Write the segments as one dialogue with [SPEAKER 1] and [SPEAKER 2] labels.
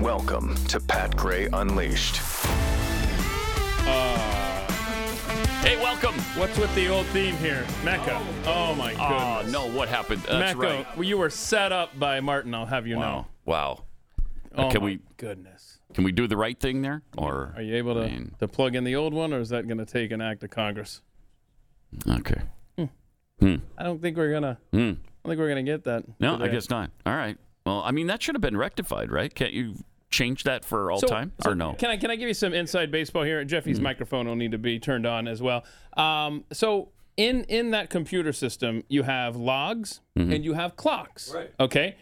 [SPEAKER 1] Welcome to Pat Gray Unleashed.
[SPEAKER 2] Uh, Hey, welcome.
[SPEAKER 3] What's with the old theme here? Mecca. Oh my
[SPEAKER 2] Oh,
[SPEAKER 3] goodness.
[SPEAKER 2] no, what happened? That's
[SPEAKER 3] Mecca,
[SPEAKER 2] right.
[SPEAKER 3] well, you were set up by Martin, I'll have you
[SPEAKER 2] Wow.
[SPEAKER 3] know.
[SPEAKER 2] Wow.
[SPEAKER 3] Oh
[SPEAKER 2] can
[SPEAKER 3] my
[SPEAKER 2] we-
[SPEAKER 3] goodness.
[SPEAKER 2] Can we do the right thing there? Or
[SPEAKER 3] Are you able to,
[SPEAKER 2] I mean,
[SPEAKER 3] to plug in the old one or is that gonna take an act of Congress?
[SPEAKER 2] Okay.
[SPEAKER 3] I don't think we're gonna I
[SPEAKER 2] Hmm.
[SPEAKER 3] don't think we're gonna get that.
[SPEAKER 2] No, I
[SPEAKER 3] today.
[SPEAKER 2] guess not. All right. Well, I mean that should have been rectified, right? Can't you change that for all
[SPEAKER 3] So-
[SPEAKER 2] time
[SPEAKER 3] so
[SPEAKER 2] or no?
[SPEAKER 3] Can I can I give you some inside baseball here? Jeffy's
[SPEAKER 2] Mm-hmm.
[SPEAKER 3] microphone will need to be turned on as well. Um, so in in that computer system, you have logs
[SPEAKER 2] Mm-hmm.
[SPEAKER 3] and you have clocks. Right. Okay.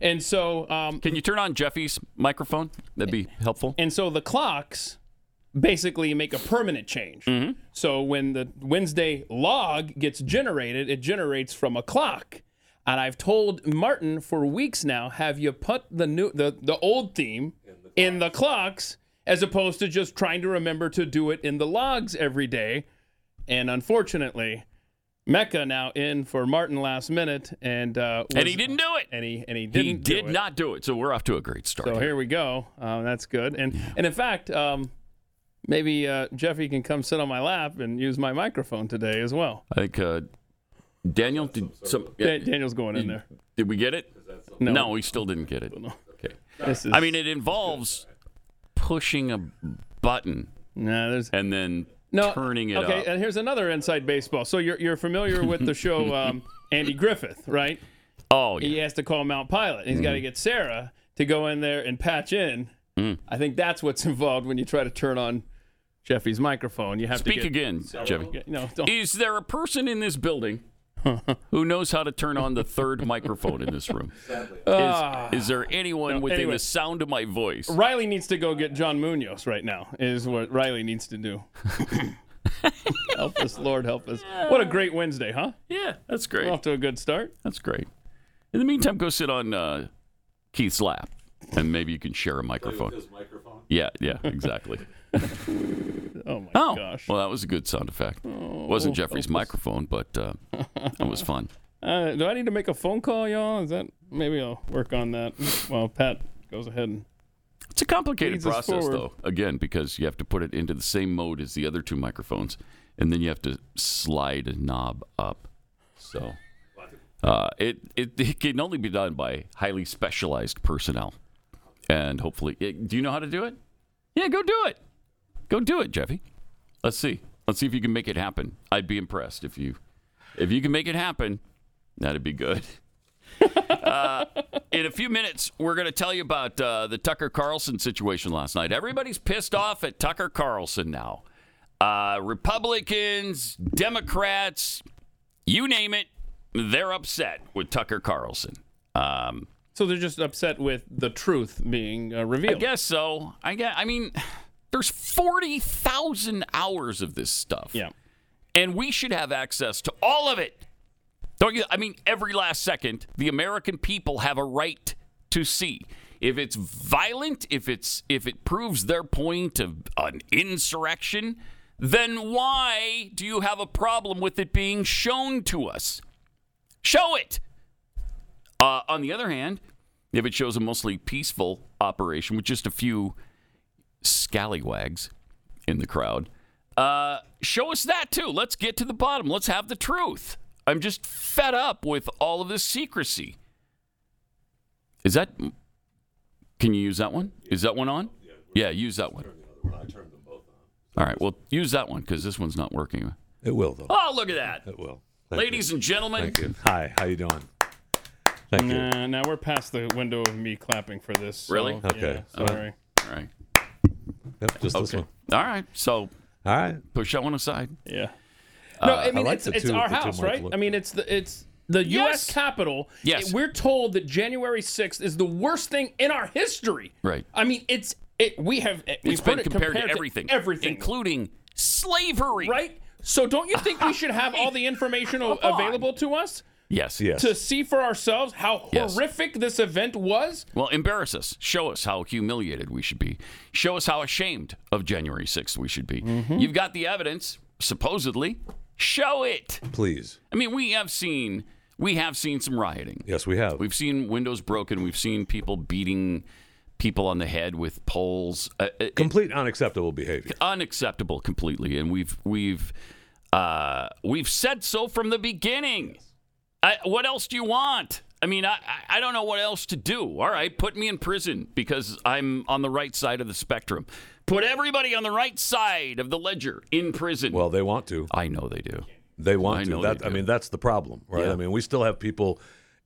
[SPEAKER 3] And so um,
[SPEAKER 2] Can you turn on Jeffy's microphone? That'd be helpful.
[SPEAKER 3] And so the clocks basically make a permanent change.
[SPEAKER 2] Mm-hmm.
[SPEAKER 3] So when the Wednesday log gets generated, it generates from a clock. And I've told Martin for weeks now, have you put the new the, the old theme in the clocks as opposed to just trying to remember to do it in the logs every day? And unfortunately, Mecca now in for Martin last minute and uh,
[SPEAKER 2] And
[SPEAKER 3] was-
[SPEAKER 2] he didn't do it.
[SPEAKER 3] and he and he didn't
[SPEAKER 2] He
[SPEAKER 3] do
[SPEAKER 2] did
[SPEAKER 3] it.
[SPEAKER 2] not do it. So we're off to a great start.
[SPEAKER 3] So here we go. Um, that's good. And and in fact, um, maybe uh, Jeffy can come sit on my lap and use my microphone today as well.
[SPEAKER 2] I think uh, Daniel did some.
[SPEAKER 3] Da-
[SPEAKER 2] yeah,
[SPEAKER 3] Daniel's going in there.
[SPEAKER 2] did we get it?
[SPEAKER 3] No.
[SPEAKER 2] we still didn't get it. Okay.
[SPEAKER 3] This is,
[SPEAKER 2] I mean, it involves pushing a button
[SPEAKER 3] nah, there's
[SPEAKER 2] and then
[SPEAKER 3] no
[SPEAKER 2] turning it
[SPEAKER 3] Okay,
[SPEAKER 2] up.
[SPEAKER 3] and here's another inside baseball. So you're you're familiar with the show um, Andy Griffith, right?
[SPEAKER 2] oh, yeah. Mm-hmm.
[SPEAKER 3] He has to call Mount Pilot. and He's got to get Sarah to go in there and patch in.
[SPEAKER 2] Mm.
[SPEAKER 3] I think that's what's involved when you try to turn on Jeffy's microphone. You have
[SPEAKER 2] Speak
[SPEAKER 3] to get,
[SPEAKER 2] again, Jeffy.
[SPEAKER 3] No, don't.
[SPEAKER 2] Is there a person in this building who knows how to turn on the third microphone in this room? Is, is there anyone within
[SPEAKER 3] anyway.
[SPEAKER 2] the sound of my voice?
[SPEAKER 3] Ah. Riley needs to go get John Munoz right now, is what Riley needs to do. help us, Lord, help us. What a great Wednesday, huh?
[SPEAKER 2] Yeah, that's great.
[SPEAKER 3] We're off to a good start.
[SPEAKER 2] That's great. In the meantime, go sit on uh, Keith's lap, and maybe you can share a microphone. Yeah, yeah, exactly.
[SPEAKER 3] Oh, my
[SPEAKER 2] Oh,
[SPEAKER 3] gosh. Oh,
[SPEAKER 2] well, that was a good sound effect. Wasn't Jeffrey's microphone, but uh, that was fun.
[SPEAKER 3] Uh, do I need to make a phone call, y'all? Is that maybe I'll work on that while Pat goes ahead and
[SPEAKER 2] It's a complicated
[SPEAKER 3] Leads us
[SPEAKER 2] process,
[SPEAKER 3] forward.
[SPEAKER 2] though. Again, because you have to put it into the same mode as the other two microphones, and then you have to slide a knob up. So uh, it, it it can only be done by highly specialized personnel, and hopefully, it, do you know how to do it? Yeah, go do it. Go do it, Jeffy. Let's see. Let's see if you can make it happen. I'd be impressed if you if you can make it happen. That'd be good. Uh, In a few minutes, we're going to tell you about uh, the Tucker Carlson situation last night. Everybody's pissed off at Tucker Carlson now. Uh, Republicans, Democrats, you name it, they're upset with Tucker Carlson. Um,
[SPEAKER 3] so they're just upset with the truth being uh,
[SPEAKER 2] I
[SPEAKER 3] revealed.
[SPEAKER 2] guess so. I guess, I mean, there's 40,000 hours of this stuff.
[SPEAKER 3] Yeah.
[SPEAKER 2] and we should have access to all of it. Don't you? I mean, every last second, the American people have a right to see. If it's violent, if it's if it proves their point of an insurrection, then why do you have a problem with it being shown to us? Show it. Uh, on the other hand, if it shows a mostly peaceful operation with just a few scallywags in the crowd, uh, show us that too. Let's get to the bottom. Let's have the truth. I'm just fed up with all of this secrecy. Is that? Can you use that one? Is that one on? Yeah, use that one. All right, well, use that one because this one's not working.
[SPEAKER 4] It will though.
[SPEAKER 2] Oh, look at that,
[SPEAKER 4] It will. Thank
[SPEAKER 2] ladies and
[SPEAKER 4] you.
[SPEAKER 2] gentlemen.
[SPEAKER 4] Thank you. Hi, how you doing? Thank you.
[SPEAKER 3] Nah, now we're past the window of me clapping for this. so,
[SPEAKER 2] Really?
[SPEAKER 4] Okay.
[SPEAKER 3] yeah, sorry.
[SPEAKER 2] All right,
[SPEAKER 4] Yep, just this
[SPEAKER 2] okay.
[SPEAKER 4] one.
[SPEAKER 2] All right, so
[SPEAKER 4] All right.
[SPEAKER 2] push that one aside. Uh,
[SPEAKER 3] Yeah. No, I mean
[SPEAKER 4] Uh, like
[SPEAKER 3] it's
[SPEAKER 4] the
[SPEAKER 3] it's
[SPEAKER 4] two- the
[SPEAKER 3] our
[SPEAKER 4] two
[SPEAKER 3] house,
[SPEAKER 4] mark
[SPEAKER 3] right?
[SPEAKER 4] look.
[SPEAKER 3] I mean it's the it's the
[SPEAKER 2] Yes.
[SPEAKER 3] U.S. Capitol.
[SPEAKER 2] Yes.
[SPEAKER 3] we're told that January sixth is the worst thing in our history.
[SPEAKER 2] Right.
[SPEAKER 3] I mean it's it. We have it,
[SPEAKER 2] It's
[SPEAKER 3] we've
[SPEAKER 2] been
[SPEAKER 3] heard it
[SPEAKER 2] compared, to everything,
[SPEAKER 3] everything,
[SPEAKER 2] including slavery.
[SPEAKER 3] right? So don't you think we should have all the information o-
[SPEAKER 2] Come on.
[SPEAKER 3] available to us
[SPEAKER 2] Yes.
[SPEAKER 4] Yes.
[SPEAKER 3] to see for ourselves how
[SPEAKER 2] Yes.
[SPEAKER 3] horrific this event was?
[SPEAKER 2] Well, embarrass us. Show us how humiliated we should be. Show us how ashamed of January 6th we should be.
[SPEAKER 4] Mm-hmm.
[SPEAKER 2] You've got the evidence, supposedly. Show it.
[SPEAKER 4] Please.
[SPEAKER 2] I mean, we have seen we have seen some rioting.
[SPEAKER 4] Yes, we have.
[SPEAKER 2] We've seen windows broken. We've seen people beating people on the head with poles. Uh, uh,
[SPEAKER 4] Complete unacceptable behavior.
[SPEAKER 2] unacceptable completely and we've we've uh, we've said so from the beginning I, what else do you want i mean I, I- I don't know what else to do all right put me in prison because i'm on the right side of the spectrum put everybody on the right side of the ledger in prison
[SPEAKER 4] Well, they want to.
[SPEAKER 2] i know they do
[SPEAKER 4] They want
[SPEAKER 2] I
[SPEAKER 4] to.
[SPEAKER 2] know
[SPEAKER 4] That,
[SPEAKER 2] they
[SPEAKER 4] I
[SPEAKER 2] do.
[SPEAKER 4] mean, that's the problem, right?
[SPEAKER 2] Yeah.
[SPEAKER 4] I mean, we still have people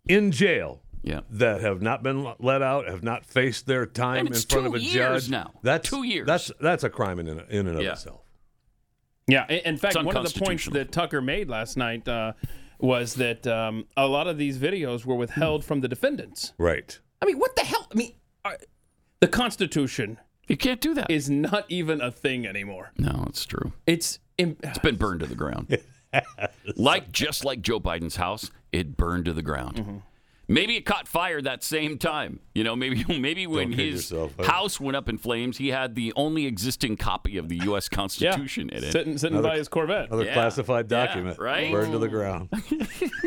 [SPEAKER 4] in jail
[SPEAKER 2] Yeah.
[SPEAKER 4] that have not been l- let out, have not faced their time
[SPEAKER 2] And
[SPEAKER 4] in
[SPEAKER 2] it's
[SPEAKER 4] front of
[SPEAKER 2] two
[SPEAKER 4] a
[SPEAKER 2] years
[SPEAKER 4] judge.
[SPEAKER 2] now.
[SPEAKER 4] That's
[SPEAKER 2] Two years.
[SPEAKER 4] That's that's a crime in and- in and of
[SPEAKER 2] Yeah.
[SPEAKER 4] itself.
[SPEAKER 3] Yeah. i- In fact,
[SPEAKER 2] It's
[SPEAKER 3] one of the points
[SPEAKER 2] unconstitutional.
[SPEAKER 3] that Tucker made last night uh, was that um, a lot of these videos were withheld from the defendants.
[SPEAKER 4] Right.
[SPEAKER 3] I mean, what the hell? I mean, are, the Constitution
[SPEAKER 2] you can't do that
[SPEAKER 3] is not even a thing anymore.
[SPEAKER 2] no it's true
[SPEAKER 3] It's. Im-
[SPEAKER 2] it's been burned to the ground like just like joe biden's house it burned to the ground
[SPEAKER 3] Mm-hmm.
[SPEAKER 2] Maybe it caught fire that same time. You know, maybe maybe when
[SPEAKER 4] kid
[SPEAKER 2] his
[SPEAKER 4] yourself, huh?
[SPEAKER 2] house went up in flames, he had the only existing copy of the U.S.
[SPEAKER 3] yeah.
[SPEAKER 2] Constitution in it.
[SPEAKER 3] Sitting, sitting by his Corvette.
[SPEAKER 4] Another
[SPEAKER 2] Yeah.
[SPEAKER 4] classified
[SPEAKER 2] Yeah,
[SPEAKER 4] document
[SPEAKER 2] right?
[SPEAKER 4] burned to the ground.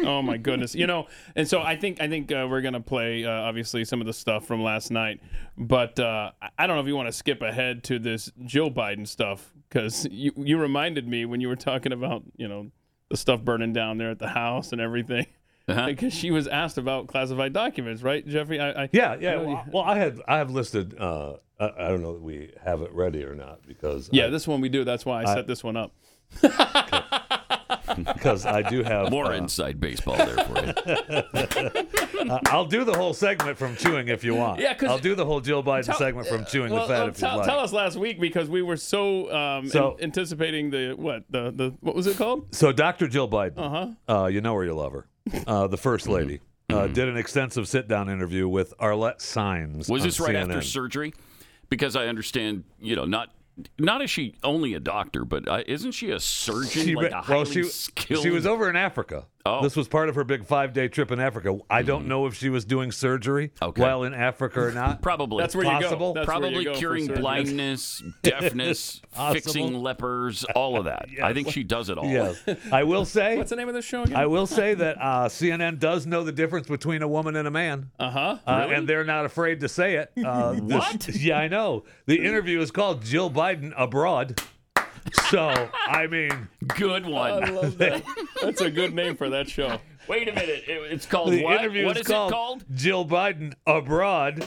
[SPEAKER 3] oh my goodness you know and so i think i think uh, we're gonna play uh, obviously some of the stuff from last night but uh, I- i don't know if you want to skip ahead to this jill biden stuff because you, you reminded me when you were talking about you know the stuff burning down there at the house and everything
[SPEAKER 2] Uh-huh.
[SPEAKER 3] because she was asked about classified documents right jeffrey i, I
[SPEAKER 4] Yeah, yeah.
[SPEAKER 3] know
[SPEAKER 4] Well,
[SPEAKER 3] you-
[SPEAKER 4] I- well, I had I have listed. Uh, I, I don't know that we have it ready or not because
[SPEAKER 3] yeah
[SPEAKER 4] I,
[SPEAKER 3] this one we do that's why i, set this one up
[SPEAKER 4] because I do have
[SPEAKER 2] More
[SPEAKER 4] uh,
[SPEAKER 2] inside baseball there for you.
[SPEAKER 4] I'll do the whole segment from chewing if you want.
[SPEAKER 3] Yeah, 'cause-
[SPEAKER 4] I'll do the whole Jill Biden
[SPEAKER 3] Tell- uh,
[SPEAKER 4] segment from chewing
[SPEAKER 3] well,
[SPEAKER 4] the fat
[SPEAKER 3] well,
[SPEAKER 4] if
[SPEAKER 3] tell,
[SPEAKER 4] you like.
[SPEAKER 3] tell us last week because we were so, um,
[SPEAKER 4] So-
[SPEAKER 3] an- anticipating the what the, the what was it called
[SPEAKER 4] So, Dr. Jill Biden, uh-huh. you know her, you love her, uh, the first
[SPEAKER 2] Mm-hmm.
[SPEAKER 4] lady, uh, did an extensive sit-down interview with Arlette Sines.
[SPEAKER 2] Was
[SPEAKER 4] on
[SPEAKER 2] this right after
[SPEAKER 4] CNN.
[SPEAKER 2] surgery? Because I understand, you know, not not is she only a doctor, but uh, isn't she a surgeon?
[SPEAKER 4] She
[SPEAKER 2] like
[SPEAKER 4] re-
[SPEAKER 2] a highly
[SPEAKER 4] well, she
[SPEAKER 2] skilled.
[SPEAKER 4] she was over in Africa.
[SPEAKER 2] Oh. Mm-hmm.
[SPEAKER 4] This was part of her big five-day trip in Africa. I don't know if she was doing surgery
[SPEAKER 2] Okay.
[SPEAKER 4] while in Africa or not.
[SPEAKER 2] probably
[SPEAKER 3] that's where
[SPEAKER 4] Possible.
[SPEAKER 3] you go That's where you
[SPEAKER 2] probably
[SPEAKER 3] go for
[SPEAKER 2] curing
[SPEAKER 3] surgery.
[SPEAKER 2] blindness, deafness, fixing
[SPEAKER 4] Possible.
[SPEAKER 2] lepers, all of that. I think she does it all.
[SPEAKER 4] Yes, I will say.
[SPEAKER 3] What's the name of the show again?
[SPEAKER 4] I will say that uh, CNN does know the difference between a woman and a man. Uh-huh. And they're not afraid to say it. Uh, this-
[SPEAKER 2] What?
[SPEAKER 4] yeah, I know. The interview is called Jill Biden Abroad. So, I mean,
[SPEAKER 2] Good one.
[SPEAKER 3] I love that. That's a good name for that show.
[SPEAKER 2] Wait a minute. It- it's called
[SPEAKER 4] the
[SPEAKER 2] what?
[SPEAKER 4] interview
[SPEAKER 2] What
[SPEAKER 4] is
[SPEAKER 2] is it called?
[SPEAKER 4] Jill Biden Abroad.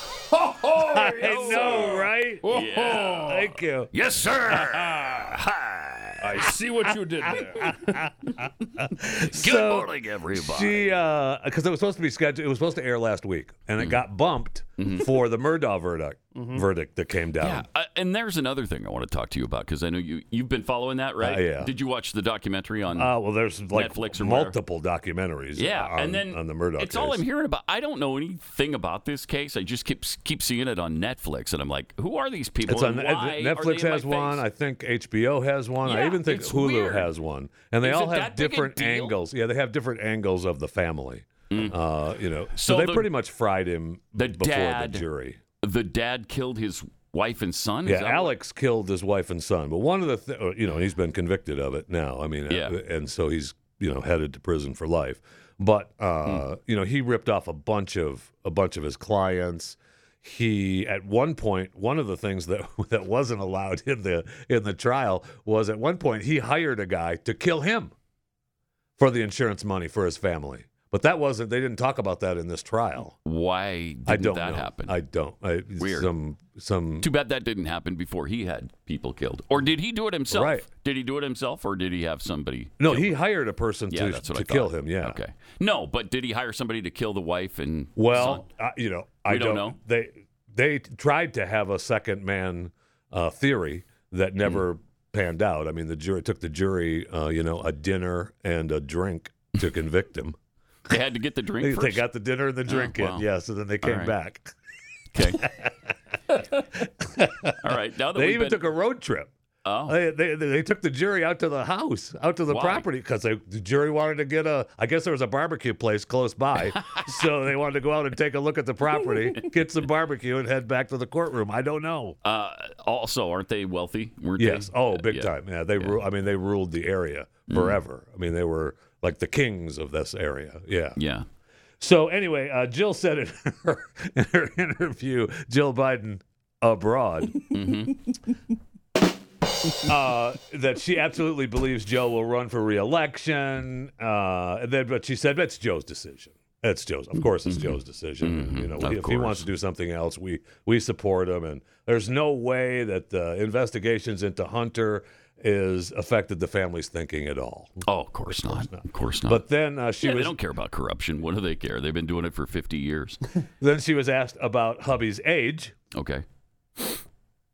[SPEAKER 4] I know, right?
[SPEAKER 2] Yeah.
[SPEAKER 4] Thank you.
[SPEAKER 2] Yes, sir. Hi.
[SPEAKER 3] I see what you did there.
[SPEAKER 2] Good
[SPEAKER 4] So-
[SPEAKER 2] morning, everybody.
[SPEAKER 4] She, because it was supposed to be scheduled, it was supposed to air last week, and it
[SPEAKER 2] Mm-hmm.
[SPEAKER 4] got bumped for the Murdaugh verdict, verdict that came down.
[SPEAKER 2] yeah, uh, and there's another thing I want to talk to you about because I know you you've been following that, right?
[SPEAKER 4] Uh, yeah.
[SPEAKER 2] Did you watch the documentary on?
[SPEAKER 4] Uh, well, there's like
[SPEAKER 2] Netflix or
[SPEAKER 4] multiple documentaries.
[SPEAKER 2] yeah,
[SPEAKER 4] on,
[SPEAKER 2] and then
[SPEAKER 4] on the Murdoch.
[SPEAKER 2] It's all I'm hearing about. I don't know anything about this case. I just keep keep seeing it on Netflix, and I'm like, who are these people?
[SPEAKER 4] It's on
[SPEAKER 2] and why are they
[SPEAKER 4] Netflix
[SPEAKER 2] in my
[SPEAKER 4] has one.
[SPEAKER 2] face?
[SPEAKER 4] I think HBO has one. I
[SPEAKER 2] Yeah,
[SPEAKER 4] even think
[SPEAKER 2] it's
[SPEAKER 4] Hulu
[SPEAKER 2] weird.
[SPEAKER 4] has one, and they
[SPEAKER 2] Is
[SPEAKER 4] all
[SPEAKER 2] it
[SPEAKER 4] have
[SPEAKER 2] that big a
[SPEAKER 4] different
[SPEAKER 2] deal? Mm.
[SPEAKER 4] angles. Yeah, they have different angles of the family. Uh, you know, so,
[SPEAKER 2] So
[SPEAKER 4] they
[SPEAKER 2] the-
[SPEAKER 4] pretty much fried him
[SPEAKER 2] the
[SPEAKER 4] before
[SPEAKER 2] dad-
[SPEAKER 4] the jury.
[SPEAKER 2] the dad killed his wife and son. Is
[SPEAKER 4] Yeah,
[SPEAKER 2] that what-
[SPEAKER 4] Alex killed his wife and son, but one of the th- uh, you know he's been convicted of it now. I mean, uh,
[SPEAKER 2] Yeah.
[SPEAKER 4] and so he's you know headed to prison for life. But uh,
[SPEAKER 2] Hmm.
[SPEAKER 4] you know he ripped off a bunch of a bunch of his clients. He at one point one of the things that that wasn't allowed in the in the trial was at one point he hired a guy to kill him for the insurance money for his family. But that wasn't they didn't talk about that in this trial.
[SPEAKER 2] Why didn't
[SPEAKER 4] I don't
[SPEAKER 2] that
[SPEAKER 4] know.
[SPEAKER 2] happen?
[SPEAKER 4] I don't. I,
[SPEAKER 2] Weird.
[SPEAKER 4] Some some
[SPEAKER 2] Too bad that didn't happen before he had people killed. Or did he do it himself?
[SPEAKER 4] Right.
[SPEAKER 2] Did he do it himself or did he have somebody?
[SPEAKER 4] No, he hired a person
[SPEAKER 2] Yeah,
[SPEAKER 4] to,
[SPEAKER 2] that's what
[SPEAKER 4] to
[SPEAKER 2] I thought.
[SPEAKER 4] kill him. Yeah.
[SPEAKER 2] Okay. No, but did he hire somebody to kill the wife and
[SPEAKER 4] Well, I, you know, I
[SPEAKER 2] We don't know.
[SPEAKER 4] They they tried to have a second man uh, theory
[SPEAKER 2] Hmm.
[SPEAKER 4] that never panned out. I mean, the jury it took the jury, uh, you know, a dinner and a drink to convict him.
[SPEAKER 2] they had to get the drink
[SPEAKER 4] They,
[SPEAKER 2] first? Oh,
[SPEAKER 4] they got the dinner and the drink
[SPEAKER 2] wow.
[SPEAKER 4] in. Yeah, so then they came
[SPEAKER 2] right.
[SPEAKER 4] back.
[SPEAKER 2] okay. All right. Now that
[SPEAKER 4] They
[SPEAKER 2] we've
[SPEAKER 4] even
[SPEAKER 2] been-
[SPEAKER 4] took a road trip.
[SPEAKER 2] Oh.
[SPEAKER 4] They, they, they they took the jury out to the house, out to the
[SPEAKER 2] Why?
[SPEAKER 4] property, because the jury wanted to get a. I guess there was a barbecue place close by, so they wanted to go out and take a look at the property, get some barbecue, and head back to the courtroom. I don't know.
[SPEAKER 2] uh, also, aren't they wealthy? Weren't
[SPEAKER 4] yes.
[SPEAKER 2] They?
[SPEAKER 4] Oh, big
[SPEAKER 2] yeah.
[SPEAKER 4] time. Yeah. Mm. They. Ru- I mean, they ruled the area forever. I mean, they were like the kings of this area. Yeah.
[SPEAKER 2] Yeah.
[SPEAKER 4] So anyway, uh, Jill said in her, in her interview, Jill Biden abroad, Mm-hmm. uh, that she absolutely believes Joe will run for reelection. Uh, and then, but she said that's Joe's decision. That's Joe's. Of course,
[SPEAKER 2] Mm-hmm.
[SPEAKER 4] it's Joe's
[SPEAKER 2] Mm,
[SPEAKER 4] decision. You know,
[SPEAKER 2] Of
[SPEAKER 4] if he wants to do something else, we we support him. And there's no way that the investigations into Hunter is affected the family's thinking at all.
[SPEAKER 2] Oh, of course, not. Of course not.
[SPEAKER 4] But then uh, she
[SPEAKER 2] yeah, they
[SPEAKER 4] was
[SPEAKER 2] don't care about corruption. What do they care? They've been doing it for 50 years.
[SPEAKER 4] then she was asked about hubby's age.
[SPEAKER 2] Okay.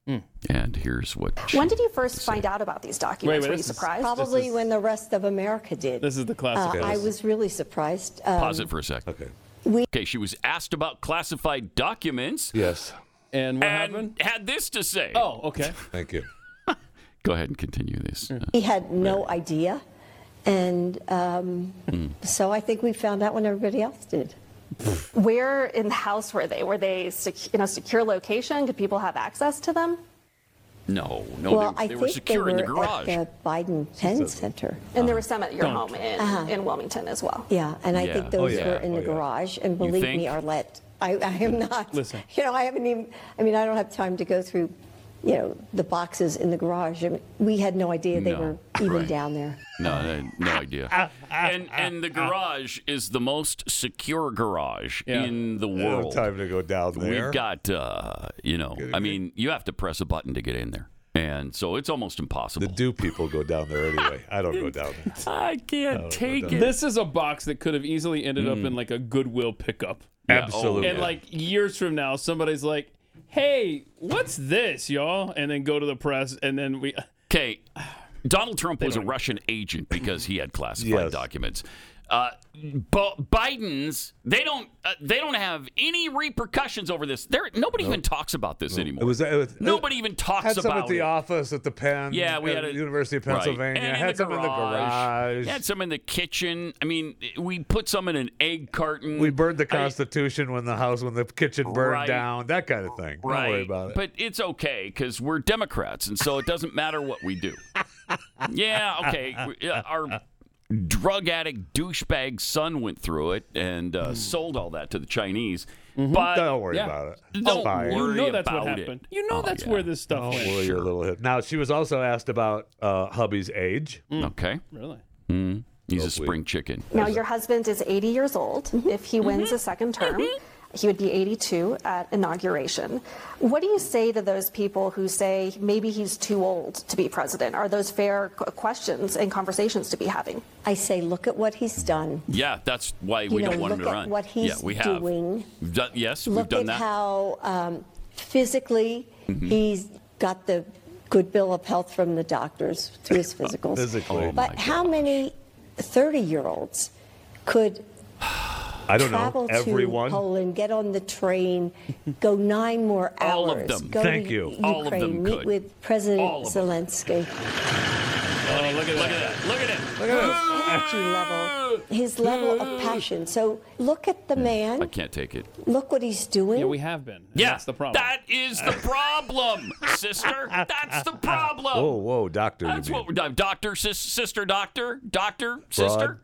[SPEAKER 5] Hmm.
[SPEAKER 2] And here's what.
[SPEAKER 6] When did you first find out about these documents?
[SPEAKER 3] wait,
[SPEAKER 6] Were you
[SPEAKER 3] this is-
[SPEAKER 6] surprised?
[SPEAKER 5] Probably when the rest of America did.
[SPEAKER 3] This is the classic.
[SPEAKER 5] Uh, I was really surprised. Um,
[SPEAKER 2] Pause it for a sec.
[SPEAKER 4] Okay.
[SPEAKER 2] Okay, she was asked about classified documents
[SPEAKER 4] Yes.
[SPEAKER 3] and what
[SPEAKER 2] and
[SPEAKER 3] happened?
[SPEAKER 2] had this to say.
[SPEAKER 3] Oh, okay.
[SPEAKER 4] Thank you.
[SPEAKER 2] Go ahead and continue this.
[SPEAKER 3] Hmm.
[SPEAKER 2] Uh,
[SPEAKER 5] he had no idea. And um,
[SPEAKER 2] Hmm.
[SPEAKER 5] so I think we found out when everybody else did.
[SPEAKER 6] Where in the house were they? Were they sec- in a secure location? Did people have access to them?
[SPEAKER 2] no, no,
[SPEAKER 5] well,
[SPEAKER 2] they,
[SPEAKER 5] I
[SPEAKER 2] they
[SPEAKER 5] think
[SPEAKER 2] were
[SPEAKER 5] they
[SPEAKER 2] secure
[SPEAKER 5] were
[SPEAKER 2] in the garage.
[SPEAKER 5] at the Biden Penn Center.
[SPEAKER 6] And there was some at your home in, in Wilmington as well.
[SPEAKER 5] Yeah, and I
[SPEAKER 2] Yeah.
[SPEAKER 5] think
[SPEAKER 2] Oh,
[SPEAKER 5] those
[SPEAKER 2] yeah.
[SPEAKER 5] were in
[SPEAKER 4] Oh,
[SPEAKER 5] the
[SPEAKER 4] yeah.
[SPEAKER 5] garage. And believe
[SPEAKER 2] think?
[SPEAKER 5] me, Arlette, I, I am not.
[SPEAKER 3] Listen.
[SPEAKER 5] You know, I haven't even. I mean, I don't have time to go through, you know, the boxes in the garage. I mean, we had no idea they
[SPEAKER 2] No.
[SPEAKER 5] were even
[SPEAKER 2] Right.
[SPEAKER 5] down there.
[SPEAKER 2] No, I- no idea. and and the garage is the most secure garage
[SPEAKER 3] Yeah.
[SPEAKER 2] in the
[SPEAKER 4] No
[SPEAKER 2] world.
[SPEAKER 4] time to go down there.
[SPEAKER 2] We've got, uh, you know, I mean, you have to press a button to get in there, and so it's almost
[SPEAKER 4] the
[SPEAKER 2] impossible.
[SPEAKER 4] do people go down there anyway. I don't go down there.
[SPEAKER 2] I can't take it.
[SPEAKER 3] This is a box that could have easily ended up
[SPEAKER 4] Hmm.
[SPEAKER 3] in like a Goodwill pickup.
[SPEAKER 4] oh, Absolutely.
[SPEAKER 3] And like years from now, somebody's like, "Hey, what's this, y'all?" And then go to the press, and then we.
[SPEAKER 2] Okay, Donald Trump was a Russian agent because he had classified
[SPEAKER 4] Yes.
[SPEAKER 2] documents. Uh, Bo- Biden's they don't uh, they don't have any repercussions over this. There nobody even talks about this anymore.
[SPEAKER 4] it was, it was-
[SPEAKER 2] Nobody even talks
[SPEAKER 4] uh, had some
[SPEAKER 2] about
[SPEAKER 4] at the
[SPEAKER 2] it.
[SPEAKER 4] office at the Penn.
[SPEAKER 2] Yeah, we
[SPEAKER 4] at
[SPEAKER 2] had a,
[SPEAKER 4] University of
[SPEAKER 2] right.
[SPEAKER 4] Pennsylvania.
[SPEAKER 2] And in
[SPEAKER 4] Had
[SPEAKER 2] the
[SPEAKER 4] some in the garage.
[SPEAKER 2] Had some in the kitchen. I mean, we put some in an egg carton.
[SPEAKER 4] we burned the
[SPEAKER 2] I mean,
[SPEAKER 4] Constitution when the house when the kitchen burned
[SPEAKER 2] Right.
[SPEAKER 4] down. That kind of thing.
[SPEAKER 2] Right.
[SPEAKER 4] Don't worry about it.
[SPEAKER 2] But it's okay because we're Democrats, and so it doesn't matter what we do. yeah, okay. we- uh, Our drug addict douchebag son went through it and uh, sold all that to the Chinese. But
[SPEAKER 4] Hmm. Mm-hmm. don't worry
[SPEAKER 3] Yeah. Oh,
[SPEAKER 4] about it. It's
[SPEAKER 2] Don't
[SPEAKER 4] fine.
[SPEAKER 2] worry
[SPEAKER 3] You know that's what
[SPEAKER 2] about it.
[SPEAKER 3] happened. You know
[SPEAKER 2] Oh,
[SPEAKER 3] that's
[SPEAKER 2] yeah.
[SPEAKER 3] where this stuff
[SPEAKER 4] Don't
[SPEAKER 3] went.
[SPEAKER 4] worry a little hit. Now she was also asked about uh, hubby's age.
[SPEAKER 2] Mm. Okay.
[SPEAKER 3] Really?
[SPEAKER 2] Hmm? He's a spring chicken.
[SPEAKER 6] Now, your husband is 80 years old.
[SPEAKER 5] Mm-hmm.
[SPEAKER 6] If he wins a second term, he would be 82 at inauguration. What do you say to those people who say maybe he's too old to be president? Are those fair qu- questions and conversations to be having?
[SPEAKER 5] I say, look at what he's done.
[SPEAKER 2] Yeah, that's why we
[SPEAKER 5] know,
[SPEAKER 2] don't want him to
[SPEAKER 5] look at
[SPEAKER 2] run.
[SPEAKER 5] what he's
[SPEAKER 2] yeah, we have.
[SPEAKER 5] doing.
[SPEAKER 2] We've done- yes, we've
[SPEAKER 5] Look
[SPEAKER 2] done
[SPEAKER 5] at
[SPEAKER 2] that. Mm-hmm.
[SPEAKER 5] how um, physically he's got the good bill of health from the doctors through his physicals.
[SPEAKER 2] Oh
[SPEAKER 4] Physically.
[SPEAKER 5] but how many 30 year olds could
[SPEAKER 4] I don't know.
[SPEAKER 5] travel
[SPEAKER 4] Everyone.
[SPEAKER 5] to Poland, get on the train, go nine more hours.
[SPEAKER 2] All of them.
[SPEAKER 5] Go
[SPEAKER 4] Thank
[SPEAKER 5] to
[SPEAKER 4] you.
[SPEAKER 5] Ukraine,
[SPEAKER 2] All of them
[SPEAKER 5] meet
[SPEAKER 2] could.
[SPEAKER 5] with President
[SPEAKER 2] All of them.
[SPEAKER 5] Zelensky.
[SPEAKER 2] Oh, look at that. Look at that. Look
[SPEAKER 5] Energy level, his level of passion. So look at the man.
[SPEAKER 2] I can't take it.
[SPEAKER 5] Look what he's doing.
[SPEAKER 3] Yeah, we have been. and
[SPEAKER 2] Yeah,
[SPEAKER 3] that's the problem.
[SPEAKER 2] That is the problem, sister. That's the problem.
[SPEAKER 4] Whoa,
[SPEAKER 3] Oh,
[SPEAKER 4] whoa, doctor.
[SPEAKER 2] That's
[SPEAKER 4] you mean.
[SPEAKER 2] what we're doing. Doctor, sis, sister, doctor, doctor, sister.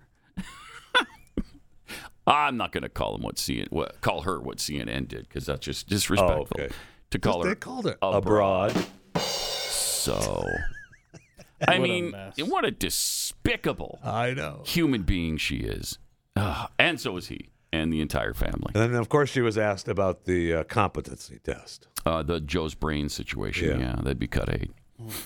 [SPEAKER 2] I'm not going to call him what CNN, what, call her what CNN did because that's just disrespectful
[SPEAKER 4] Oh, okay.
[SPEAKER 2] to call her.
[SPEAKER 4] They called it
[SPEAKER 2] abroad.
[SPEAKER 4] abroad.
[SPEAKER 2] So, I mean,
[SPEAKER 3] mess.
[SPEAKER 2] what a despicable
[SPEAKER 4] I know.
[SPEAKER 2] human being she is, Ugh, and so is he and the entire family.
[SPEAKER 4] And then, of course, she was asked about the uh, competency test.
[SPEAKER 2] Uh, the Joe's brain situation, yeah,
[SPEAKER 4] Yeah.
[SPEAKER 2] that'd be cut eight.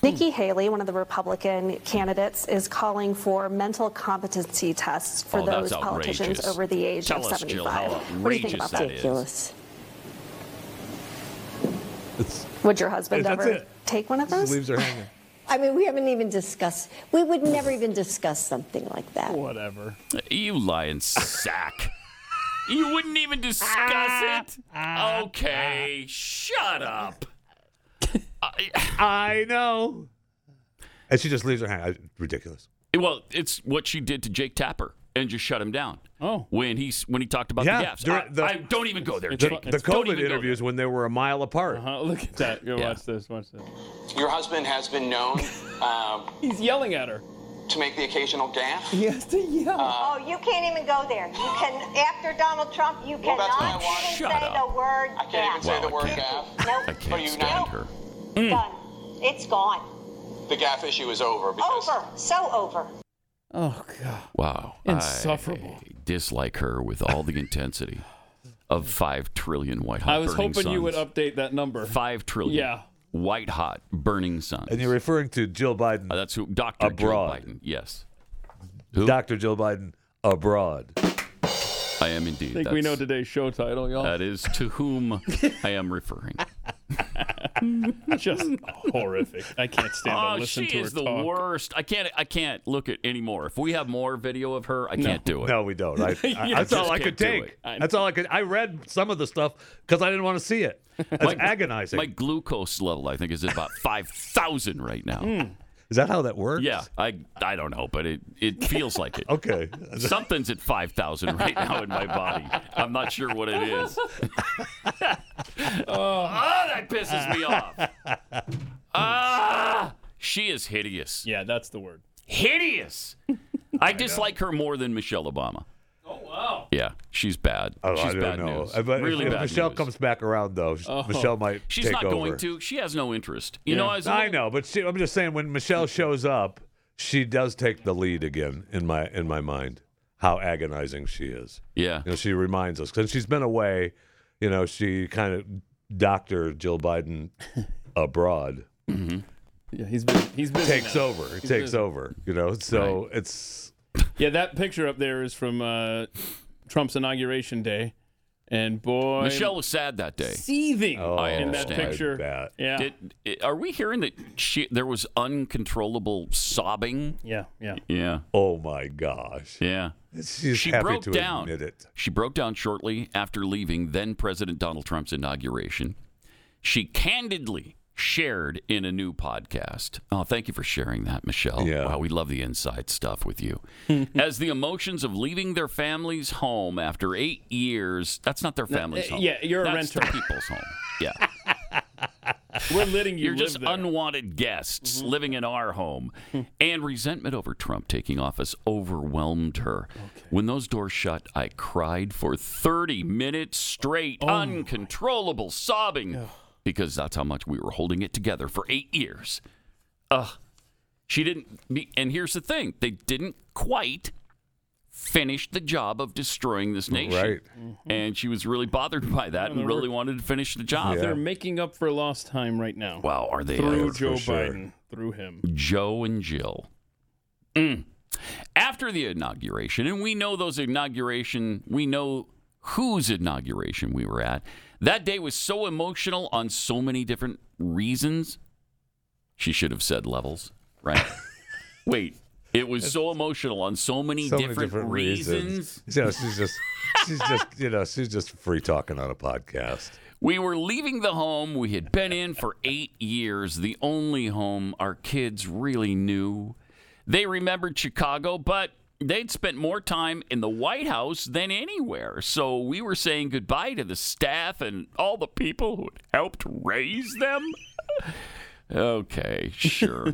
[SPEAKER 6] Nikki Haley, one of the Republican candidates, is calling for mental competency tests for
[SPEAKER 2] Oh, that's
[SPEAKER 6] those politicians
[SPEAKER 2] outrageous.
[SPEAKER 6] over the age
[SPEAKER 2] Tell
[SPEAKER 6] of
[SPEAKER 2] us,
[SPEAKER 6] 75.
[SPEAKER 2] Jill, how
[SPEAKER 6] what do you
[SPEAKER 2] outrageous
[SPEAKER 6] think about
[SPEAKER 2] that
[SPEAKER 6] that?
[SPEAKER 2] is.
[SPEAKER 5] Ridiculous.
[SPEAKER 4] It's,
[SPEAKER 6] Would your husband
[SPEAKER 4] That's
[SPEAKER 6] ever
[SPEAKER 4] it.
[SPEAKER 6] take one of
[SPEAKER 4] just
[SPEAKER 6] those?
[SPEAKER 4] leaves her hanging.
[SPEAKER 5] I mean, we haven't even discussed. We would never even discuss something like that.
[SPEAKER 3] Whatever.
[SPEAKER 2] You lying sack. you wouldn't even discuss it? Okay, shut up.
[SPEAKER 4] I know. And she just leaves her hanging. I- Ridiculous.
[SPEAKER 2] Well, it's what she did to Jake Tapper and just shut him down.
[SPEAKER 3] Oh.
[SPEAKER 2] When he, when he talked about
[SPEAKER 4] Yeah,
[SPEAKER 2] the gaps.
[SPEAKER 4] during
[SPEAKER 2] I,
[SPEAKER 4] the-
[SPEAKER 2] I- don't even go there,
[SPEAKER 3] It's
[SPEAKER 2] Jake.
[SPEAKER 3] fu-
[SPEAKER 4] The
[SPEAKER 3] it's- don't
[SPEAKER 4] COVID
[SPEAKER 2] even go
[SPEAKER 4] interviews when they were a mile apart.
[SPEAKER 3] Uh, look at that. Go
[SPEAKER 2] Yeah.
[SPEAKER 3] watch this. Watch this.
[SPEAKER 7] Your husband has been known. Uh,
[SPEAKER 3] He's yelling at her.
[SPEAKER 7] to make the occasional gaffe.
[SPEAKER 8] He has to yell.
[SPEAKER 2] Uh,
[SPEAKER 9] Oh, you can't even go there. You can, after Donald Trump, you
[SPEAKER 7] Well, that's what
[SPEAKER 9] cannot
[SPEAKER 7] I want.
[SPEAKER 9] even
[SPEAKER 2] Shut
[SPEAKER 9] say
[SPEAKER 2] up.
[SPEAKER 9] the word
[SPEAKER 7] I can't even say the
[SPEAKER 2] Wow,
[SPEAKER 7] word
[SPEAKER 2] I
[SPEAKER 7] gaffe.
[SPEAKER 9] Nope.
[SPEAKER 2] I
[SPEAKER 7] Are
[SPEAKER 2] can't Mm.
[SPEAKER 7] you
[SPEAKER 2] stand
[SPEAKER 7] not?
[SPEAKER 2] her.
[SPEAKER 9] Done. It's gone.
[SPEAKER 7] The gaffe issue is over because
[SPEAKER 9] Over. So over.
[SPEAKER 3] Oh god.
[SPEAKER 2] Wow.
[SPEAKER 3] Insufferable.
[SPEAKER 2] I dislike her with all the intensity of 5 trillion white hot
[SPEAKER 3] I was
[SPEAKER 2] burning
[SPEAKER 3] hoping you would
[SPEAKER 2] suns.
[SPEAKER 3] update that number.
[SPEAKER 2] 5 trillion.
[SPEAKER 3] Yeah.
[SPEAKER 2] White hot burning suns.
[SPEAKER 4] And you're referring to Jill Biden,
[SPEAKER 2] Uh, that's who Dr.
[SPEAKER 4] Abroad.
[SPEAKER 2] Joe Biden. Yes.
[SPEAKER 4] Dr. Jill Biden abroad.
[SPEAKER 2] I am indeed.
[SPEAKER 3] I think we know
[SPEAKER 2] That's-
[SPEAKER 3] today's show title, y'all.
[SPEAKER 2] That is to whom I am referring.
[SPEAKER 3] Just horrific. I can't stand
[SPEAKER 2] Uh, oh,
[SPEAKER 3] to listen
[SPEAKER 2] she
[SPEAKER 3] to her
[SPEAKER 2] is the
[SPEAKER 3] talk.
[SPEAKER 2] worst. I can't. I can't look at anymore. If we have more video of her, I can't do it.
[SPEAKER 4] No, we don't. I, I- that's
[SPEAKER 2] just
[SPEAKER 4] all I
[SPEAKER 2] can't
[SPEAKER 4] could
[SPEAKER 2] do
[SPEAKER 4] take.
[SPEAKER 2] it.
[SPEAKER 3] I know.
[SPEAKER 4] That's all I could. I read some of the stuff because I didn't want to see it. That's agonizing.
[SPEAKER 2] My glucose level, I think, is at about five thousand right now.
[SPEAKER 4] Hmm. Is that how that works?
[SPEAKER 2] Yeah, I I don't know, but it it feels like it.
[SPEAKER 4] Okay.
[SPEAKER 2] Something's at 5,000 right now in my body. I'm not sure what it is. oh.
[SPEAKER 3] Oh,
[SPEAKER 2] Ah, that pisses me off. Ah, she is hideous.
[SPEAKER 3] Yeah, that's the word.
[SPEAKER 2] Hideous. I dislike her more than Michelle Obama. Oh, wow. Yeah, she's bad.
[SPEAKER 4] Oh,
[SPEAKER 2] she's
[SPEAKER 4] I don't
[SPEAKER 2] bad
[SPEAKER 4] know.
[SPEAKER 2] news.
[SPEAKER 4] If, if-
[SPEAKER 2] really
[SPEAKER 4] if
[SPEAKER 2] bad
[SPEAKER 4] Michelle
[SPEAKER 2] news. Oh,
[SPEAKER 4] comes back around, though, sh-
[SPEAKER 3] Oh.
[SPEAKER 4] Michelle might
[SPEAKER 2] She's
[SPEAKER 4] take
[SPEAKER 2] not
[SPEAKER 4] over.
[SPEAKER 2] going to. She has no interest. You know, as a
[SPEAKER 4] I
[SPEAKER 2] little-
[SPEAKER 4] know, but she, I'm just saying when Michelle shows up, she does take the lead again in my in my mind. How agonizing she is.
[SPEAKER 2] Yeah.
[SPEAKER 4] You know, she reminds us because she's been away. You know, she kind of doctor Jill Biden abroad
[SPEAKER 2] Mm-hmm.
[SPEAKER 3] Yeah, he's been he's busy
[SPEAKER 4] takes
[SPEAKER 3] now.
[SPEAKER 4] over. It takes
[SPEAKER 3] busy.
[SPEAKER 4] over. You know, so it's
[SPEAKER 3] Yeah, that picture up there is from uh, Trump's inauguration day, and boy,
[SPEAKER 2] Michelle was sad that day.
[SPEAKER 3] seething
[SPEAKER 4] Oh,
[SPEAKER 2] I
[SPEAKER 3] in that
[SPEAKER 2] understand.
[SPEAKER 3] picture.
[SPEAKER 4] that.
[SPEAKER 3] Yeah,
[SPEAKER 2] Did, eh, are we hearing that she, there was uncontrollable sobbing?
[SPEAKER 3] yeah, yeah.
[SPEAKER 2] Yeah.
[SPEAKER 4] Oh my gosh,
[SPEAKER 2] Yeah.
[SPEAKER 4] she's
[SPEAKER 2] she
[SPEAKER 4] happy
[SPEAKER 2] broke
[SPEAKER 4] to
[SPEAKER 2] down.
[SPEAKER 4] admit it.
[SPEAKER 2] She broke down shortly after leaving then President Donald Trump's inauguration. She candidly shared in a new podcast. Oh, thank you for sharing that, Michelle.
[SPEAKER 4] Yeah.
[SPEAKER 2] Wow, we love the inside stuff with you. As the emotions of leaving their family's home after eight years, that's not their family's
[SPEAKER 3] uh,
[SPEAKER 2] home.
[SPEAKER 3] yeah, you're a
[SPEAKER 2] That's the
[SPEAKER 3] renter.
[SPEAKER 2] people's home. Yeah.
[SPEAKER 3] We're letting you
[SPEAKER 2] You're
[SPEAKER 3] live
[SPEAKER 2] just
[SPEAKER 3] there. Mm-hmm.
[SPEAKER 2] unwanted guests living in our home. and resentment over Trump taking office overwhelmed her. When those doors shut, I cried for 30 minutes straight,
[SPEAKER 3] Oh
[SPEAKER 2] uncontrollable sobbing, because that's how much we were holding it together for eight years. Ugh. She didn't. Be, and here's the thing they didn't quite finish the job of destroying this nation.
[SPEAKER 4] Right.
[SPEAKER 2] And she was really bothered by that and really wanted to finish the job.
[SPEAKER 3] They're making up for lost time right now.
[SPEAKER 2] Wow, are they
[SPEAKER 3] Through
[SPEAKER 2] ever.
[SPEAKER 3] Joe
[SPEAKER 4] sure.
[SPEAKER 3] Biden, through him.
[SPEAKER 2] Joe and Jill. Mm. After the inauguration, and we know those inauguration, we know whose inauguration we were at. That day was so emotional on so many different reasons. She should have said levels, right? Wait, it was so emotional on so many,
[SPEAKER 4] so
[SPEAKER 2] different,
[SPEAKER 4] many different
[SPEAKER 2] reasons.
[SPEAKER 4] reasons. You know, she's just, she's just, you know, she's just free talking on a podcast.
[SPEAKER 2] We were leaving the home we had been in for eight years, the only home our kids really knew. They remembered Chicago, but they'd spent more time in the White House than anywhere. So we were saying goodbye to the staff and all the people who had helped raise them. okay, sure.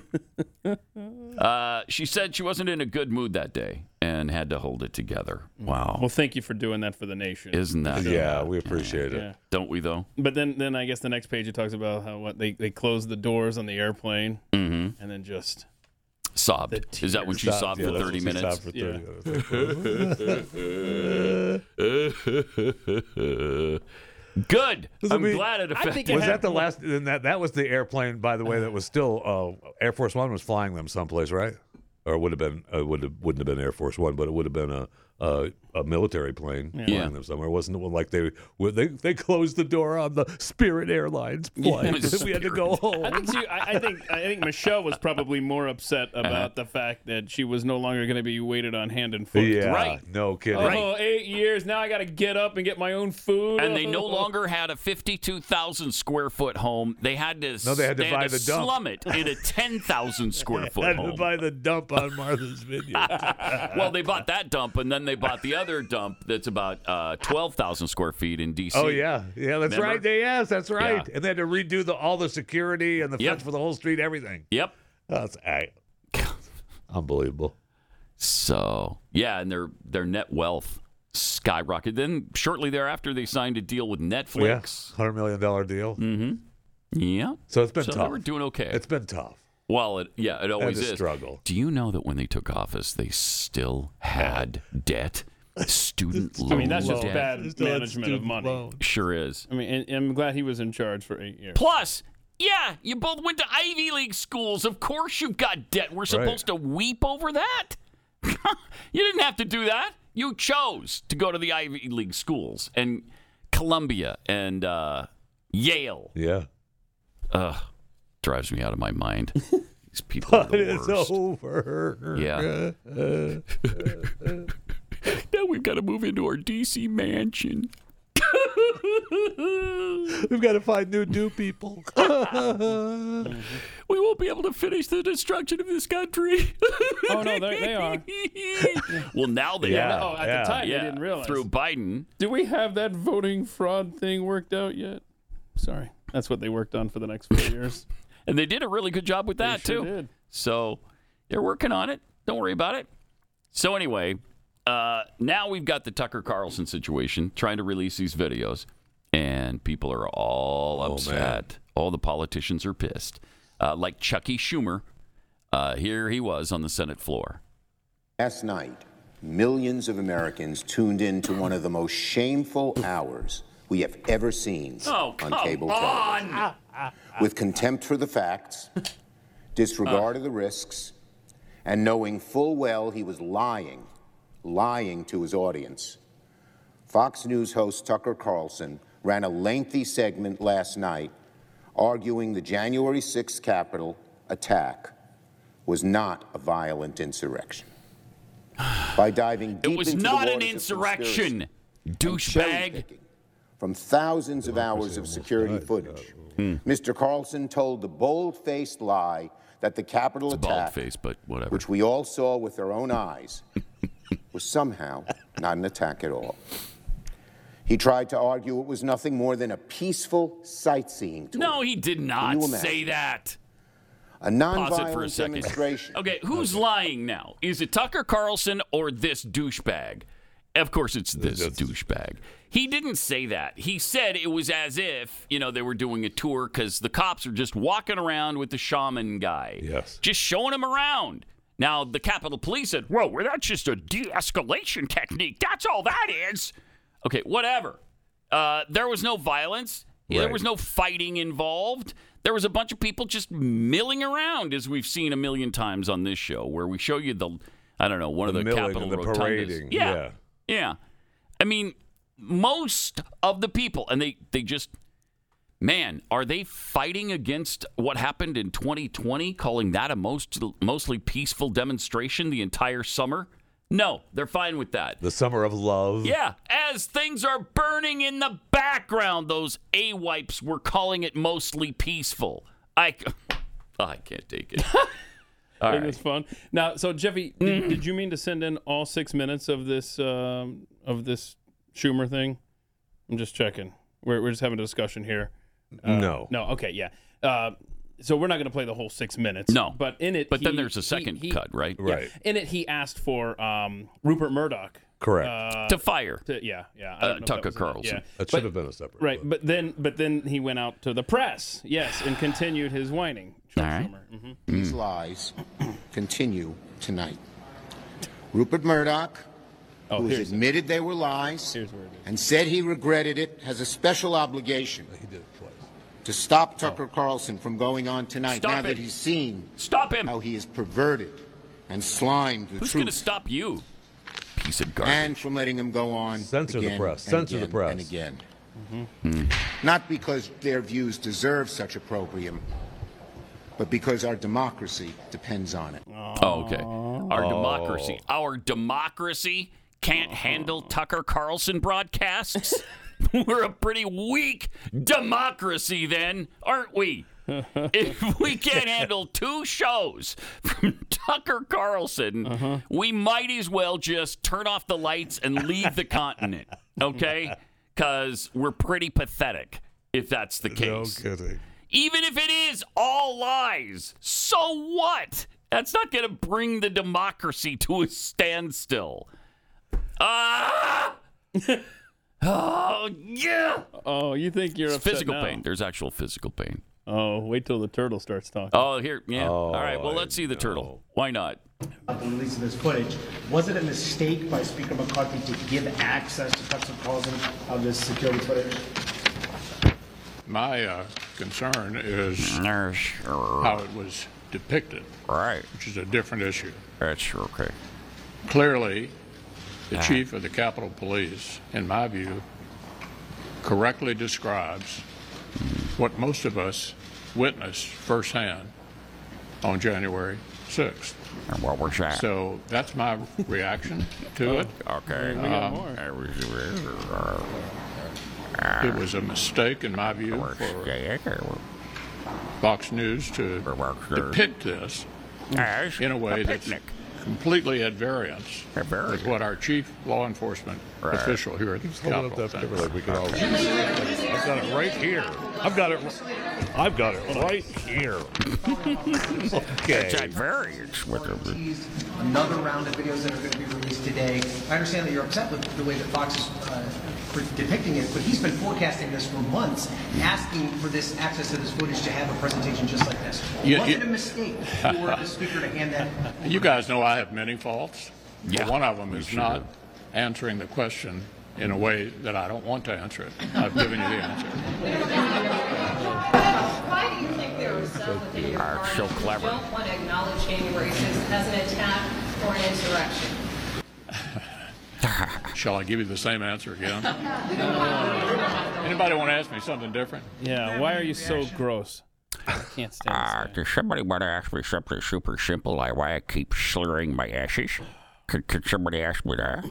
[SPEAKER 2] uh, she said she wasn't in a good mood that day and had to hold it together. Wow.
[SPEAKER 3] Well, thank you for doing that for the nation.
[SPEAKER 2] Isn't that? uh,
[SPEAKER 4] Yeah, we appreciate it.
[SPEAKER 2] Don't we, though?
[SPEAKER 3] but then, then I guess the next page it talks about how what they, they closed the doors on the airplane,
[SPEAKER 2] Mm-hmm.
[SPEAKER 3] and then just
[SPEAKER 2] sobbed. Is that when she sobbed
[SPEAKER 4] Yeah,
[SPEAKER 2] for
[SPEAKER 4] that's
[SPEAKER 2] 30
[SPEAKER 4] what she
[SPEAKER 2] minutes?
[SPEAKER 4] sobbed for 30 minutes.
[SPEAKER 2] Good.
[SPEAKER 4] Doesn't
[SPEAKER 2] I'm
[SPEAKER 4] mean-
[SPEAKER 2] glad it
[SPEAKER 3] I think
[SPEAKER 2] affected.
[SPEAKER 3] it
[SPEAKER 4] Was
[SPEAKER 3] had-
[SPEAKER 4] that the last? Then that that was the airplane, by the way, that was still uh, Air Force One was flying them someplace, right? Or it would have been uh, would have, wouldn't have been Air Force One, but it would have been a a, a military plane
[SPEAKER 2] Yeah.
[SPEAKER 4] flying them somewhere. Wasn't it when, like they were they they closed the door on the Spirit Airlines
[SPEAKER 2] it
[SPEAKER 4] flight?
[SPEAKER 2] was
[SPEAKER 4] we had to go
[SPEAKER 3] I
[SPEAKER 4] home.
[SPEAKER 3] think, she, I, I think I think Michelle was probably more upset
[SPEAKER 2] Uh-huh.
[SPEAKER 3] about the fact that she was no longer going to be waited on hand and foot.
[SPEAKER 4] Yeah,
[SPEAKER 2] Right.
[SPEAKER 4] no kidding.
[SPEAKER 3] Oh, eight years now. I got to get up and get my own food. Oh.
[SPEAKER 2] And they no longer had a 52,000 square foot home. They had to,
[SPEAKER 4] No, they had to buy the dump.
[SPEAKER 2] slum it in a 10,000 square foot
[SPEAKER 4] Had to
[SPEAKER 2] home.
[SPEAKER 4] buy the dump on Martha's Vineyard.
[SPEAKER 2] well, they bought that dump and then they bought the other dump that's about uh, 12,000 square feet in D.C.
[SPEAKER 4] Oh yeah, yeah, that's
[SPEAKER 2] Remember?
[SPEAKER 4] right. They yes, that's right.
[SPEAKER 2] Yeah.
[SPEAKER 4] And they had to redo the all the security and the
[SPEAKER 2] Yep.
[SPEAKER 4] fence for the whole street, everything.
[SPEAKER 2] Yep.
[SPEAKER 4] That's I. Unbelievable.
[SPEAKER 2] So yeah, and their their net wealth skyrocketed. Then shortly thereafter, they signed a deal with Netflix.
[SPEAKER 4] Yeah, hundred million dollar deal.
[SPEAKER 2] Yeah,
[SPEAKER 4] So it's been
[SPEAKER 2] Mm-hmm. so
[SPEAKER 4] tough.
[SPEAKER 2] they were doing okay.
[SPEAKER 4] It's been tough.
[SPEAKER 2] well, it, yeah, it always
[SPEAKER 4] a
[SPEAKER 2] is.
[SPEAKER 4] struggle.
[SPEAKER 2] Do you know that when they took office, they still had debt, student loan
[SPEAKER 3] I mean, that's just
[SPEAKER 2] debt?
[SPEAKER 3] bad
[SPEAKER 4] Just a
[SPEAKER 3] management of
[SPEAKER 4] student
[SPEAKER 3] money.
[SPEAKER 4] loan.
[SPEAKER 2] Sure is.
[SPEAKER 3] I mean, and, and I'm glad he was in charge for eight years.
[SPEAKER 2] Plus, yeah, you both went to Ivy League schools. Of course, you've got debt. We're supposed to weep over that. you didn't have to do that. You chose to go to the Ivy League schools and Columbia and uh, Yale.
[SPEAKER 4] Yeah.
[SPEAKER 2] Ugh, drives me out of my mind. These people are the
[SPEAKER 4] It's
[SPEAKER 2] worst.
[SPEAKER 4] over.
[SPEAKER 2] Yeah. now we've got to move into our DC mansion.
[SPEAKER 4] We've got to find new new people.
[SPEAKER 2] We won't be able to finish the destruction of this country.
[SPEAKER 3] Oh, no, they- they are.
[SPEAKER 2] well, now they
[SPEAKER 4] Yeah.
[SPEAKER 2] are.
[SPEAKER 3] Oh, at
[SPEAKER 4] yeah,
[SPEAKER 3] the time,
[SPEAKER 2] yeah,
[SPEAKER 3] I didn't realize.
[SPEAKER 2] through Biden.
[SPEAKER 3] Do we have that voting fraud thing worked out yet? Sorry, that's what they worked on for the next four years.
[SPEAKER 2] And they did a really good job with
[SPEAKER 3] They
[SPEAKER 2] that,
[SPEAKER 3] sure
[SPEAKER 2] too.
[SPEAKER 3] did.
[SPEAKER 2] So they're working on it. Don't worry about it. So, anyway, uh, now we've got the Tucker Carlson situation trying to release these videos, and people are
[SPEAKER 3] Oh,
[SPEAKER 2] all upset. all the politicians are pissed. Uh, like Chuckie Schumer, uh, here he was on the Senate floor.
[SPEAKER 8] Last night, millions of Americans tuned in to one of the most shameful hours we have ever seen
[SPEAKER 2] Oh, come
[SPEAKER 8] on cable television.
[SPEAKER 2] on.
[SPEAKER 8] With contempt for the facts,
[SPEAKER 2] Uh.
[SPEAKER 8] disregard of the risks, and knowing full well he was lying, lying to his audience. Fox News host Tucker Carlson ran a lengthy segment last night arguing the January 6th Capitol attack was not a violent insurrection. By diving deep
[SPEAKER 2] It was
[SPEAKER 8] into
[SPEAKER 2] not
[SPEAKER 8] the waters
[SPEAKER 2] an
[SPEAKER 8] of conspiracy
[SPEAKER 2] insurrection,
[SPEAKER 8] and
[SPEAKER 2] douchebag.
[SPEAKER 8] cherry-picking From thousands of hours of security footage,
[SPEAKER 2] Hmm.
[SPEAKER 8] Mr. Carlson told the bold-faced lie that the Capitol
[SPEAKER 2] Bald
[SPEAKER 8] attack,
[SPEAKER 2] face, but whatever.
[SPEAKER 8] which we all saw with our own eyes, was somehow not an attack at all. He tried to argue it was nothing more than a peaceful sightseeing tour,
[SPEAKER 2] No, he did not
[SPEAKER 8] you
[SPEAKER 2] say
[SPEAKER 8] imagine?
[SPEAKER 2] that.
[SPEAKER 8] a
[SPEAKER 2] Pause it for a
[SPEAKER 8] nonviolent
[SPEAKER 2] second.
[SPEAKER 8] demonstration.
[SPEAKER 2] Okay, who's lying now? Is it Tucker Carlson or this douchebag? Of course, it's this douchebag. He didn't say that. He said it was as if, you know, they were doing a tour because the cops are just walking around with the shaman guy.
[SPEAKER 4] Yes.
[SPEAKER 2] Just showing him around. Now, the Capitol Police said, whoa, well, that's just a de escalation technique. That's all that is. Okay, whatever. Uh, there was no violence. Yeah, There
[SPEAKER 4] Right.
[SPEAKER 2] was no fighting involved. There was a bunch of people just milling around, as we've seen a million times on this show, where we show you the, I don't know, one
[SPEAKER 4] The
[SPEAKER 2] of the
[SPEAKER 4] milling
[SPEAKER 2] Capitol
[SPEAKER 4] and the
[SPEAKER 2] rotundas.
[SPEAKER 4] parading,
[SPEAKER 2] yeah, yeah. I mean, most of the people, and they they just, man, are they fighting against what happened in 2020, calling that a most mostly peaceful demonstration the entire summer? No, they're fine with that.
[SPEAKER 4] The summer of love.
[SPEAKER 2] Yeah, as things are burning in the background, those A wipes were calling it mostly peaceful. I, I can't take it.
[SPEAKER 3] It was fun. Now, so Jeffy,
[SPEAKER 4] Mm-hmm.
[SPEAKER 3] did, did you mean to send in all six minutes of this um, of this Schumer thing? I'm just checking. We're, we're just having a discussion here. Uh,
[SPEAKER 4] no.
[SPEAKER 3] No, okay, yeah. Uh, so we're not going to play the whole six minutes.
[SPEAKER 2] No.
[SPEAKER 3] but in it,
[SPEAKER 2] But then
[SPEAKER 3] he-
[SPEAKER 2] there's a
[SPEAKER 3] he-
[SPEAKER 2] second
[SPEAKER 3] he-
[SPEAKER 2] cut, right?
[SPEAKER 4] Right.
[SPEAKER 3] In it, he asked for um, Rupert Murdoch. uh,
[SPEAKER 4] Correct.
[SPEAKER 2] to fire.
[SPEAKER 3] To, yeah, yeah. I
[SPEAKER 2] Uh,
[SPEAKER 3] don't know if that
[SPEAKER 2] Tucker
[SPEAKER 3] was in it.
[SPEAKER 2] Carlson.
[SPEAKER 3] Yeah.
[SPEAKER 4] that should have been a separate.
[SPEAKER 3] Right,
[SPEAKER 4] one.
[SPEAKER 3] but then but then he went out to the press, yes, and continued his whining. Chuck
[SPEAKER 2] All right.
[SPEAKER 3] Schumer. Mhm.
[SPEAKER 8] These lies continue tonight. Rupert Murdoch,
[SPEAKER 2] Oh,
[SPEAKER 8] who has admitted they were lies and said he regretted it, has a special obligation to stop Tucker Carlson from going on tonight
[SPEAKER 2] Oh. Stop
[SPEAKER 8] now
[SPEAKER 2] it.
[SPEAKER 8] that he's seen
[SPEAKER 2] Stop him.
[SPEAKER 8] how he is perverted and slimed the
[SPEAKER 2] Who's going to
[SPEAKER 8] truth
[SPEAKER 2] stop you? Piece of garbage.
[SPEAKER 8] and from letting him go on
[SPEAKER 4] Censor the
[SPEAKER 8] again
[SPEAKER 4] press.
[SPEAKER 8] and
[SPEAKER 4] Censor the
[SPEAKER 8] again
[SPEAKER 4] press.
[SPEAKER 8] and again. Not because their views deserve such opprobrium, but because our democracy depends on it.
[SPEAKER 2] oh, okay. Our democracy. Our democracy can't handle Tucker Carlson broadcasts. We're a pretty weak democracy, then, aren't we? if we can't handle two shows from Tucker Carlson,
[SPEAKER 3] Uh-huh.
[SPEAKER 2] we might as well just turn off the lights and leave the continent, okay? Because we're pretty pathetic if that's the case.
[SPEAKER 4] No kidding.
[SPEAKER 2] Even if it is all lies, so what? That's not going to bring the democracy to a standstill. Ah! oh, yeah!
[SPEAKER 3] Oh, you think you're
[SPEAKER 2] It's
[SPEAKER 3] upset
[SPEAKER 2] physical
[SPEAKER 3] now.
[SPEAKER 2] pain. There's actual physical pain.
[SPEAKER 3] Oh, wait till the turtle starts talking.
[SPEAKER 2] Oh, here. Yeah. All right. Well, let's see the turtle. Why not?
[SPEAKER 10] releasing this footage. Was it a mistake by Speaker McCarthy to give access to Tucker Carlson of uh, this security footage?
[SPEAKER 11] My uh, concern is how it was depicted,
[SPEAKER 2] Right.
[SPEAKER 11] which is a different issue.
[SPEAKER 2] That's okay.
[SPEAKER 11] Clearly, the chief of the Capitol Police, in my view, correctly describes what most of us witnessed firsthand on January 6th.
[SPEAKER 2] And what was that?
[SPEAKER 11] So that's my reaction to it. Um,
[SPEAKER 2] okay.
[SPEAKER 11] got
[SPEAKER 2] more.
[SPEAKER 11] It was a mistake, in my view, for Fox News to depict this in a way that's completely at variance
[SPEAKER 2] At variance.
[SPEAKER 11] with what our chief law enforcement
[SPEAKER 2] Right.
[SPEAKER 11] official here at the
[SPEAKER 4] Hold it
[SPEAKER 11] Capitol
[SPEAKER 4] up that paper
[SPEAKER 11] thinks.
[SPEAKER 4] like we can all.
[SPEAKER 2] Oh.
[SPEAKER 4] I've got it right here. I've got it. r- I've got it right here. Okay.
[SPEAKER 2] variance with the
[SPEAKER 10] Teased another round of videos that are going to be released today. I understand that you're upset with the way that Fox is uh, pre- depicting it, but he's been forecasting this for months, asking for this access to this footage to have a presentation just like this.
[SPEAKER 11] You-
[SPEAKER 10] Was
[SPEAKER 11] you-
[SPEAKER 10] it a mistake for the speaker to hand that
[SPEAKER 11] You guys know I have many faults. but
[SPEAKER 2] Yeah,
[SPEAKER 11] one of them
[SPEAKER 2] we
[SPEAKER 11] is
[SPEAKER 2] sure
[SPEAKER 11] not
[SPEAKER 2] do.
[SPEAKER 11] answering the question in a way that I don't want to answer it. I've given you the answer.
[SPEAKER 12] Why do you think there are some within your
[SPEAKER 2] Are
[SPEAKER 12] party
[SPEAKER 2] so
[SPEAKER 12] who
[SPEAKER 2] clever.
[SPEAKER 12] don't want to acknowledge January 6th as an attack or an insurrection?
[SPEAKER 11] Shall I give you the same answer again? Anybody want to ask me something different?
[SPEAKER 3] yeah, why are you so gross? I can't stand
[SPEAKER 2] Uh,
[SPEAKER 3] this.
[SPEAKER 2] does somebody want to ask me something super simple like why I keep slurring my ashes? Could, could somebody ask me that?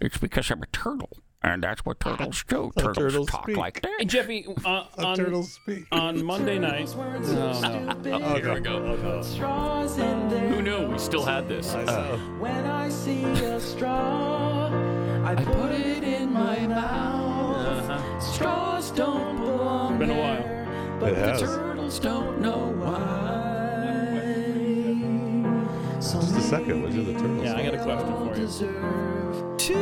[SPEAKER 2] it's because I'm a turtle, and that's what turtles do. Turtles,
[SPEAKER 4] turtles
[SPEAKER 2] talk
[SPEAKER 4] speak.
[SPEAKER 2] like
[SPEAKER 3] Hey,
[SPEAKER 2] that.
[SPEAKER 3] Jeffy, uh, on,
[SPEAKER 4] turtle speak.
[SPEAKER 3] on Monday night. No, no.
[SPEAKER 2] Oh, here we go. Who knew we still had this? Uh,
[SPEAKER 10] When I see a straw, I put it in my mouth. Straws don't belong
[SPEAKER 3] Been a while.
[SPEAKER 4] It has.
[SPEAKER 2] turtles don't know
[SPEAKER 4] Just a second. We'll do the turtles.
[SPEAKER 3] Yeah, I got a question for you.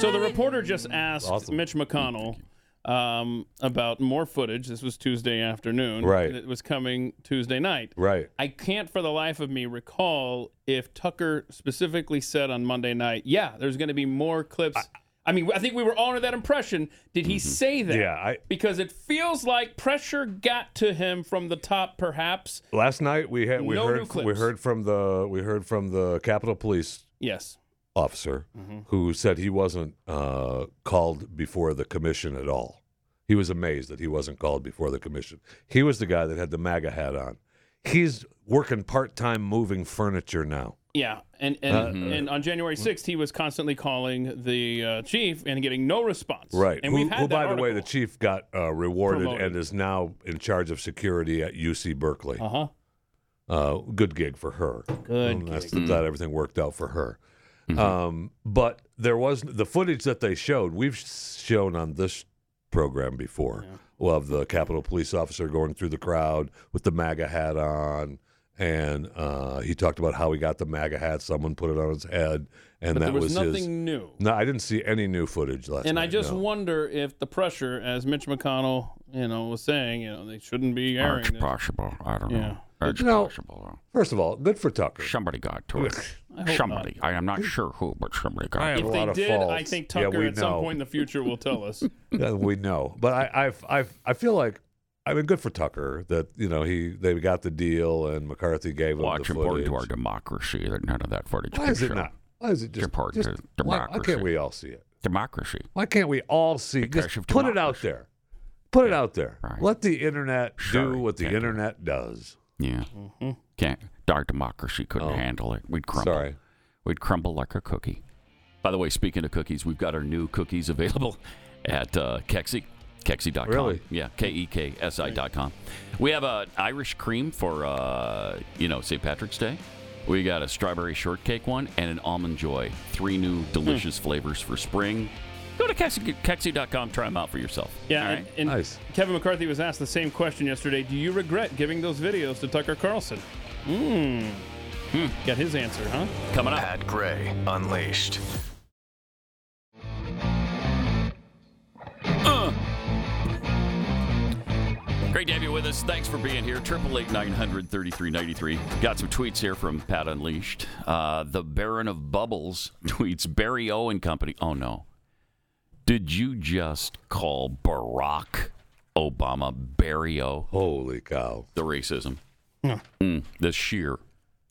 [SPEAKER 3] So the reporter just asked
[SPEAKER 4] Awesome.
[SPEAKER 3] Mitch McConnell um, about more footage. This was Tuesday afternoon.
[SPEAKER 4] Right.
[SPEAKER 3] It was coming Tuesday night.
[SPEAKER 4] Right.
[SPEAKER 3] I can't for the life of me recall if Tucker specifically said on Monday night, yeah, there's going to be more clips. I, mean, I think we were all under that impression. Did he say that?
[SPEAKER 4] Mm-hmm. Yeah, I-
[SPEAKER 3] because it feels like pressure got to him from the top, perhaps.
[SPEAKER 4] Last night we had we
[SPEAKER 3] No new
[SPEAKER 4] heard we
[SPEAKER 3] clips.
[SPEAKER 4] heard from the we heard from the Capitol Police
[SPEAKER 3] Yes. Mm-hmm.
[SPEAKER 4] officer who said he wasn't uh, called before the commission at all. He was amazed that he wasn't called before the commission. He was the guy that had the MAGA hat on. He's working part time moving furniture now.
[SPEAKER 3] Yeah, and and,
[SPEAKER 4] Uh-huh.
[SPEAKER 3] and on January 6th, he was constantly calling the uh, chief and getting no response. and
[SPEAKER 4] who,
[SPEAKER 3] we've had
[SPEAKER 4] who
[SPEAKER 3] that
[SPEAKER 4] by the way, the
[SPEAKER 3] article.
[SPEAKER 4] chief got uh, rewarded
[SPEAKER 3] Promoted.
[SPEAKER 4] and is now in charge of security at UC Berkeley.
[SPEAKER 3] Uh-huh.
[SPEAKER 4] Uh, good gig for her.
[SPEAKER 3] Good
[SPEAKER 4] And That's that everything worked out for her. Um, but there was the footage that they showed. We've shown on this program before of the Capitol police officer going through the crowd with the MAGA hat on, and uh, he talked about how he got the MAGA hat. Someone put it on his head, and
[SPEAKER 3] But
[SPEAKER 4] that
[SPEAKER 3] there was, nothing
[SPEAKER 4] his.
[SPEAKER 3] new.
[SPEAKER 4] No, I didn't see any new footage last
[SPEAKER 3] And
[SPEAKER 4] night.
[SPEAKER 3] I just
[SPEAKER 4] no.
[SPEAKER 3] wonder if the pressure, as Mitch McConnell, you know, was saying, you know, they shouldn't be airing
[SPEAKER 2] It's
[SPEAKER 3] this.
[SPEAKER 2] possible. I don't know. It's
[SPEAKER 4] You know-
[SPEAKER 2] possible.
[SPEAKER 4] First of all, good for Tucker.
[SPEAKER 2] Somebody got to it.
[SPEAKER 3] hope
[SPEAKER 2] somebody. I am not sure who, but somebody got
[SPEAKER 4] I am-
[SPEAKER 2] to it.
[SPEAKER 4] a
[SPEAKER 3] If
[SPEAKER 4] lot
[SPEAKER 3] they
[SPEAKER 4] of
[SPEAKER 3] did, I
[SPEAKER 4] faults.
[SPEAKER 3] think
[SPEAKER 4] Yeah,
[SPEAKER 3] Tucker
[SPEAKER 4] we
[SPEAKER 3] at some
[SPEAKER 4] know.
[SPEAKER 3] point in the future will tell us.
[SPEAKER 4] Yeah, we know, but I, I, I, I feel like I mean, good for Tucker that you know he they got the deal and McCarthy gave him
[SPEAKER 2] Well, it's
[SPEAKER 4] the footage.
[SPEAKER 2] important to our democracy that none of that footage
[SPEAKER 4] Why
[SPEAKER 2] be
[SPEAKER 4] is it
[SPEAKER 2] shown.
[SPEAKER 4] not? Why is it just,
[SPEAKER 2] important
[SPEAKER 4] just-
[SPEAKER 2] to
[SPEAKER 4] why, why
[SPEAKER 2] democracy.
[SPEAKER 4] can't we all see it?
[SPEAKER 2] Democracy.
[SPEAKER 4] Why can't we all see? Just
[SPEAKER 2] Because of
[SPEAKER 4] put it out
[SPEAKER 2] democracy.
[SPEAKER 4] there. Put it out there.
[SPEAKER 2] Right.
[SPEAKER 4] Let the internet
[SPEAKER 2] Sure,
[SPEAKER 4] do what the
[SPEAKER 2] can't do it.
[SPEAKER 4] internet does.
[SPEAKER 2] Yeah.
[SPEAKER 4] Mm-hmm.
[SPEAKER 2] Can't. Our democracy couldn't handle it. We'd crumble.
[SPEAKER 4] Oh. Sorry.
[SPEAKER 2] We'd crumble like a cookie. By the way, speaking of cookies, we've got our new cookies available at uh, Kexi. Kexi.com.
[SPEAKER 4] Really?
[SPEAKER 2] Yeah, K E K S I.com. We have a Irish cream for, uh, you know, St. Patrick's Day. We got a strawberry shortcake one and an almond joy. Three new
[SPEAKER 4] Hmm.
[SPEAKER 2] delicious flavors for spring. Go to Kexi, Kexi.com, try them out for yourself.
[SPEAKER 3] Yeah,
[SPEAKER 2] All
[SPEAKER 3] and,
[SPEAKER 2] right?
[SPEAKER 3] and
[SPEAKER 4] Nice.
[SPEAKER 3] Kevin McCarthy was asked the same question yesterday. Do you regret giving those videos to Tucker Carlson? Mm. Got his answer, huh?
[SPEAKER 2] Hmm. Coming up.
[SPEAKER 1] Pat Gray Unleashed.
[SPEAKER 2] Great to have you with us. Thanks for being here. Triple eight nine hundred thirty three ninety three. Got some tweets here from Pat Unleashed. Uh, the Baron of Bubbles tweets Barry O and Company. Oh no, did you just call Barack Obama Barry O?
[SPEAKER 4] Holy cow!
[SPEAKER 2] The racism, Mm, the sheer,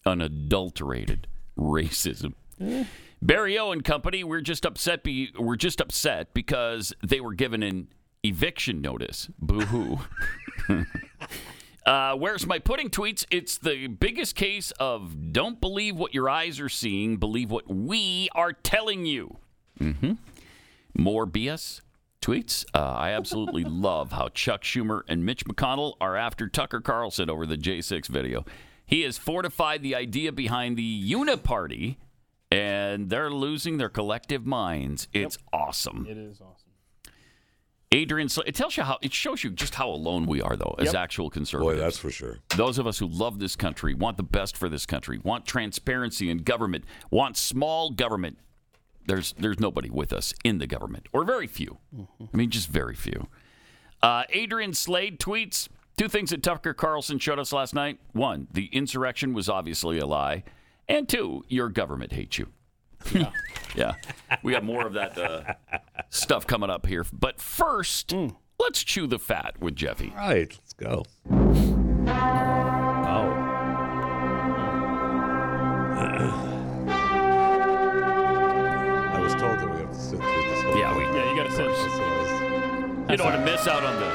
[SPEAKER 2] unadulterated racism. Barry O and company, we're just upset. Be, we're just upset because they were given an eviction notice. Boo hoo. uh, where's my pudding tweets? It's the biggest case of don't believe what your eyes are seeing. Believe what we are telling you. Mm-hmm. More BS tweets. Uh, I absolutely love how Chuck Schumer and Mitch McConnell are after Tucker Carlson over the J6 video. He has fortified the idea behind the Uniparty, and they're losing their collective minds. It's awesome.
[SPEAKER 3] It is awesome.
[SPEAKER 2] Adrian, Sl- it tells you how it shows you just how alone we are, though, as
[SPEAKER 4] Yep.
[SPEAKER 2] actual
[SPEAKER 4] Boy,
[SPEAKER 2] conservatives.
[SPEAKER 4] that's for sure.
[SPEAKER 2] Those of us who love this country, want the best for this country, want transparency in government, want small government. There's there's nobody with us in the government, or very few.
[SPEAKER 4] Mm-hmm.
[SPEAKER 2] I mean, just very few. Uh, Adrian Slade tweets two things that Tucker Carlson showed us last night. One, the insurrection was obviously a lie, and two, your government hates you. Yeah, We got more of that uh, stuff coming up here, but first, let's chew the fat with Jeffy.
[SPEAKER 4] All right, let's go. I was told that we have to sit through this whole
[SPEAKER 2] Yeah, we-
[SPEAKER 4] thing.
[SPEAKER 2] Yeah, you gotta sit. You don't want to miss out on the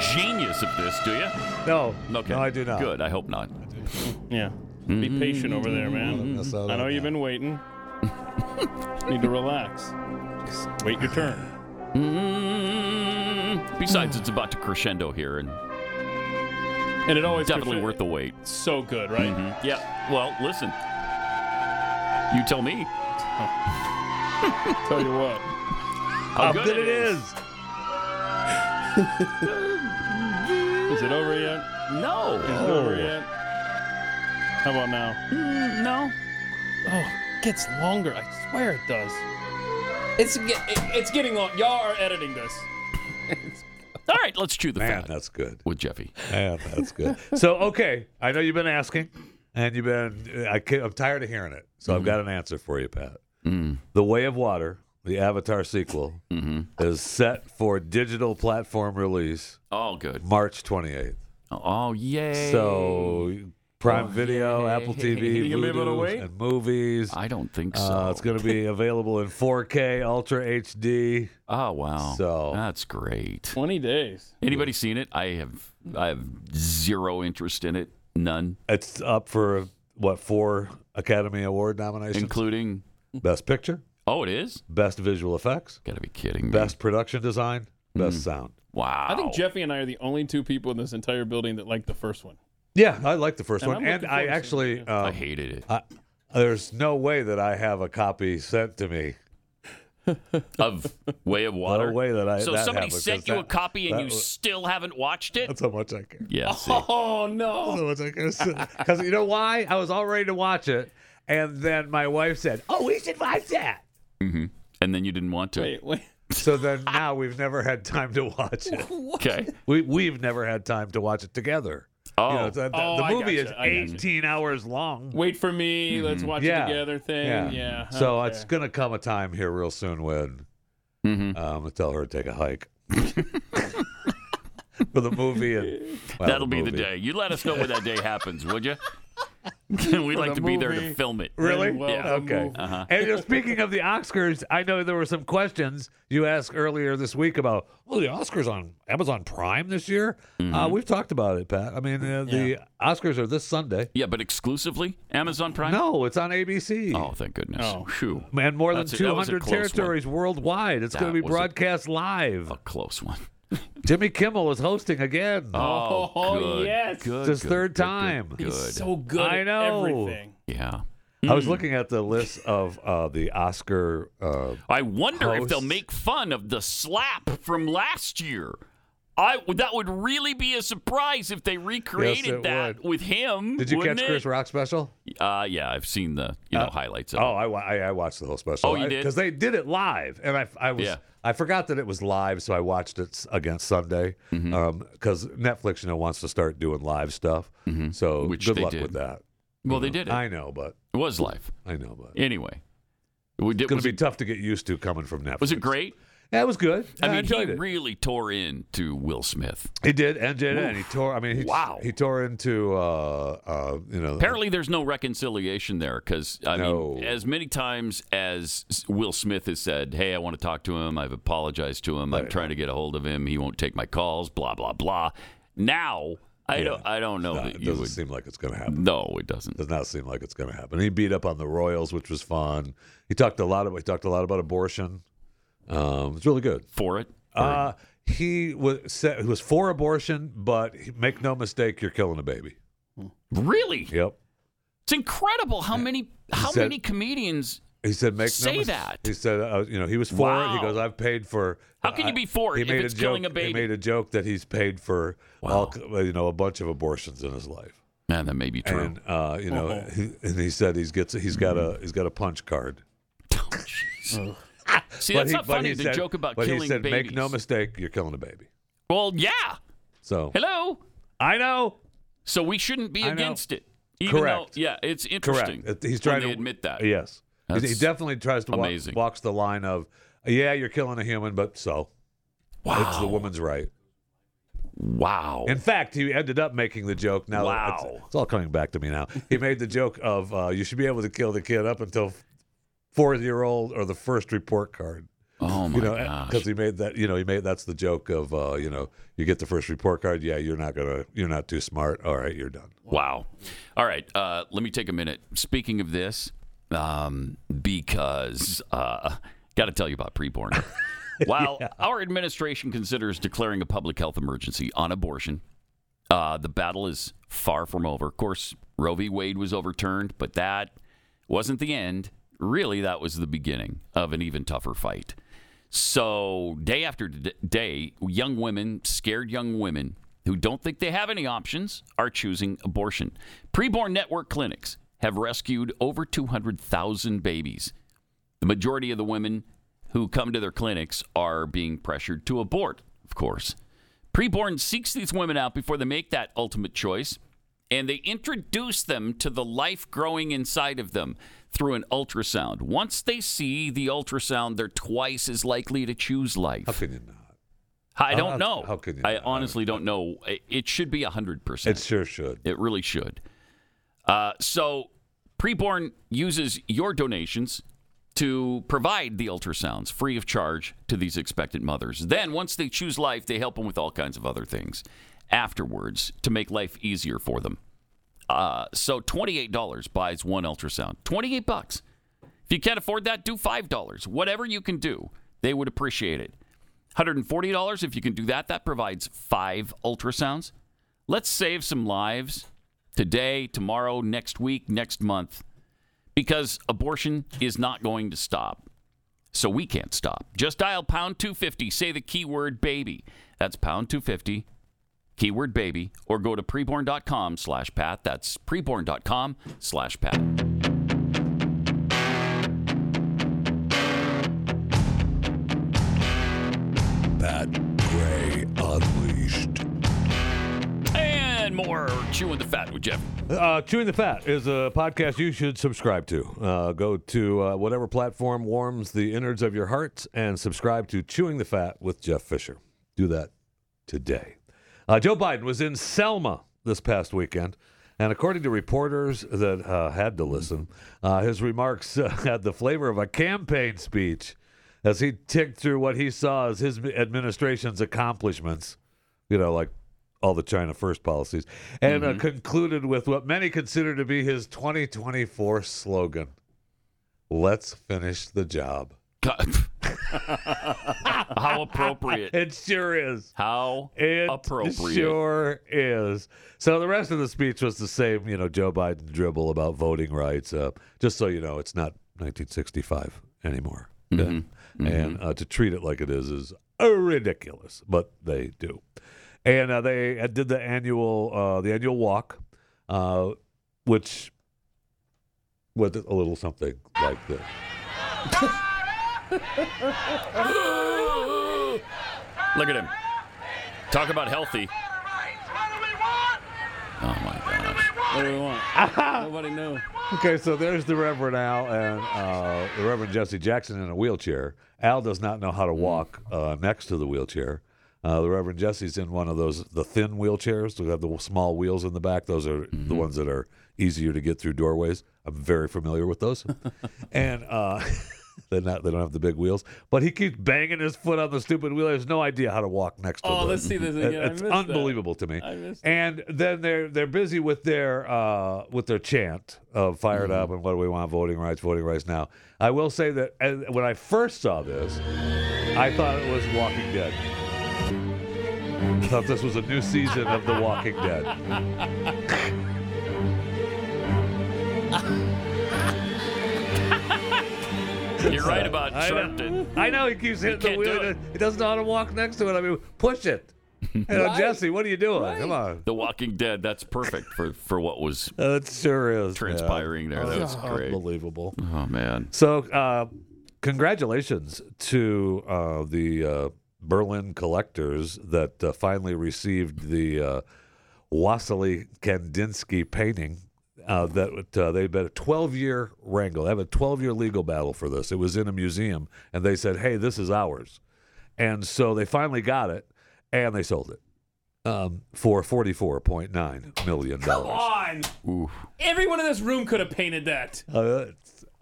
[SPEAKER 2] genius of this, do you?
[SPEAKER 4] No.
[SPEAKER 2] Okay.
[SPEAKER 4] No, I do not.
[SPEAKER 2] Good. I hope not.
[SPEAKER 3] Yeah. Be
[SPEAKER 2] Mm-hmm.
[SPEAKER 3] patient over there, man.
[SPEAKER 4] That's all
[SPEAKER 3] I know
[SPEAKER 4] I
[SPEAKER 3] you've been waiting. Need to relax. Just wait your turn.
[SPEAKER 2] Besides, it's about to crescendo here, and
[SPEAKER 3] And it always
[SPEAKER 2] definitely
[SPEAKER 3] crescendo-
[SPEAKER 2] worth the wait.
[SPEAKER 3] So good, right?
[SPEAKER 2] Mhm. Yeah. Well, listen. You tell me
[SPEAKER 3] Tell you what.
[SPEAKER 2] how,
[SPEAKER 4] How good it is.
[SPEAKER 3] Is it over yet? Is
[SPEAKER 2] No.
[SPEAKER 3] it over
[SPEAKER 4] Oh.
[SPEAKER 3] yet? How about now?
[SPEAKER 2] Mm, no.
[SPEAKER 3] Oh, it gets longer. I swear it does. It's get, it, it's getting long. Y'all are editing this.
[SPEAKER 2] All right. Let's chew the
[SPEAKER 4] Man,
[SPEAKER 2] fat
[SPEAKER 4] that's good.
[SPEAKER 2] with Jeffy.
[SPEAKER 4] Man, that's good. So, okay, I know you've been asking, and you've been. I ca- I'm tired of hearing it, so
[SPEAKER 2] Mm-hmm.
[SPEAKER 4] I've got an answer for you, Pat.
[SPEAKER 2] Mm.
[SPEAKER 4] The Way of Water, the Avatar sequel,
[SPEAKER 2] Mm-hmm.
[SPEAKER 4] is set for digital platform release
[SPEAKER 2] All good.
[SPEAKER 4] March 28th.
[SPEAKER 2] Oh yay. Oh,
[SPEAKER 4] So, Prime Video, Apple TV,
[SPEAKER 3] You gonna be able to
[SPEAKER 4] Vudu,
[SPEAKER 3] wait?
[SPEAKER 4] and movies.
[SPEAKER 2] I don't think so.
[SPEAKER 4] Uh, it's going to be available in 4K Ultra HD.
[SPEAKER 2] Oh wow.
[SPEAKER 4] So-
[SPEAKER 2] that's great.
[SPEAKER 3] 20 days.
[SPEAKER 2] Anybody seen it? I have. I have zero interest in it. None,
[SPEAKER 4] It's up for what four Academy Award nominations?
[SPEAKER 2] including.
[SPEAKER 4] Best Picture,
[SPEAKER 2] Oh, it is.
[SPEAKER 4] Best Visual Effects,
[SPEAKER 2] Gotta be kidding me. Hmm.
[SPEAKER 4] Best Production Design, Best Sound.
[SPEAKER 2] Wow.
[SPEAKER 3] I think Jeffy and I are the only two people in this entire building that like the first one.
[SPEAKER 4] Yeah, I like the first
[SPEAKER 3] And
[SPEAKER 4] one,
[SPEAKER 3] I'm
[SPEAKER 4] and
[SPEAKER 3] looking forward
[SPEAKER 4] I
[SPEAKER 3] to seeing
[SPEAKER 4] actually
[SPEAKER 2] I
[SPEAKER 4] um,
[SPEAKER 2] hated it.
[SPEAKER 4] I, there's no way that I have a copy sent to me.
[SPEAKER 2] of Way of Water.
[SPEAKER 4] No way that I.
[SPEAKER 2] so
[SPEAKER 4] that
[SPEAKER 2] somebody
[SPEAKER 4] happened, 'cause
[SPEAKER 2] sent you a
[SPEAKER 4] that-
[SPEAKER 2] copy
[SPEAKER 4] that
[SPEAKER 2] and you
[SPEAKER 4] was-
[SPEAKER 2] still haven't watched it?
[SPEAKER 4] That's how much I care.
[SPEAKER 2] Yeah. see.
[SPEAKER 3] Oh, no.
[SPEAKER 4] So it's like, because you know why? I was all ready to watch it, and then my wife said, "Oh, we should watch that."
[SPEAKER 2] And then you didn't want to.
[SPEAKER 3] Wait, wait.
[SPEAKER 4] So then now we've never had time to watch it.
[SPEAKER 2] Okay.
[SPEAKER 4] We we've never had time to watch it together.
[SPEAKER 2] Oh.
[SPEAKER 4] You know, the, the-
[SPEAKER 3] Oh,
[SPEAKER 4] the
[SPEAKER 3] I
[SPEAKER 4] movie
[SPEAKER 3] gotcha, I
[SPEAKER 4] is
[SPEAKER 3] gotcha.
[SPEAKER 4] 18 hours long.
[SPEAKER 3] Wait for me. Let's watch
[SPEAKER 4] Mm-hmm. Yeah.
[SPEAKER 3] it together thing. Yeah.
[SPEAKER 4] So
[SPEAKER 3] okay.
[SPEAKER 4] it's gonna come a time here real soon when
[SPEAKER 2] Mhm.
[SPEAKER 4] uh, I'm gonna tell her to take a hike for the movie, and well,
[SPEAKER 2] That'll be the
[SPEAKER 4] movie.
[SPEAKER 2] day. You let us know when that day happens, would you? We'd like
[SPEAKER 3] the
[SPEAKER 2] to be there to
[SPEAKER 3] movie.
[SPEAKER 2] film it.
[SPEAKER 4] Really?
[SPEAKER 3] Well,
[SPEAKER 2] Yeah.
[SPEAKER 3] the
[SPEAKER 4] Okay.
[SPEAKER 3] movie.
[SPEAKER 2] Uh-huh.
[SPEAKER 4] And you know, speaking of the Oscars, I know there were some questions you asked earlier this week about, well, the Oscars on Amazon Prime this year. Uh,
[SPEAKER 2] Mm-hmm.
[SPEAKER 4] we've talked about it, Pat. I mean, uh, the Oscars are this Sunday.
[SPEAKER 2] Yeah, but exclusively Amazon Prime?
[SPEAKER 4] No, it's on ABC.
[SPEAKER 2] Oh, thank goodness.
[SPEAKER 3] Oh.
[SPEAKER 2] Phew.
[SPEAKER 4] Man, more than
[SPEAKER 2] That's it. That was a
[SPEAKER 4] 200
[SPEAKER 2] close one.
[SPEAKER 4] territories worldwide. It's going
[SPEAKER 2] That
[SPEAKER 4] to be
[SPEAKER 2] was a-
[SPEAKER 4] broadcast live.
[SPEAKER 2] A close one.
[SPEAKER 4] Jimmy Kimmel is hosting again.
[SPEAKER 2] Oh,
[SPEAKER 3] Oh,
[SPEAKER 2] good.
[SPEAKER 3] yes.
[SPEAKER 2] Good,
[SPEAKER 4] it's his
[SPEAKER 2] good,
[SPEAKER 4] third
[SPEAKER 2] good, good,
[SPEAKER 4] time.
[SPEAKER 2] Good.
[SPEAKER 3] So good.
[SPEAKER 4] I
[SPEAKER 3] at
[SPEAKER 4] know.
[SPEAKER 3] Everything.
[SPEAKER 2] yeah. Hmm.
[SPEAKER 4] I was looking at the list of uh, the Oscar. Uh,
[SPEAKER 2] I wonder if they'll
[SPEAKER 4] Hosts.
[SPEAKER 2] make fun of the slap from last year. I that would really be a surprise if they recreated
[SPEAKER 4] it
[SPEAKER 2] that
[SPEAKER 4] would.
[SPEAKER 2] with him.
[SPEAKER 4] Did you
[SPEAKER 2] wouldn't
[SPEAKER 4] catch
[SPEAKER 2] it?
[SPEAKER 4] Chris Rock special?
[SPEAKER 2] Uh, yeah, I've seen the you know highlights. Of
[SPEAKER 4] Oh, I, wa- I I watched the whole special.
[SPEAKER 2] Oh, you did?
[SPEAKER 4] Because they did it live, and I I was
[SPEAKER 2] Yeah.
[SPEAKER 4] I forgot that it was live, so I watched it s- against Sunday. Because
[SPEAKER 2] Mm-hmm.
[SPEAKER 4] Netflix, you know, wants to start doing live stuff. So
[SPEAKER 2] Mm-hmm. Which
[SPEAKER 4] good
[SPEAKER 2] they
[SPEAKER 4] luck
[SPEAKER 2] did.
[SPEAKER 4] with that.
[SPEAKER 2] Well,
[SPEAKER 4] You
[SPEAKER 2] they
[SPEAKER 4] know,
[SPEAKER 2] did it.
[SPEAKER 4] I know, but
[SPEAKER 2] it was live.
[SPEAKER 4] I know, but
[SPEAKER 2] Anyway, we
[SPEAKER 4] it's
[SPEAKER 2] did,
[SPEAKER 4] going
[SPEAKER 2] was,
[SPEAKER 4] to be tough to get used to coming from Netflix.
[SPEAKER 2] was it great?
[SPEAKER 4] Yeah, it was good.
[SPEAKER 2] I
[SPEAKER 4] Yeah,
[SPEAKER 2] mean, he
[SPEAKER 4] enjoyed it.
[SPEAKER 2] really tore into Will Smith.
[SPEAKER 4] He did, and did,
[SPEAKER 2] Oof.
[SPEAKER 4] and he tore. I mean, he,
[SPEAKER 2] Wow.
[SPEAKER 4] he tore into uh, uh, you know.
[SPEAKER 2] Apparently, there's no reconciliation there because I mean, as many times as Will Smith has said, "Hey, I want to talk to him. I've apologized to him. I'm trying to get a hold of him. He won't take my calls. Blah blah blah." Now, I don't, I don't know
[SPEAKER 4] No,
[SPEAKER 2] that
[SPEAKER 4] it
[SPEAKER 2] you
[SPEAKER 4] doesn't
[SPEAKER 2] would.
[SPEAKER 4] seem like it's going to happen.
[SPEAKER 2] No, it doesn't.
[SPEAKER 4] Does not seem like it's going to happen. He beat up on the Royals, which was fun. He talked a lot about he talked a lot about abortion. Um, it's really good
[SPEAKER 2] for it.
[SPEAKER 4] Uh, he was said, he was for abortion, but he- make no mistake, you're killing a baby.
[SPEAKER 2] Really,
[SPEAKER 4] Yep.
[SPEAKER 2] it's incredible how many how
[SPEAKER 4] said-
[SPEAKER 2] many comedians.
[SPEAKER 4] He said, "Make
[SPEAKER 2] Say
[SPEAKER 4] no mis-
[SPEAKER 2] that.
[SPEAKER 4] He said, uh, "You know, he was for it." He
[SPEAKER 2] Wow.
[SPEAKER 4] goes, "I've paid for."
[SPEAKER 2] How can you be for
[SPEAKER 4] He
[SPEAKER 2] it if
[SPEAKER 4] made
[SPEAKER 2] it's
[SPEAKER 4] a joke.
[SPEAKER 2] killing a baby?
[SPEAKER 4] He made a joke that he's paid for all, c- you know, a bunch of abortions in his life.
[SPEAKER 2] Man, that may be true.
[SPEAKER 4] And uh, you know, he, and he said he's gets he's got a he's got a punch card.
[SPEAKER 2] Oh, See,
[SPEAKER 4] But
[SPEAKER 2] that's
[SPEAKER 4] he- but
[SPEAKER 2] not funny.
[SPEAKER 4] he
[SPEAKER 2] The
[SPEAKER 4] said-
[SPEAKER 2] joke about
[SPEAKER 4] but
[SPEAKER 2] killing
[SPEAKER 4] he said,
[SPEAKER 2] babies.
[SPEAKER 4] "Make no mistake, you're killing a baby."
[SPEAKER 2] well, yeah.
[SPEAKER 4] So
[SPEAKER 2] Hello.
[SPEAKER 4] I know.
[SPEAKER 2] So we shouldn't be
[SPEAKER 4] I know.
[SPEAKER 2] against it. Even though-
[SPEAKER 4] Correct.
[SPEAKER 2] yeah, it's interesting.
[SPEAKER 4] correct. Uh, He's
[SPEAKER 2] when
[SPEAKER 4] trying
[SPEAKER 2] they
[SPEAKER 4] to
[SPEAKER 2] admit that.
[SPEAKER 4] Yes, He- he
[SPEAKER 2] That's
[SPEAKER 4] definitely tries to walk,
[SPEAKER 2] amazing.
[SPEAKER 4] walks the line of, "Yeah, you're killing a human, but so." It's the woman's right.
[SPEAKER 2] Wow.
[SPEAKER 4] In fact, he ended up making the joke. Now, that- it's-
[SPEAKER 2] Wow.
[SPEAKER 4] it's, all coming back to me now. He made the joke of uh, you should be able to kill the kid up until four-year-old or the first report card.
[SPEAKER 2] Oh my
[SPEAKER 4] you know,
[SPEAKER 2] gosh.
[SPEAKER 4] Because he made that. You know, he made that's the joke of uh, you know you get the first report card. Yeah, you're not gonna. You're not too smart. All right, you're done.
[SPEAKER 2] Wow. All right. Uh, let me take a minute. Speaking of this, um, because uh, got to tell you about preborn. While our administration considers declaring a public health emergency on abortion, uh, the battle is far from over. Of course, Roe v. Wade was overturned, but that wasn't the end. Really, that was the beginning of an even tougher fight. So, day after d- day, young women, scared young women who don't think they have any options, are choosing abortion. Preborn network clinics have rescued over 200,000 babies. The majority of the women who come to their clinics are being pressured to abort, of course. Preborn seeks these women out before they make that ultimate choice, and they introduce them to the life growing inside of them through an ultrasound. Once they see the ultrasound, they're twice as likely to choose life. How
[SPEAKER 4] can you not?
[SPEAKER 2] I don't
[SPEAKER 4] How-
[SPEAKER 2] know.
[SPEAKER 4] how can you
[SPEAKER 2] I
[SPEAKER 4] not?
[SPEAKER 2] honestly don't know. It- It should be 100%.
[SPEAKER 4] It sure should.
[SPEAKER 2] It really should. Uh, so, Preborn uses your donations to provide the ultrasounds free of charge to these expectant mothers. Then, once they choose life, they help them with all kinds of other things afterwards to make life easier for them. Uh, so, $28 buys one ultrasound. 28 bucks. If you can't afford that, do $5. Whatever you can do, they would appreciate it. $140 if you can do that. That provides five ultrasounds. Let's save some lives today, tomorrow, next week, next month, because abortion is not going to stop. So we can't stop. Just dial pound 250, say the keyword baby. That's pound 250, keyword baby, or go to preborn.com slash Pat. That's preborn.com slash Pat.
[SPEAKER 4] Pat Gray Unleashed.
[SPEAKER 2] And more Chewing the Fat with Jeff.
[SPEAKER 4] Uh, Chewing the Fat is a podcast you should subscribe to. Uh, go to uh, whatever platform warms the innards of your hearts and subscribe to Chewing the Fat with Jeff Fisher. Do that today. Uh, Joe Biden was in Selma this past weekend, and according to reporters that uh, had to listen, uh, his remarks uh, had the flavor of a campaign speech as he ticked through what he saw as his administration's accomplishments, you know, like all the China first policies, and uh, concluded with what many consider to be his 2024 slogan Let's finish the job.
[SPEAKER 2] How appropriate.
[SPEAKER 4] It sure is.
[SPEAKER 2] How
[SPEAKER 4] It
[SPEAKER 2] appropriate.
[SPEAKER 4] sure is. So the rest of the speech was the same, you know, Joe Biden dribble about voting rights. Uh, just so you know, it's not 1965 anymore.
[SPEAKER 2] Mm-hmm.
[SPEAKER 4] okay? And uh, to treat it like it is is ridiculous, but they do. and uh, they uh, did the annual uh, the annual walk, uh, which was a little something like this.
[SPEAKER 2] Oh Look at him. Talk about healthy. Oh my gosh.
[SPEAKER 3] What do we want? Nobody knew.
[SPEAKER 4] Okay, so there's the Reverend Al and uh, the Reverend Jesse Jackson in a wheelchair. Al does not know how to walk uh, next to the wheelchair. Uh, the Reverend Jesse's in one of those the thin wheelchairs that have the small wheels in the back. Those are the ones that are easier to get through doorways. I'm very familiar with those, and uh, they're not they don't have the big wheels. But he keeps banging his foot on the stupid wheel. He has no idea how to walk next to.
[SPEAKER 3] Oh,
[SPEAKER 4] the-
[SPEAKER 3] let's see this
[SPEAKER 4] It-
[SPEAKER 3] again. I
[SPEAKER 4] It's
[SPEAKER 3] missed that.
[SPEAKER 4] unbelievable to me
[SPEAKER 3] I missed
[SPEAKER 4] and then they're they're busy with their uh, with their chant of "fired
[SPEAKER 3] Mm-hmm.
[SPEAKER 4] up" and "what do we want? Voting rights, voting rights now." I will say that uh, when I first saw this, I thought it was Walking Dead. I thought this was a new season of The Walking Dead.
[SPEAKER 2] You're right about
[SPEAKER 4] uh, I know.
[SPEAKER 2] Sharpton.
[SPEAKER 4] I know he keeps hitting the
[SPEAKER 2] can't
[SPEAKER 4] wheel.
[SPEAKER 2] do it.
[SPEAKER 4] He doesn't know how to walk next to it. I mean, push it. You know,
[SPEAKER 2] Right.
[SPEAKER 4] Jesse, what are you doing? Come on.
[SPEAKER 2] The Walking Dead. That's perfect for for what was
[SPEAKER 4] That sure is man.
[SPEAKER 2] transpiring there. That was
[SPEAKER 4] Oh,
[SPEAKER 2] great.
[SPEAKER 4] Unbelievable.
[SPEAKER 2] Oh man.
[SPEAKER 4] So, uh, congratulations to uh, the uh, Berlin collectors that uh, finally received the uh, Wassily Kandinsky painting. Uh, that uh, they've been a 12 year wrangle. They have a 12 year legal battle for this. It was in a museum, and they said, "Hey, this is ours," and so they finally got it, and they sold it um, for 44.9 million
[SPEAKER 3] Come
[SPEAKER 4] dollars.
[SPEAKER 3] on. Everyone in this room could have painted that.
[SPEAKER 4] Uh,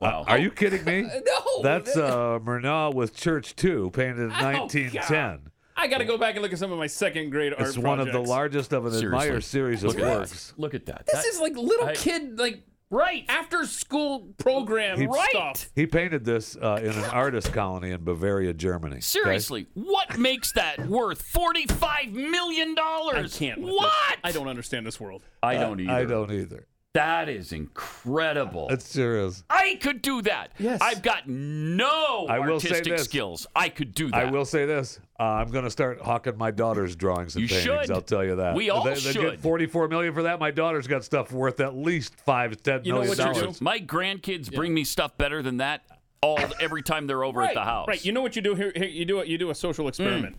[SPEAKER 4] wow. Are you kidding me?
[SPEAKER 3] No.
[SPEAKER 4] That's uh, Murnau with Church 2, painted
[SPEAKER 3] Oh,
[SPEAKER 4] in 1910.
[SPEAKER 3] I got to go back and look at some of my second grade art
[SPEAKER 4] It's one of the
[SPEAKER 3] projects.
[SPEAKER 4] largest of an
[SPEAKER 2] Seriously.
[SPEAKER 4] admired series
[SPEAKER 2] Look
[SPEAKER 4] of
[SPEAKER 2] at that.
[SPEAKER 4] works.
[SPEAKER 2] Look at that.
[SPEAKER 3] This
[SPEAKER 2] That-
[SPEAKER 3] is like little
[SPEAKER 2] I-
[SPEAKER 3] kid, like right after school program
[SPEAKER 4] He-
[SPEAKER 3] stuff.
[SPEAKER 4] He painted this uh, in an artist colony in Bavaria, Germany. okay?
[SPEAKER 2] Seriously, what makes that worth forty-five million
[SPEAKER 3] I
[SPEAKER 2] dollars?
[SPEAKER 3] can't. with this.
[SPEAKER 2] What?
[SPEAKER 3] I don't understand this world.
[SPEAKER 2] I don't either.
[SPEAKER 4] I don't either.
[SPEAKER 2] That is incredible.
[SPEAKER 4] It sure is.
[SPEAKER 2] I could do that.
[SPEAKER 3] Yes.
[SPEAKER 2] I've got no
[SPEAKER 4] I will say
[SPEAKER 2] artistic
[SPEAKER 4] this.
[SPEAKER 2] skills. I could do that.
[SPEAKER 4] I will say this: uh, I'm going to start hawking my daughter's drawings and
[SPEAKER 2] You
[SPEAKER 4] paintings.
[SPEAKER 2] should.
[SPEAKER 4] I'll tell you that.
[SPEAKER 2] We all
[SPEAKER 4] they, they
[SPEAKER 2] should.
[SPEAKER 4] Get 44 million for that. My daughter's got stuff worth at least five, ten
[SPEAKER 3] You know
[SPEAKER 4] million
[SPEAKER 3] what you do?
[SPEAKER 4] dollars.
[SPEAKER 2] My grandkids bring me stuff better than that all every time they're over
[SPEAKER 3] right,
[SPEAKER 2] at the house.
[SPEAKER 3] right. You know what you do here? here you do it. You do a social experiment.
[SPEAKER 2] Mm.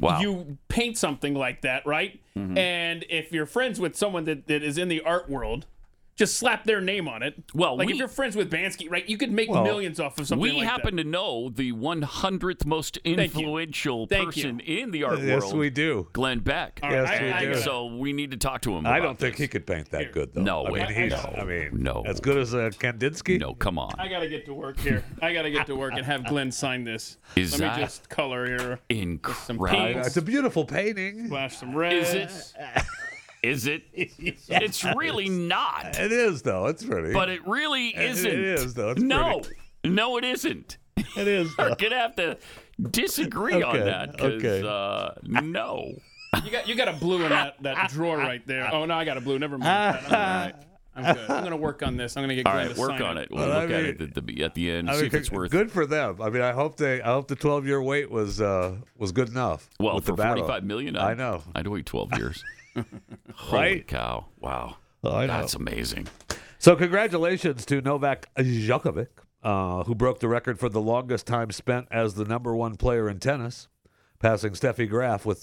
[SPEAKER 2] wow. Mm-hmm.
[SPEAKER 3] You paint something like that, right? And if you're friends with someone that, that is in the art world, just slap their name on it.
[SPEAKER 2] Well,
[SPEAKER 3] like
[SPEAKER 2] we-
[SPEAKER 3] if you're friends with Bansky, right? You could make
[SPEAKER 4] Well,
[SPEAKER 3] millions off of something.
[SPEAKER 2] we
[SPEAKER 3] like
[SPEAKER 2] happen
[SPEAKER 3] that.
[SPEAKER 2] to know the 100th most
[SPEAKER 3] you.
[SPEAKER 2] influential
[SPEAKER 3] Thank you.
[SPEAKER 2] person in the art
[SPEAKER 4] Yes,
[SPEAKER 2] world.
[SPEAKER 4] we do.
[SPEAKER 2] Glenn Beck.
[SPEAKER 3] All right,
[SPEAKER 4] Yes, we
[SPEAKER 3] I, I
[SPEAKER 4] do.
[SPEAKER 3] gotta-
[SPEAKER 2] So we need to talk to him.
[SPEAKER 4] I
[SPEAKER 2] about
[SPEAKER 4] don't think
[SPEAKER 2] this.
[SPEAKER 4] he could paint that good, though.
[SPEAKER 2] No
[SPEAKER 4] I
[SPEAKER 2] way.
[SPEAKER 4] Mean, he's,
[SPEAKER 2] No.
[SPEAKER 4] I mean,
[SPEAKER 2] No.
[SPEAKER 4] As good as a Kandinsky.
[SPEAKER 2] No, come on.
[SPEAKER 3] I gotta get to work here. I gotta get to work and have Glenn sign this.
[SPEAKER 2] Is
[SPEAKER 3] Let
[SPEAKER 2] that-
[SPEAKER 3] me just color here,
[SPEAKER 2] Incredible.
[SPEAKER 3] paint.
[SPEAKER 4] It's a beautiful painting.
[SPEAKER 3] flash some red.
[SPEAKER 2] Is it?
[SPEAKER 3] Uh,
[SPEAKER 2] Is it? It's really not.
[SPEAKER 4] It is though. It's pretty.
[SPEAKER 2] But it really isn't.
[SPEAKER 4] It is, though. It's
[SPEAKER 2] no,
[SPEAKER 4] pretty.
[SPEAKER 2] no, it isn't.
[SPEAKER 4] it is.
[SPEAKER 2] We're
[SPEAKER 4] though.
[SPEAKER 2] gonna have to disagree on
[SPEAKER 4] Okay,
[SPEAKER 2] that. 'cause,
[SPEAKER 4] okay.
[SPEAKER 2] Uh, no.
[SPEAKER 3] You got you got a blue in that, that drawer right there. Oh no, I got a blue. Never mind. I'm, all right. I'm good. I'm gonna work on this. I'm gonna get
[SPEAKER 2] All
[SPEAKER 3] Glenn
[SPEAKER 2] right,
[SPEAKER 3] to
[SPEAKER 2] work
[SPEAKER 3] sign
[SPEAKER 2] on it. We'll
[SPEAKER 4] But I
[SPEAKER 2] look at it
[SPEAKER 4] mean-
[SPEAKER 2] at the, at the end.
[SPEAKER 4] I
[SPEAKER 2] see
[SPEAKER 4] mean,
[SPEAKER 2] if it's
[SPEAKER 4] con-
[SPEAKER 2] worth.
[SPEAKER 4] Good for them. I mean, I hope they. I hope the twelve year wait was uh was good enough.
[SPEAKER 2] Well,
[SPEAKER 4] with
[SPEAKER 2] for
[SPEAKER 4] the battle.
[SPEAKER 2] forty-five million,
[SPEAKER 4] I know.
[SPEAKER 2] I'd wait twelve years. Holy
[SPEAKER 4] Right? Oh,
[SPEAKER 2] cow! Wow,
[SPEAKER 4] I know.
[SPEAKER 2] that's amazing.
[SPEAKER 4] So congratulations to Novak Djokovic, uh, who broke the record for the longest time spent as the number one player in tennis, passing Steffi Graf with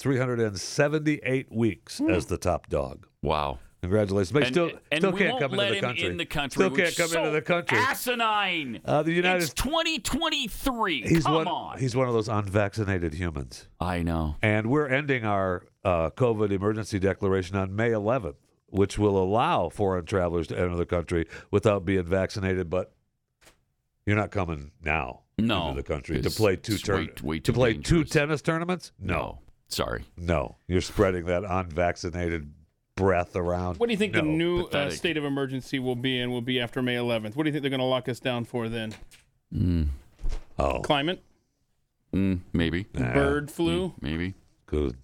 [SPEAKER 4] 378 weeks as the top dog.
[SPEAKER 2] Hmm. Wow.
[SPEAKER 4] Congratulations! But he
[SPEAKER 2] And-
[SPEAKER 4] still,
[SPEAKER 2] and
[SPEAKER 4] still
[SPEAKER 2] we
[SPEAKER 4] can't
[SPEAKER 2] won't
[SPEAKER 4] come
[SPEAKER 2] let
[SPEAKER 4] into the
[SPEAKER 2] him
[SPEAKER 4] country.
[SPEAKER 2] in the country.
[SPEAKER 4] Still
[SPEAKER 2] which
[SPEAKER 4] can't
[SPEAKER 2] is
[SPEAKER 4] come
[SPEAKER 2] so
[SPEAKER 4] into the country.
[SPEAKER 2] Asinine.
[SPEAKER 4] Uh, the United-
[SPEAKER 2] It's 2023.
[SPEAKER 4] He's
[SPEAKER 2] Come
[SPEAKER 4] one.
[SPEAKER 2] on.
[SPEAKER 4] He's one of those unvaccinated humans.
[SPEAKER 2] I know.
[SPEAKER 4] And we're ending our uh, COVID emergency declaration on May 11th, which will allow foreign travelers to enter the country without being vaccinated. But you're not coming now
[SPEAKER 2] No,
[SPEAKER 4] into the country to
[SPEAKER 2] it's-
[SPEAKER 4] play two
[SPEAKER 2] it's
[SPEAKER 4] turn-
[SPEAKER 2] way- way
[SPEAKER 4] to
[SPEAKER 2] too
[SPEAKER 4] play two
[SPEAKER 2] dangerous.
[SPEAKER 4] tennis tournaments. No,
[SPEAKER 2] Sorry.
[SPEAKER 4] no, you're spreading that unvaccinated breath around.
[SPEAKER 3] What do you think the
[SPEAKER 4] No.
[SPEAKER 3] new uh,
[SPEAKER 2] pathetic.
[SPEAKER 3] state of emergency will be in? Will be after May 11th. What do you think they're gonna lock us down for then?
[SPEAKER 4] Oh,
[SPEAKER 3] Climate,
[SPEAKER 2] Mm, maybe. Mm,
[SPEAKER 3] bird flu. Hmm.
[SPEAKER 2] Maybe.
[SPEAKER 4] good.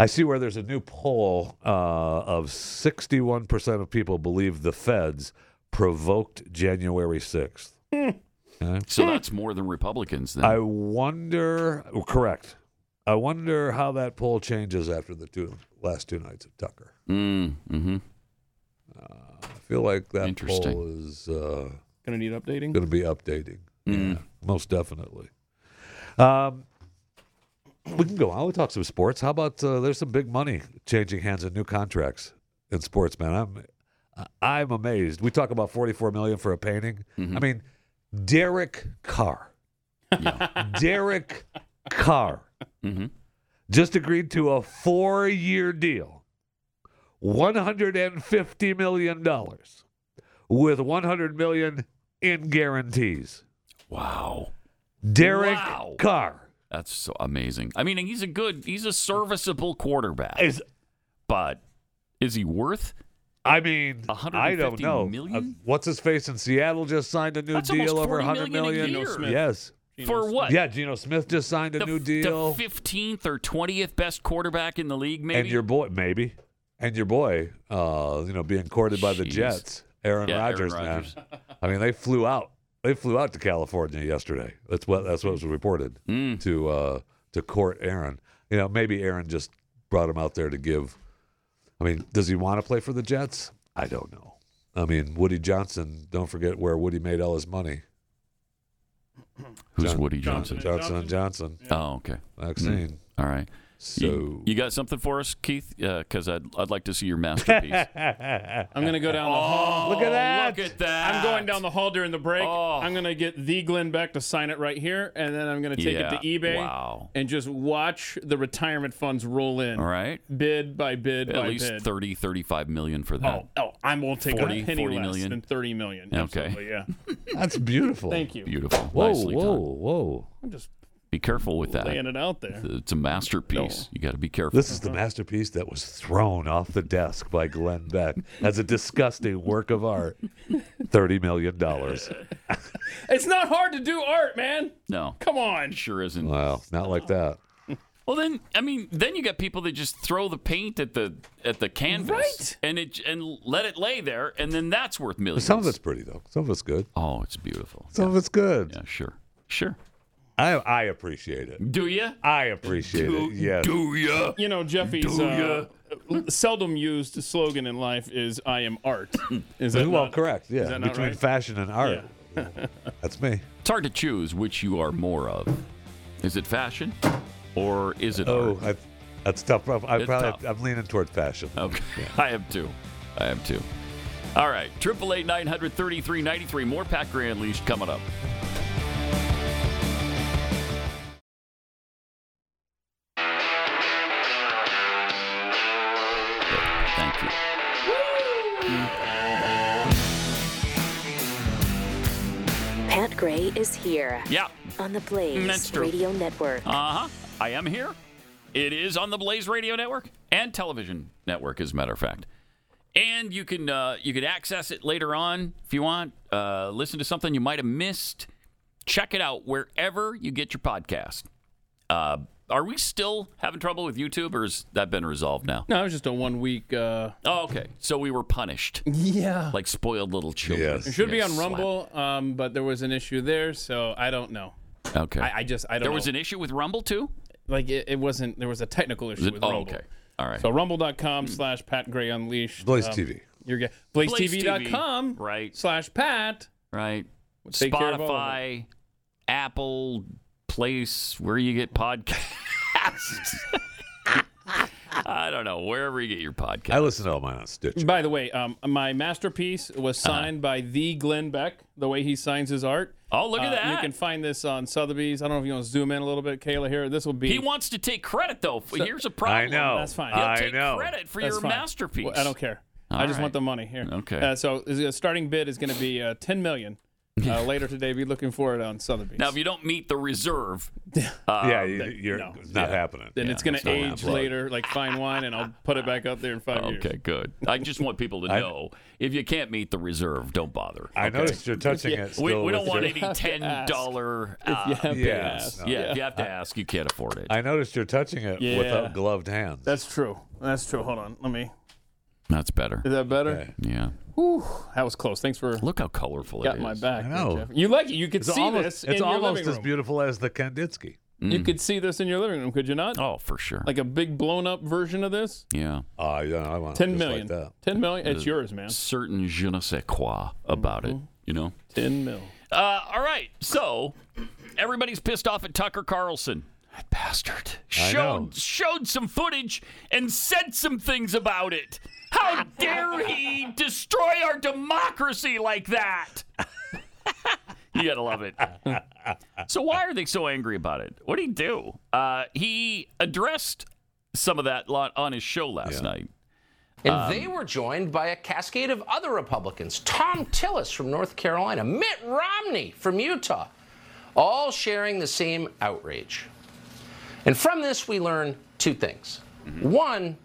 [SPEAKER 4] I see where there's a new poll uh, of 61% of people believe the feds provoked January 6th.
[SPEAKER 2] So that's more than Republicans then.
[SPEAKER 4] I wonder. Correct. I wonder how that poll changes after the two last two nights of Tucker.
[SPEAKER 2] Mm, hmm
[SPEAKER 4] Uh, I feel like that
[SPEAKER 2] Interesting.
[SPEAKER 4] poll is uh,
[SPEAKER 3] going to need updating.
[SPEAKER 4] Going to be updating.
[SPEAKER 2] Mm.
[SPEAKER 4] Yeah, most definitely. Um, we can go on. We'll talk some sports. How about uh, there's some big money changing hands in new contracts in sports, man. I'm I'm amazed. We talk about 44 million for a painting.
[SPEAKER 2] Mm-hmm.
[SPEAKER 4] I mean, Derek Carr. Derek Carr
[SPEAKER 2] Mm-hmm.
[SPEAKER 4] just agreed to a four-year deal, 150 million dollars, with 100 million in guarantees.
[SPEAKER 2] Wow.
[SPEAKER 4] Derek
[SPEAKER 2] Wow.
[SPEAKER 4] Carr.
[SPEAKER 2] That's so amazing. I mean, he's a good, he's a serviceable quarterback. but is he worth?
[SPEAKER 4] I mean, I don't
[SPEAKER 2] 150
[SPEAKER 4] know.
[SPEAKER 2] million?
[SPEAKER 4] Uh, what's his face in Seattle just signed a new
[SPEAKER 2] That's almost
[SPEAKER 4] deal over
[SPEAKER 2] 40
[SPEAKER 4] 100
[SPEAKER 2] million a
[SPEAKER 4] million.
[SPEAKER 2] year. Geno Smith.
[SPEAKER 4] Yes.
[SPEAKER 2] For what?
[SPEAKER 4] Yeah, Geno Smith just signed a
[SPEAKER 2] The-
[SPEAKER 4] new deal.
[SPEAKER 2] The 15th or 20th best quarterback in the league, maybe?
[SPEAKER 4] and your boy maybe. And your boy uh, you know, being courted by the
[SPEAKER 2] Jeez.
[SPEAKER 4] Jets, Aaron
[SPEAKER 2] Yeah, Aaron
[SPEAKER 4] Rodgers, man.
[SPEAKER 2] Rodgers.
[SPEAKER 4] I mean, they flew out. They flew out to California yesterday. That's what that's what was reported
[SPEAKER 2] Mm.
[SPEAKER 4] to uh, to court Aaron. You know, maybe Aaron just brought him out there to give. I mean, does he want to play for the Jets? I don't know. I mean, Woody Johnson. Don't forget where Woody made all his money.
[SPEAKER 2] Who's
[SPEAKER 4] John-
[SPEAKER 2] Woody Johnson?
[SPEAKER 4] Johnson and Johnson.
[SPEAKER 2] Oh, okay.
[SPEAKER 4] Vaccine.
[SPEAKER 2] All right.
[SPEAKER 4] So
[SPEAKER 2] you, you got something for us, Keith? Because I'd, I'd like to see your masterpiece.
[SPEAKER 3] I'm going to go down the hall.
[SPEAKER 2] Oh,
[SPEAKER 4] Look at that.
[SPEAKER 3] Look at that. I'm going down the hall during the break. I'm going to get the Glenn Beck to sign it right here, and then I'm going to take
[SPEAKER 2] Yeah,
[SPEAKER 3] it to eBay
[SPEAKER 2] wow.
[SPEAKER 3] and just watch the retirement funds roll in.
[SPEAKER 2] All right.
[SPEAKER 3] Bid by bid
[SPEAKER 2] At
[SPEAKER 3] by
[SPEAKER 2] least
[SPEAKER 3] bid.
[SPEAKER 2] 30, 35 million for that.
[SPEAKER 3] Oh, oh, I won't take
[SPEAKER 2] 40,
[SPEAKER 3] a penny
[SPEAKER 2] 40
[SPEAKER 3] less
[SPEAKER 2] million?
[SPEAKER 3] than 30 million.
[SPEAKER 2] Okay.
[SPEAKER 3] Absolutely, yeah.
[SPEAKER 4] That's beautiful.
[SPEAKER 3] Thank you.
[SPEAKER 2] Beautiful.
[SPEAKER 4] Whoa,
[SPEAKER 2] Nicely
[SPEAKER 4] whoa,
[SPEAKER 2] done.
[SPEAKER 4] whoa.
[SPEAKER 3] I'm just
[SPEAKER 2] Be careful with that.
[SPEAKER 3] laying it out there.
[SPEAKER 2] It's a masterpiece. You got to be careful.
[SPEAKER 4] This is the masterpiece that was thrown off the desk by Glenn Beck as a disgusting work of art. $30 million.
[SPEAKER 3] It's not hard to do art, man.
[SPEAKER 2] no,
[SPEAKER 3] Come on.
[SPEAKER 2] sure isn't.
[SPEAKER 4] Wow, not like that.
[SPEAKER 2] Well, then, I mean, then you got people that just throw the paint at the at the canvas,
[SPEAKER 3] Right.
[SPEAKER 2] And it and let it lay there, and then that's worth millions.
[SPEAKER 4] Some of it's pretty, though. Some of it's good.
[SPEAKER 2] oh, it's beautiful.
[SPEAKER 4] Some of it's good.
[SPEAKER 2] Yeah, sure, sure.
[SPEAKER 4] I, I appreciate it.
[SPEAKER 2] Do you?
[SPEAKER 4] I appreciate it. Yes.
[SPEAKER 2] Do ya?
[SPEAKER 3] You know, Jeffy's uh, seldom used slogan in life is "I am art."
[SPEAKER 2] Hmm.
[SPEAKER 3] Is that
[SPEAKER 4] well,
[SPEAKER 3] not-
[SPEAKER 4] correct. Yeah.
[SPEAKER 3] is that not
[SPEAKER 4] Between
[SPEAKER 3] right?
[SPEAKER 4] fashion and art. That's me.
[SPEAKER 2] It's hard to choose which you are more of. Is it fashion, or is it?
[SPEAKER 4] Oh,
[SPEAKER 2] art?
[SPEAKER 4] I, that's tough. I probably,
[SPEAKER 2] It's tough.
[SPEAKER 4] I'm leaning toward fashion.
[SPEAKER 2] Okay. I am too. I am too. All right. Triple eight nine hundred thirty three ninety three. More Pat Gray Unleashed coming up. Thank you.
[SPEAKER 13] Pat Gray is here
[SPEAKER 2] Yeah.
[SPEAKER 13] on the Blaze
[SPEAKER 2] That's true.
[SPEAKER 13] Radio Network.
[SPEAKER 2] Uh huh. I am here. It is on the Blaze Radio Network and Television Network, as a matter of fact. And you can uh, you can access it later on if you want. Uh, listen to something you might have missed. Check it out wherever you get your podcast. Uh, are we still having trouble with YouTube, or has that been resolved now?
[SPEAKER 3] No, it was just a one week. Uh,
[SPEAKER 2] Oh, okay. So we were punished
[SPEAKER 3] yeah.
[SPEAKER 2] like spoiled little children.
[SPEAKER 4] Yes.
[SPEAKER 3] It should be
[SPEAKER 2] Yes,
[SPEAKER 3] on Rumble, um, but there was an issue there, so I don't know.
[SPEAKER 2] slap. Okay.
[SPEAKER 3] I, I just I don't.
[SPEAKER 2] there
[SPEAKER 3] know.
[SPEAKER 2] was an issue with Rumble too.
[SPEAKER 3] like it, it wasn't. There was a technical issue
[SPEAKER 2] Was it-
[SPEAKER 3] with
[SPEAKER 2] oh,
[SPEAKER 3] Rumble.
[SPEAKER 2] okay. All right.
[SPEAKER 3] So rumble.com slash Pat Gray Unleashed.
[SPEAKER 4] Blaze
[SPEAKER 3] um,
[SPEAKER 4] TV.
[SPEAKER 3] You're get blazetv.com
[SPEAKER 2] Right.
[SPEAKER 3] slash Pat.
[SPEAKER 2] right?
[SPEAKER 3] take care of all of
[SPEAKER 2] Spotify, Apple, place where you get podcasts. I don't know wherever you get your podcast.
[SPEAKER 4] I listen to all mine on Stitch.
[SPEAKER 3] By the way, um, my masterpiece was
[SPEAKER 2] Uh-huh.
[SPEAKER 3] signed by the Glenn Beck. The way he signs his art.
[SPEAKER 2] Oh, look at
[SPEAKER 3] Uh, You
[SPEAKER 2] that!
[SPEAKER 3] can find this on Sotheby's. I don't know if you want to zoom in a little bit, Kayla. Here, this will be.
[SPEAKER 2] he wants to take credit though. Here's a problem.
[SPEAKER 4] I know.
[SPEAKER 3] That's fine.
[SPEAKER 2] He'll
[SPEAKER 4] I
[SPEAKER 2] take
[SPEAKER 4] know.
[SPEAKER 2] credit for
[SPEAKER 3] That's
[SPEAKER 2] your
[SPEAKER 3] fine.
[SPEAKER 2] masterpiece.
[SPEAKER 3] Well, I don't care. I
[SPEAKER 2] All
[SPEAKER 3] just
[SPEAKER 2] right.
[SPEAKER 3] want the money here.
[SPEAKER 2] Okay.
[SPEAKER 3] Uh, so the starting bid is going to be uh, ten million. Uh, later today, be looking for it on Sotheby's.
[SPEAKER 2] Now, if you don't meet the reserve, uh,
[SPEAKER 4] yeah, you, you're
[SPEAKER 3] no.
[SPEAKER 4] it's not happening.
[SPEAKER 3] then
[SPEAKER 4] Yeah,
[SPEAKER 3] it's going
[SPEAKER 4] it's
[SPEAKER 3] to
[SPEAKER 4] not
[SPEAKER 3] age
[SPEAKER 4] happening.
[SPEAKER 3] later, like fine wine, and I'll put it back up there in five years.
[SPEAKER 2] okay, good. I just want people to know if you can't meet the reserve, don't bother.
[SPEAKER 4] I noticed you're touching it.
[SPEAKER 2] We,
[SPEAKER 4] still
[SPEAKER 2] we don't
[SPEAKER 4] with
[SPEAKER 2] want
[SPEAKER 4] your-
[SPEAKER 2] any ten dollar. uh,
[SPEAKER 3] You have to
[SPEAKER 4] yeah,
[SPEAKER 3] ask.
[SPEAKER 4] no.
[SPEAKER 2] yeah, if you have to ask, you can't afford it.
[SPEAKER 4] I noticed you're touching it
[SPEAKER 3] Yeah.
[SPEAKER 4] without gloved hands.
[SPEAKER 3] That's true. That's true. Hold on. Let me.
[SPEAKER 2] That's better.
[SPEAKER 3] Is that better?
[SPEAKER 4] Okay.
[SPEAKER 2] Yeah.
[SPEAKER 3] Whew, that was close. Thanks for
[SPEAKER 2] Look how colorful it
[SPEAKER 3] got
[SPEAKER 2] is.
[SPEAKER 3] my back.
[SPEAKER 4] I know.
[SPEAKER 3] Jeff. You like it? You could
[SPEAKER 4] it's
[SPEAKER 3] see
[SPEAKER 4] almost, it's
[SPEAKER 3] this in your
[SPEAKER 4] almost
[SPEAKER 3] living
[SPEAKER 4] as
[SPEAKER 3] room.
[SPEAKER 4] beautiful as the Kandinsky.
[SPEAKER 3] You could see this in your living room, could you not?
[SPEAKER 2] Mm. Oh, for sure.
[SPEAKER 3] Like a big blown up version of this.
[SPEAKER 2] Yeah.
[SPEAKER 4] Uh, yeah, I want
[SPEAKER 3] Ten
[SPEAKER 4] just
[SPEAKER 3] million.
[SPEAKER 4] Like that.
[SPEAKER 3] Ten million. It's
[SPEAKER 2] Uh,
[SPEAKER 3] yours, man.
[SPEAKER 2] Certain je ne sais quoi about it, you know?
[SPEAKER 3] Ten mil.
[SPEAKER 2] Mm-hmm. Uh, all right. So everybody's pissed off at Tucker Carlson. That bastard showed showed some footage and said some things about it. How dare he destroy our democracy like that? you gotta love it. So why are they so angry about it? What did he do? Uh, he addressed some of that lot on his show last night.
[SPEAKER 14] And
[SPEAKER 2] Um,
[SPEAKER 14] they were joined by a cascade of other Republicans Tom Tillis from North Carolina, Mitt Romney from Utah, all sharing the same outrage. And from this, we learn two things. One,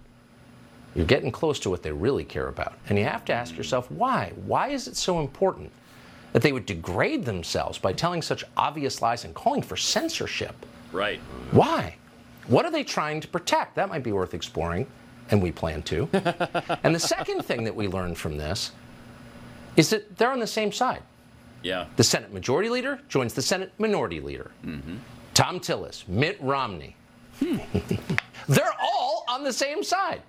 [SPEAKER 14] you're getting close to what they really care about. And you have to ask yourself why? Why is it so important that they would degrade themselves by telling such obvious lies and calling for censorship?
[SPEAKER 2] Right.
[SPEAKER 14] Why? What are they trying to protect? That might be worth exploring, and we plan to. and the second thing that we learned from this is that they're on the same side.
[SPEAKER 2] Yeah.
[SPEAKER 14] The Senate Majority Leader joins the Senate Minority Leader. Tom Tillis, Mitt Romney. they're all on the same side.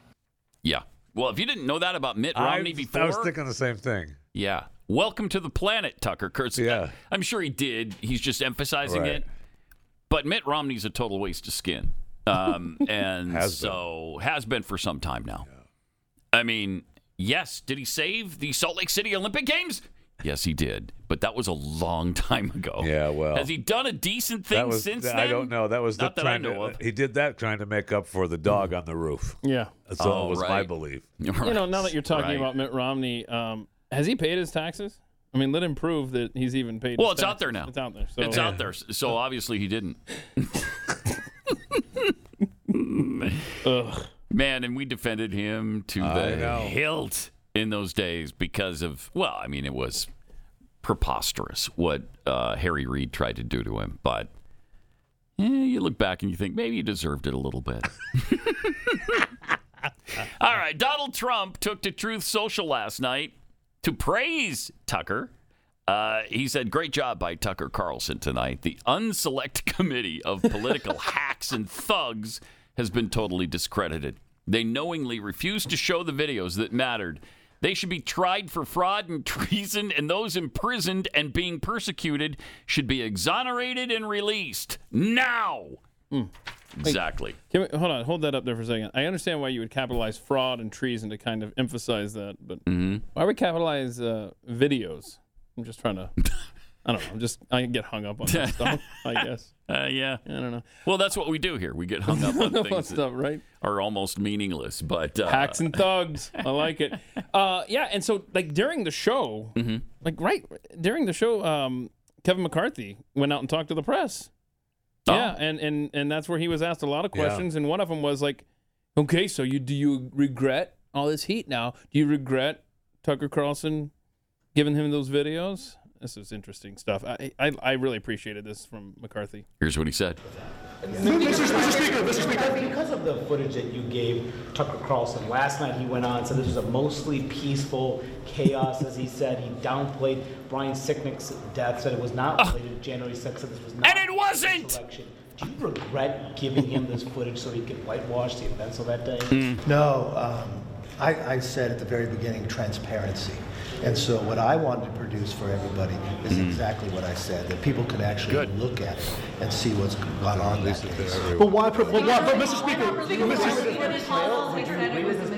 [SPEAKER 2] Yeah. Well, if you didn't know that about Mitt
[SPEAKER 4] I-
[SPEAKER 2] Romney before,
[SPEAKER 4] I was thinking the same thing.
[SPEAKER 2] Yeah. Welcome to the planet, Tucker Kurtz. Yeah. I'm sure he did. He's just emphasizing
[SPEAKER 4] Right.
[SPEAKER 2] it. But Mitt Romney's a total waste of skin. Um, and
[SPEAKER 4] Has been.
[SPEAKER 2] so has been for some time now. I mean, yes, did he save the Salt Lake City Olympic Games? Yes, he did. But that was a long time ago. Yeah,
[SPEAKER 4] well.
[SPEAKER 2] Has he done a decent thing
[SPEAKER 4] That was,
[SPEAKER 2] since then?
[SPEAKER 4] I don't know. That was the
[SPEAKER 2] Not that I
[SPEAKER 4] trying
[SPEAKER 2] know
[SPEAKER 4] to,
[SPEAKER 2] of. Hmm.
[SPEAKER 4] He did that trying to make up for the dog on the roof.
[SPEAKER 3] Yeah.
[SPEAKER 4] That's all
[SPEAKER 2] Oh,
[SPEAKER 4] was my
[SPEAKER 2] right.
[SPEAKER 4] belief.
[SPEAKER 3] You know, now that you're talking
[SPEAKER 4] Right.
[SPEAKER 3] about Mitt Romney, um, has he paid his taxes? I mean, let him prove that he's even paid.
[SPEAKER 2] Well,
[SPEAKER 3] his
[SPEAKER 2] it's out
[SPEAKER 3] taxes.
[SPEAKER 2] there now.
[SPEAKER 3] It's out there. So.
[SPEAKER 2] It's out there. So obviously he didn't. Man, and we defended him to
[SPEAKER 4] I
[SPEAKER 2] the
[SPEAKER 4] know.
[SPEAKER 2] hilt in those days because of well, I mean, it was preposterous what uh, Harry Reid tried to do to him, but. eh, you look back and you think maybe he deserved it a little bit. All right, Donald Trump took to Truth Social last night to praise Tucker. Uh, he said, "Great job by Tucker Carlson tonight. The unselect committee of political hacks and thugs has been totally discredited. They knowingly refused to show the videos that mattered. They should be tried for fraud and treason, and those imprisoned and being persecuted should be exonerated and released now." Exactly.
[SPEAKER 3] Can we, hold on, hold that up there for a second. I understand why you would capitalize fraud and treason to kind of emphasize that, but
[SPEAKER 2] Mhm.
[SPEAKER 3] why would capitalize uh, videos? I'm just trying to. I don't know. I'm just. I get hung up on that stuff. I guess.
[SPEAKER 2] Uh, yeah.
[SPEAKER 3] I don't know.
[SPEAKER 2] Well, that's what we do here. We get hung up on
[SPEAKER 3] Hung up on
[SPEAKER 2] things
[SPEAKER 3] stuff, right?
[SPEAKER 2] are almost meaningless, but uh,
[SPEAKER 3] Hacks and thugs. I like it. Uh, yeah, and so like during the show, like right during the show, um, Kevin McCarthy went out and talked to the press. Yeah, and and and that's where he was asked a lot of
[SPEAKER 2] Yeah.
[SPEAKER 3] questions, and one of them was like, "Okay, so you do you regret all this heat now? Do you regret Tucker Carlson giving him those videos?" This is interesting stuff. I I, I really appreciated this from McCarthy.
[SPEAKER 2] here's what he said.
[SPEAKER 15] Because of the footage that you gave Tucker Carlson last night, he went on and said this was a mostly peaceful chaos, as he said. He downplayed Brian Sicknick's death, said it was not related to January 6th, said this was not. And it wasn't! Do you regret giving him this footage so he could whitewash the events of that day?
[SPEAKER 16] No, um, I, I said at the very beginning transparency. And so what I wanted to produce for everybody is exactly what I said, that people could actually look at it and see what's gone on that day.
[SPEAKER 15] But why, but why, but Mr.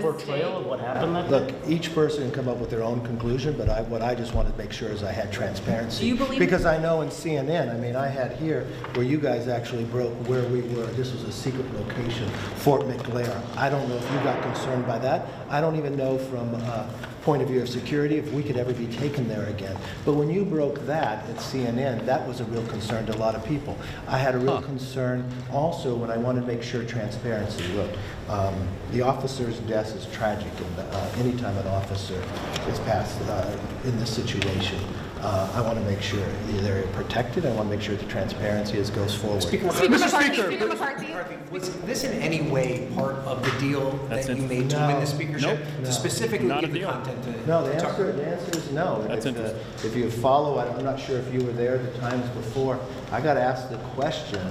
[SPEAKER 16] Portrayal of what happened that Look, each person can come up with their own conclusion, but I, what I just wanted to make sure is I had transparency.
[SPEAKER 15] Do you believe-
[SPEAKER 16] Because I know in CNN, I mean, I had here where you guys actually broke where we were. This was a secret location, Fort McGlare. I don't know if you got concerned by that. I don't even know from a point of view of security if we could ever be taken there again. But when you broke that at CNN, that was a real concern to a lot of people. I had a real concern also when I wanted to make sure transparency. Look, um, the officer's death is tragic, and uh, anytime an officer is passed uh, in this situation, Uh, I want to make sure they're protected. I want to make sure the transparency is, goes forward.
[SPEAKER 10] Speaker McCarthy, was this in any way part of the deal that you made to win the speakership?
[SPEAKER 16] Nope.
[SPEAKER 10] To
[SPEAKER 16] No.
[SPEAKER 10] specifically give the content to
[SPEAKER 16] No, the
[SPEAKER 10] Tucker?
[SPEAKER 16] answer, the answer is no.
[SPEAKER 10] That's
[SPEAKER 16] If, uh, If you follow, I- I'm not sure if you were there the times before, I got asked the question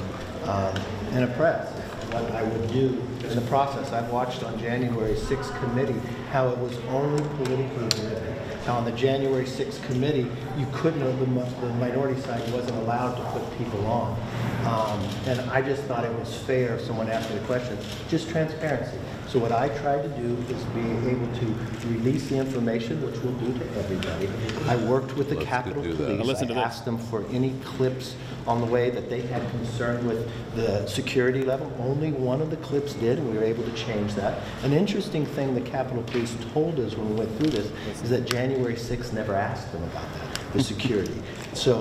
[SPEAKER 16] um, in a press, what I would do in the process. I've watched on January 6th committee how it was only politically driven. How on the January 6th committee, you couldn't, the mo- the minority side wasn't allowed to put people on. Um, And I just thought it was fair, if someone asked me the question, just transparency. So what I tried to do is be able to release the information, which we'll do to everybody. I worked with the Capitol
[SPEAKER 4] do that.
[SPEAKER 16] Police.
[SPEAKER 4] Now listen to
[SPEAKER 16] I asked them for any clips on the way that they had concern with the security level. Only one of the clips did, and we were able to change that. An interesting thing the Capitol Police told us when we went through this is that January 6th never asked them about that, the security. So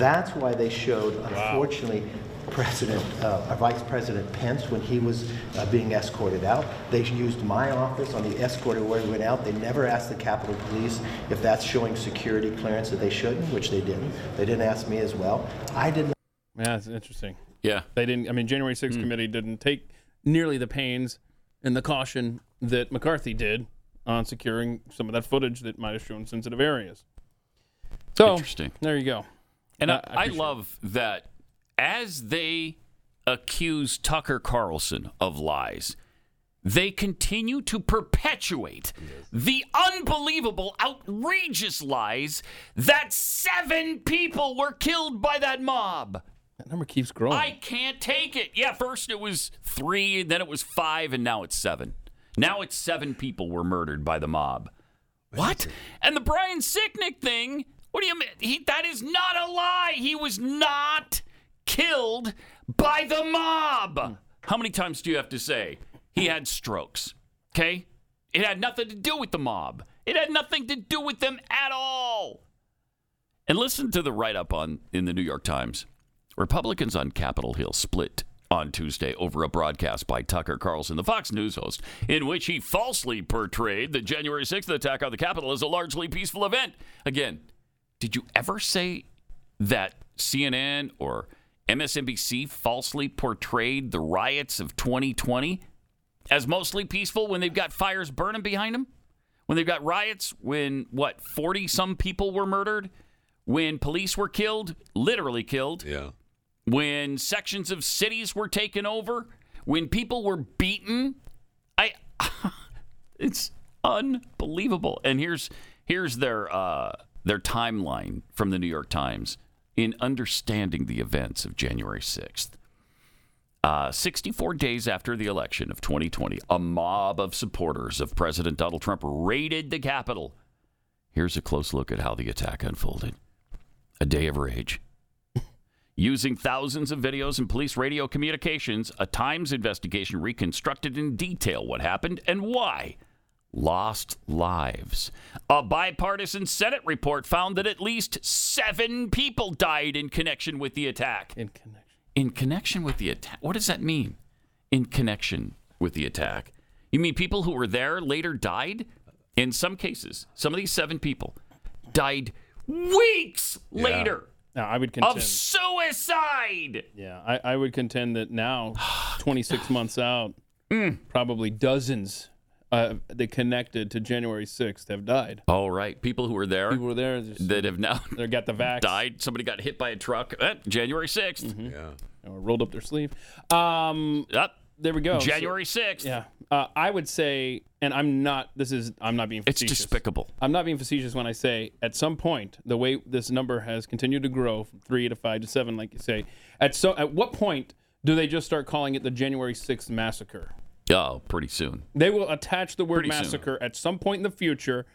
[SPEAKER 16] that's why they showed, unfortunately, President, uh, uh, Vice President Pence, when he was uh, being escorted out, they used my office on the escort where he went out. They never asked the Capitol Police if that's showing security clearance that they shouldn't, which they didn't. They didn't ask me as well. I did not.
[SPEAKER 3] Yeah, that's interesting.
[SPEAKER 2] Yeah. Hmm.
[SPEAKER 3] They didn't, I mean, January 6th committee didn't take nearly the pains and the caution that McCarthy did on securing some of that footage that might have shown sensitive areas. So,
[SPEAKER 2] Interesting.
[SPEAKER 3] There you go.
[SPEAKER 2] And I,
[SPEAKER 3] I
[SPEAKER 2] I, love that as they accuse Tucker Carlson of lies, they continue to perpetuate the unbelievable, outrageous lies that seven people were killed by that mob.
[SPEAKER 3] That number keeps growing.
[SPEAKER 2] I can't take it. Yeah, first it was three, then it was five, and now it's seven. Now it's seven people were murdered by the mob. What? And the Brian Sicknick thing? What do you mean? He, that is not a lie. He was not killed by the mob. How many times do you have to say he had strokes? Okay? It had nothing to do with the mob. It had nothing to do with them at all. And listen to the write up on in the New York Times. Republicans on Capitol Hill split on Tuesday over a broadcast by Tucker Carlson, the Fox News host, in which he falsely portrayed the January 6th attack on the Capitol as a largely peaceful event. Again, did you ever say that CNN or MSNBC falsely portrayed the riots of 2020 as mostly peaceful when they've got fires burning behind them? When they've got riots, when what, 40 some people were murdered? When police were killed, literally killed?
[SPEAKER 4] Yeah.
[SPEAKER 2] When sections of cities were taken over? When people were beaten? I. It's unbelievable. And here's here's their uh, their timeline from the New York Times in understanding the events of January 6th. Uh, 64 days after the election of 2020, a mob of supporters of President Donald Trump raided the Capitol. Here's a close look at how the attack unfolded. A day of rage. Using thousands of videos and police radio communications, a Times investigation reconstructed in detail what happened and why. Lost lives. A bipartisan Senate report found that at least seven people died in connection with the attack.
[SPEAKER 3] In connection.
[SPEAKER 2] In connection with the attack. What does that mean? In connection with the attack. You mean people who were there later died? In some cases, some of these seven people died weeks later
[SPEAKER 3] No, I would
[SPEAKER 2] of
[SPEAKER 3] contend.
[SPEAKER 2] suicide.
[SPEAKER 3] yeah, I, I would contend that now, 26 months out,
[SPEAKER 2] Mm.
[SPEAKER 3] probably dozens uh, that connected to January 6th have died.
[SPEAKER 2] All right, people who were there,
[SPEAKER 3] People were there. Just,
[SPEAKER 2] that have now
[SPEAKER 3] they got the vax.
[SPEAKER 2] died. Somebody got hit by a truck. Eh, January 6th
[SPEAKER 4] Yeah.
[SPEAKER 3] Or rolled up their sleeve. Um,
[SPEAKER 2] Up
[SPEAKER 3] there we go. So-
[SPEAKER 2] January 6th.
[SPEAKER 3] Yeah, uh, I would say, and I'm not. This is I'm not being.
[SPEAKER 2] It's
[SPEAKER 3] Facetious.
[SPEAKER 2] despicable.
[SPEAKER 3] I'm not being facetious when I say at some point the way this number has continued to grow from three to five to seven, like you say. At so at what point do they just start calling it the January 6th massacre?
[SPEAKER 2] Oh, pretty soon.
[SPEAKER 3] They will attach the word
[SPEAKER 2] Pretty soon.
[SPEAKER 3] massacre at some point in the future.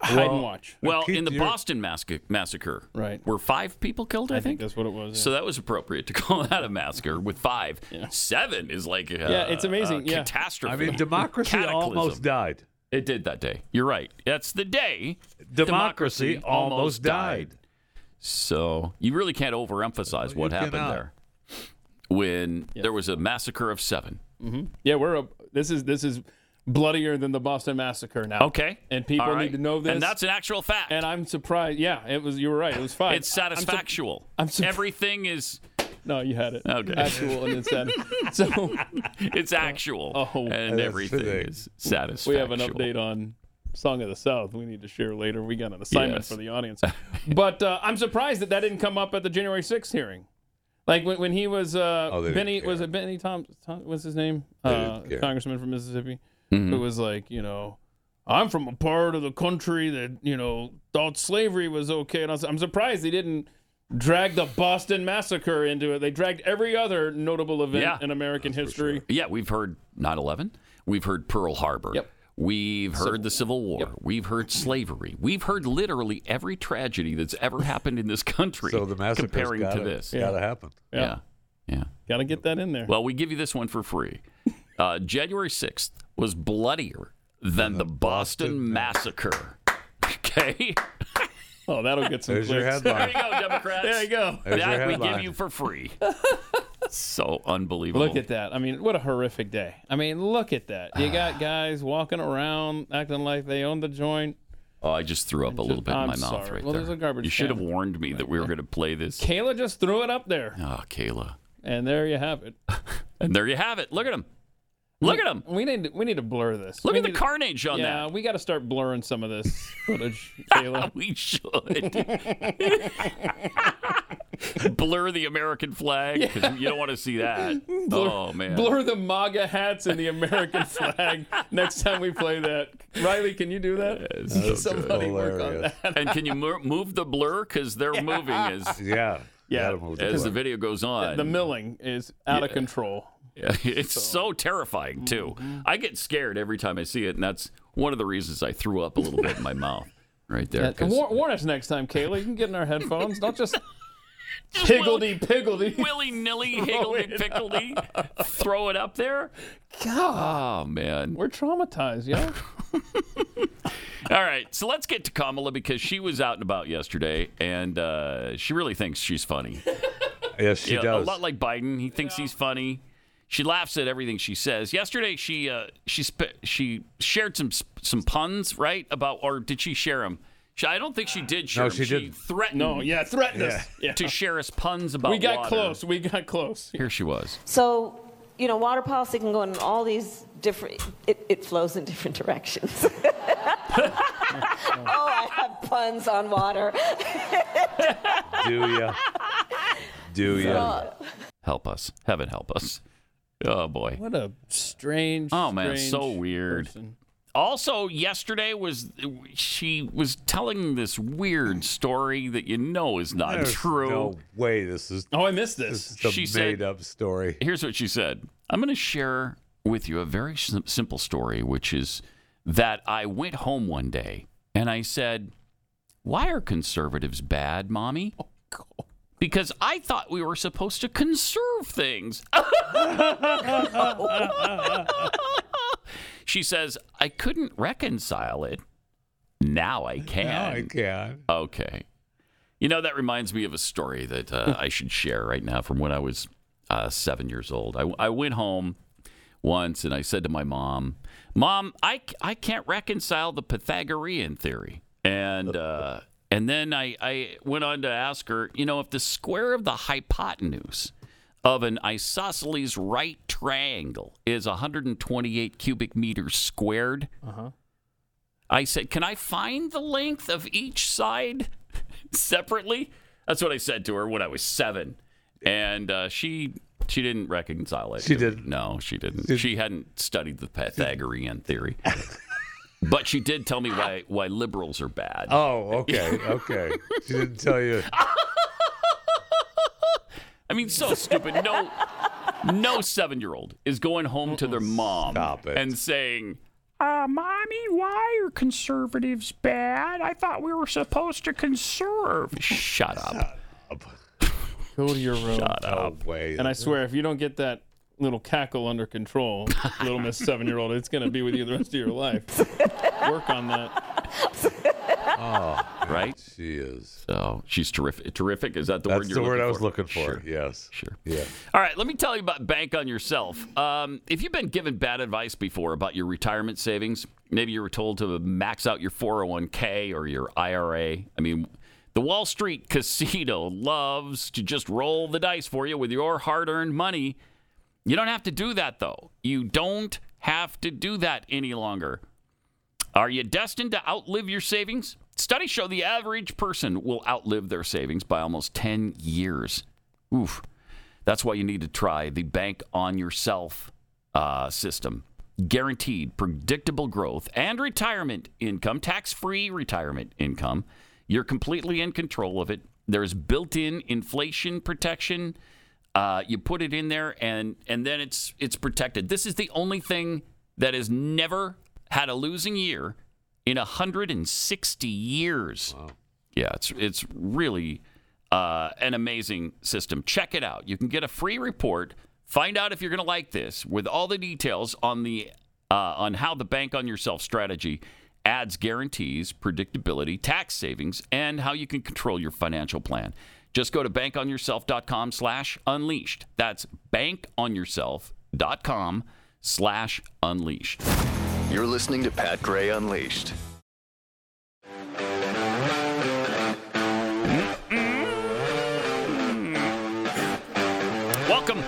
[SPEAKER 3] Hide and watch.
[SPEAKER 2] Well,
[SPEAKER 3] Keith,
[SPEAKER 2] in the
[SPEAKER 3] you're-
[SPEAKER 2] Boston massacre, massacre,
[SPEAKER 3] Right.
[SPEAKER 2] were five people killed. I,
[SPEAKER 3] I think that's what it was.
[SPEAKER 2] So that was appropriate to call that a massacre with five. Seven is like a,
[SPEAKER 3] Yeah, it's amazing,
[SPEAKER 2] a
[SPEAKER 3] yeah.
[SPEAKER 2] catastrophe.
[SPEAKER 4] I mean, democracy
[SPEAKER 2] Cataclysm.
[SPEAKER 4] almost died.
[SPEAKER 2] It did that day. You're right. That's the day
[SPEAKER 4] Democracy almost died.
[SPEAKER 2] So you really can't overemphasize what
[SPEAKER 4] you
[SPEAKER 2] happened
[SPEAKER 4] cannot.
[SPEAKER 2] there when there was a massacre of seven.
[SPEAKER 3] Mm-hmm. hmm Yeah, we're up. This is this is bloodier than the Boston Massacre now.
[SPEAKER 2] Okay.
[SPEAKER 3] And people
[SPEAKER 2] All right.
[SPEAKER 3] need to know this.
[SPEAKER 2] And that's an actual fact.
[SPEAKER 3] And I'm surprised. Yeah, it was. You were right. It was fine.
[SPEAKER 2] It's satisfactual.
[SPEAKER 3] I'm surprised.
[SPEAKER 2] Everything is
[SPEAKER 3] no, you had it.
[SPEAKER 2] Okay.
[SPEAKER 3] Actual and instead. So
[SPEAKER 2] it's actual.
[SPEAKER 3] Oh,
[SPEAKER 2] and everything is satisfactory.
[SPEAKER 3] We have an update on Song of the South. We need to share later. We got an assignment
[SPEAKER 2] Yes.
[SPEAKER 3] for the audience. but uh, I'm surprised that that didn't come up at the January 6th hearing. Like when, when he was uh,
[SPEAKER 2] Oh, they didn't
[SPEAKER 3] Benny was it Benny Tom, Tom what's his name
[SPEAKER 2] They
[SPEAKER 3] uh,
[SPEAKER 2] didn't care.
[SPEAKER 3] congressman from Mississippi
[SPEAKER 2] Mhm.
[SPEAKER 3] who was like you know I'm from a part of the country that you know thought slavery was okay and I was, I'm surprised they didn't drag the Boston Massacre into it they dragged every other notable event
[SPEAKER 2] Yeah.
[SPEAKER 3] in American history
[SPEAKER 2] Yeah, we've heard 9 11. We've heard Pearl Harbor. We've heard the Civil War. We've heard slavery. We've heard literally every tragedy that's ever happened in this country.
[SPEAKER 4] So the massacre's
[SPEAKER 2] comparing
[SPEAKER 4] gotta-
[SPEAKER 2] to this,
[SPEAKER 4] gotta happen.
[SPEAKER 2] Yeah.
[SPEAKER 3] Yeah.
[SPEAKER 2] yeah.
[SPEAKER 3] got to get that in there
[SPEAKER 2] Well, we give you this one for free. Uh, January 6th was bloodier than the Boston, Massacre. Okay.
[SPEAKER 3] Oh, that'll get some
[SPEAKER 2] There's
[SPEAKER 3] clicks.
[SPEAKER 2] your headline. There you go, Democrats.
[SPEAKER 3] There you go.
[SPEAKER 2] There's your That we give headline. you for free.
[SPEAKER 17] Oh,
[SPEAKER 2] so unbelievable.
[SPEAKER 3] Look at that. I mean, what a horrific day. I mean, look at that. You got guys walking around acting like they own the joint.
[SPEAKER 2] Oh, I just threw up a little bit in
[SPEAKER 3] I'm
[SPEAKER 2] my mouth
[SPEAKER 3] sorry.
[SPEAKER 2] right
[SPEAKER 3] Well,
[SPEAKER 2] there.
[SPEAKER 3] there's a garbage
[SPEAKER 2] you should
[SPEAKER 3] can.
[SPEAKER 2] have warned me that we were going to play this.
[SPEAKER 3] Kayla just threw it up there.
[SPEAKER 2] Oh, Kayla.
[SPEAKER 3] And there you have it.
[SPEAKER 2] And there you have it. Look at him. Look at him.
[SPEAKER 3] We need to, we need to blur this.
[SPEAKER 2] Look
[SPEAKER 3] We
[SPEAKER 2] at the
[SPEAKER 3] need to-
[SPEAKER 2] carnage on
[SPEAKER 3] yeah,
[SPEAKER 2] that.
[SPEAKER 3] we got to start blurring some of this footage, Kayla.
[SPEAKER 2] we should. Blur the American flag 'cause you don't want to see that.
[SPEAKER 3] Blur,
[SPEAKER 2] oh man.
[SPEAKER 3] Blur the MAGA hats and the American flag next time we play that. Riley, can you do that? Somebody work on that.
[SPEAKER 2] and can you mo- move the blur because they're moving as
[SPEAKER 4] yeah
[SPEAKER 3] Yeah.
[SPEAKER 2] as the video goes on.
[SPEAKER 3] The milling is out of control.
[SPEAKER 2] Yeah, it's so, terrifying too.
[SPEAKER 3] Mm-hmm.
[SPEAKER 2] I get scared every time I see it, and that's one of the reasons I threw up a little bit in my mouth right there.
[SPEAKER 3] Yeah,
[SPEAKER 2] 'cause-
[SPEAKER 3] warn, warn us next time, Kayla. You can get in our headphones. Don't just higgledy piggledy.
[SPEAKER 2] Willy nilly,
[SPEAKER 3] Oh,
[SPEAKER 2] higgledy pickledy, throw it up there.
[SPEAKER 3] God,
[SPEAKER 2] Oh man.
[SPEAKER 3] we're traumatized, yo.
[SPEAKER 2] All right, so let's get to Kamala because she was out and about yesterday, and uh, she really thinks she's funny.
[SPEAKER 4] Yes, she
[SPEAKER 2] Yeah,
[SPEAKER 4] does.
[SPEAKER 2] A lot like Biden, he thinks he's funny. She laughs at everything she says. Yesterday, she uh, she sp- she shared some some puns, right? About or did she share them? She, I don't think she did share
[SPEAKER 4] No,
[SPEAKER 2] 'em.
[SPEAKER 4] she didn't.
[SPEAKER 2] threatened.
[SPEAKER 3] No, yeah, threatened us. Yeah.
[SPEAKER 2] to share us puns about.
[SPEAKER 3] we got
[SPEAKER 2] water.
[SPEAKER 3] close. We got close.
[SPEAKER 2] Here she was.
[SPEAKER 17] So, you know, water policy can go in all these different, it, it flows in different directions. oh, I have puns on water.
[SPEAKER 4] Do you? Do you?
[SPEAKER 2] Help us, heaven help us. Oh boy.
[SPEAKER 3] What a strange.
[SPEAKER 2] Oh man,
[SPEAKER 3] strange
[SPEAKER 2] so weird.
[SPEAKER 3] person.
[SPEAKER 2] Also, yesterday was she was telling this weird story that you know is not
[SPEAKER 4] There's
[SPEAKER 2] true.
[SPEAKER 4] No way. This is
[SPEAKER 3] Oh, I missed this.
[SPEAKER 4] the
[SPEAKER 2] She said-
[SPEAKER 4] made-up story.
[SPEAKER 2] Here's what she said. I'm going to share with you a very sim- simple story, which is that I went home one day and I said, "Why are conservatives bad, mommy?"
[SPEAKER 3] Oh,
[SPEAKER 2] Because I thought we were supposed to conserve things.
[SPEAKER 3] Oh,
[SPEAKER 2] she says, "I couldn't reconcile it. Now I can."
[SPEAKER 4] No, I can't.
[SPEAKER 2] Okay. You know, that reminds me of a story that uh, I should share right now from when I was uh, seven years old. I, I went home once and I said to my mom, Mom, I, c- I can't reconcile the Pythagorean theory. And, uh, and then I, I went on to ask her, you know, if the square of the hypotenuse of an isosceles right triangle is 128 cubic meters squared,
[SPEAKER 3] Uh-huh.
[SPEAKER 2] I said, "Can I find the length of each side separately?" That's what I said to her when I was seven, and uh, she she didn't reconcile it.
[SPEAKER 4] She didn't.
[SPEAKER 2] No, she didn't. she hadn't studied the Pythagorean theory, but she did tell me why why liberals are bad.
[SPEAKER 4] Oh, okay, okay. she didn't tell you.
[SPEAKER 2] I mean, so stupid. No, no seven year old is going home to their mom and saying. Uh, mommy, why are conservatives bad? I thought we were supposed to conserve. Shut up.
[SPEAKER 3] Go to your room.
[SPEAKER 2] Shut up.
[SPEAKER 4] Way.
[SPEAKER 3] And I swear, if you don't get that little cackle under control, little Miss Seven Year Old, it's gonna be with you the rest of your life. Work on that.
[SPEAKER 4] Oh.
[SPEAKER 2] right?
[SPEAKER 4] She is.
[SPEAKER 2] So she's terrific. Terrific. Is that the word
[SPEAKER 4] That's
[SPEAKER 2] you're
[SPEAKER 4] the word
[SPEAKER 2] looking
[SPEAKER 4] I was
[SPEAKER 2] for?
[SPEAKER 4] looking for.
[SPEAKER 2] Sure.
[SPEAKER 4] Yes.
[SPEAKER 2] Sure.
[SPEAKER 4] Yeah.
[SPEAKER 2] All right, let me tell you about Bank on Yourself. Um, if you've been given bad advice before about your retirement savings, maybe you were told to max out your 401k or your IRA. I mean, the Wall Street casino loves to just roll the dice for you with your hard earned money. You don't have to do that, though. You don't have to do that any longer. Are you destined to outlive your savings? Studies show the average person will outlive their savings by almost 10 years. Oof. That's why you need to try the bank on yourself uh, system. Guaranteed, predictable growth and retirement income, tax free retirement income. You're completely in control of it. There's built in inflation protection. Uh, you put it in there and, and then it's, it's protected. This is the only thing that has never had a losing year in 160 years. Yeah, it's it's really uh, an amazing system. Check it out. You can get a free report. Find out if you're going to like this with all the details on the uh, on how the bank on yourself strategy adds guarantees, predictability, tax savings, and how you can control your financial plan. Just go to bankonyourself.com slash unleashed. That's bankonyourself.com slash unleashed.
[SPEAKER 1] You're listening to Pat Gray Unleashed.
[SPEAKER 2] Welcome.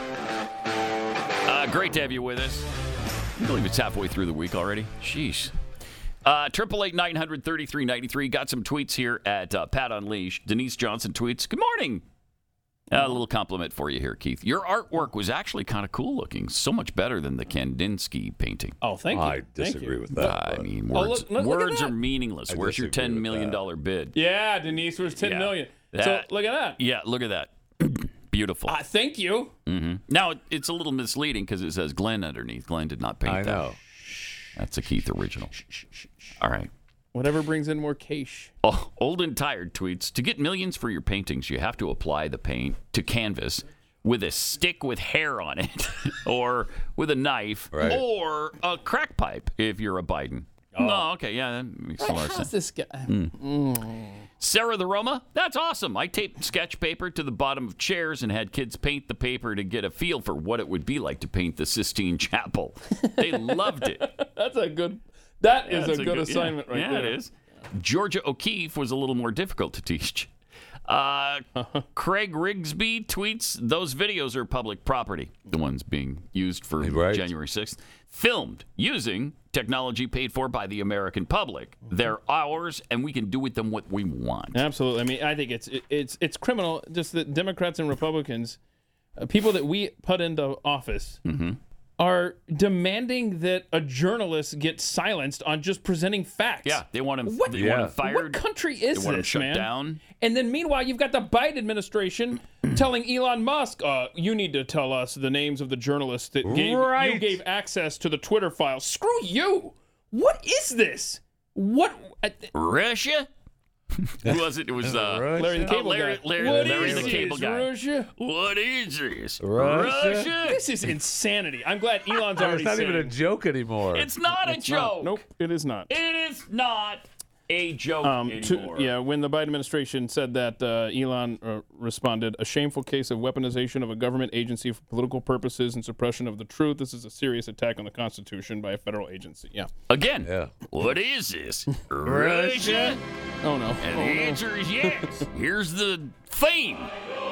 [SPEAKER 2] Uh, great to have you with us. I believe it's halfway through the week already. Jeez. Uh, Triple eight nine hundred thirty three ninety three. Got some tweets here at uh, Pat Unleash. Denise Johnson tweets. Good morning. Uh, a little compliment for you here, Keith. Your artwork was actually kind of cool looking. So much better than the Kandinsky painting.
[SPEAKER 3] Oh, thank you.
[SPEAKER 4] I disagree with that.
[SPEAKER 2] I mean,
[SPEAKER 3] Oh,
[SPEAKER 2] words,
[SPEAKER 3] look- look at
[SPEAKER 2] words
[SPEAKER 3] that.
[SPEAKER 2] are meaningless.
[SPEAKER 4] I
[SPEAKER 2] Where's your
[SPEAKER 4] disagree
[SPEAKER 2] ten
[SPEAKER 4] with
[SPEAKER 2] million
[SPEAKER 4] that.
[SPEAKER 2] dollar bid?
[SPEAKER 3] Yeah, Denise was ten
[SPEAKER 2] Yeah.
[SPEAKER 3] million.
[SPEAKER 2] That-
[SPEAKER 3] so look at that.
[SPEAKER 2] Yeah, look at that. Beautiful.
[SPEAKER 3] Uh, thank you.
[SPEAKER 2] hmm Now it- it's a little misleading because it says Glenn underneath. Glenn did not paint
[SPEAKER 4] I
[SPEAKER 2] that.
[SPEAKER 4] know.
[SPEAKER 2] That's a Keith original. All right.
[SPEAKER 3] Whatever brings in more cash.
[SPEAKER 2] Oh, old and tired tweets. To get millions for your paintings, you have to apply the paint to canvas with a stick with hair on it, or with a knife,
[SPEAKER 4] Right.
[SPEAKER 2] or a crack pipe if you're a Biden. Oh, okay. Yeah, that makes a lot of sense.
[SPEAKER 3] How's this guy?
[SPEAKER 2] Hmm.
[SPEAKER 3] Mm.
[SPEAKER 2] Sarah the Roma, that's awesome. I taped sketch paper to the bottom of chairs and had kids paint the paper to get a feel for what it would be like to paint the Sistine Chapel. They loved it.
[SPEAKER 3] That's a good. That is
[SPEAKER 2] That's
[SPEAKER 3] a, good,
[SPEAKER 2] yeah.
[SPEAKER 3] assignment right
[SPEAKER 2] yeah,
[SPEAKER 3] there.
[SPEAKER 2] it is. Georgia O'Keeffe was a little more difficult to teach. Uh, Craig Rigsby tweets Those videos are public property, the ones being used for
[SPEAKER 4] Right.
[SPEAKER 2] January 6th, filmed using technology paid for by the American public. They're ours, and we can do with them what we want.
[SPEAKER 3] Absolutely. I mean, I think it's it- it's it's criminal. Just that Democrats and Republicans, uh, people that we put into office,
[SPEAKER 2] Mm-hmm.
[SPEAKER 3] are demanding that a journalist get silenced on just presenting facts.
[SPEAKER 2] Yeah, they want him,
[SPEAKER 3] What-
[SPEAKER 2] they want him
[SPEAKER 3] What
[SPEAKER 2] fired.
[SPEAKER 3] country is
[SPEAKER 2] They want him
[SPEAKER 3] this,
[SPEAKER 2] shut
[SPEAKER 3] man?
[SPEAKER 2] down.
[SPEAKER 3] And then meanwhile, you've got the Biden administration telling Elon Musk, uh, "You need to tell us the names of the journalists that gave you
[SPEAKER 4] Right.
[SPEAKER 3] gave access to the Twitter file." Screw you! What is this? What? I-
[SPEAKER 2] Russia? Who was it? It was uh,
[SPEAKER 4] Russia?
[SPEAKER 3] Larry the
[SPEAKER 2] uh,
[SPEAKER 3] Cable
[SPEAKER 2] Larry,
[SPEAKER 3] Guy.
[SPEAKER 2] Larry,
[SPEAKER 3] What
[SPEAKER 2] Larry
[SPEAKER 3] is
[SPEAKER 2] the Cable
[SPEAKER 3] this,
[SPEAKER 2] Guy.
[SPEAKER 3] Russia?
[SPEAKER 2] What is this?
[SPEAKER 4] Russia?
[SPEAKER 3] This is insanity. I'm glad Elon's
[SPEAKER 4] It's
[SPEAKER 3] already
[SPEAKER 4] not
[SPEAKER 3] said
[SPEAKER 4] even a
[SPEAKER 3] it.
[SPEAKER 4] joke anymore.
[SPEAKER 2] It's not a joke.
[SPEAKER 3] Nope, it is not.
[SPEAKER 2] It is not a joke
[SPEAKER 3] Um, to-
[SPEAKER 2] anymore.
[SPEAKER 3] yeah, when the Biden administration said that, uh, Elon uh, responded, "A shameful case of weaponization of a government agency for political purposes and suppression of the truth. This is a serious attack on the Constitution by a federal agency." Yeah.
[SPEAKER 2] Again.
[SPEAKER 4] Yeah.
[SPEAKER 2] What is this? Russia?
[SPEAKER 3] Oh no.
[SPEAKER 2] And the answer is yes. Here's the theme.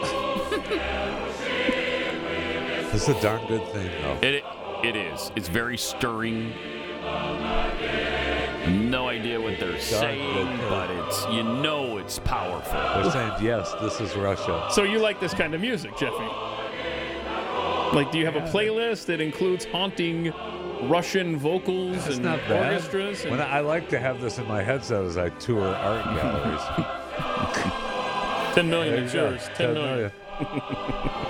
[SPEAKER 4] It's a darn good thing, though.
[SPEAKER 2] It, it is. It's very stirring. No idea what they're saying,
[SPEAKER 4] good.
[SPEAKER 2] but it's you know it's powerful.
[SPEAKER 4] They're saying, yes, this is Russia.
[SPEAKER 3] So you like this kind of music, Jeffy? Like, do you have a playlist that includes haunting Russian vocals
[SPEAKER 4] It's
[SPEAKER 3] and
[SPEAKER 4] not bad.
[SPEAKER 3] orchestras? and-
[SPEAKER 4] When I, I like to have this in my headset as I tour art galleries.
[SPEAKER 3] Ten million
[SPEAKER 4] There
[SPEAKER 3] is
[SPEAKER 4] you go.
[SPEAKER 3] yours. Ten
[SPEAKER 4] Ten
[SPEAKER 3] million.
[SPEAKER 4] million.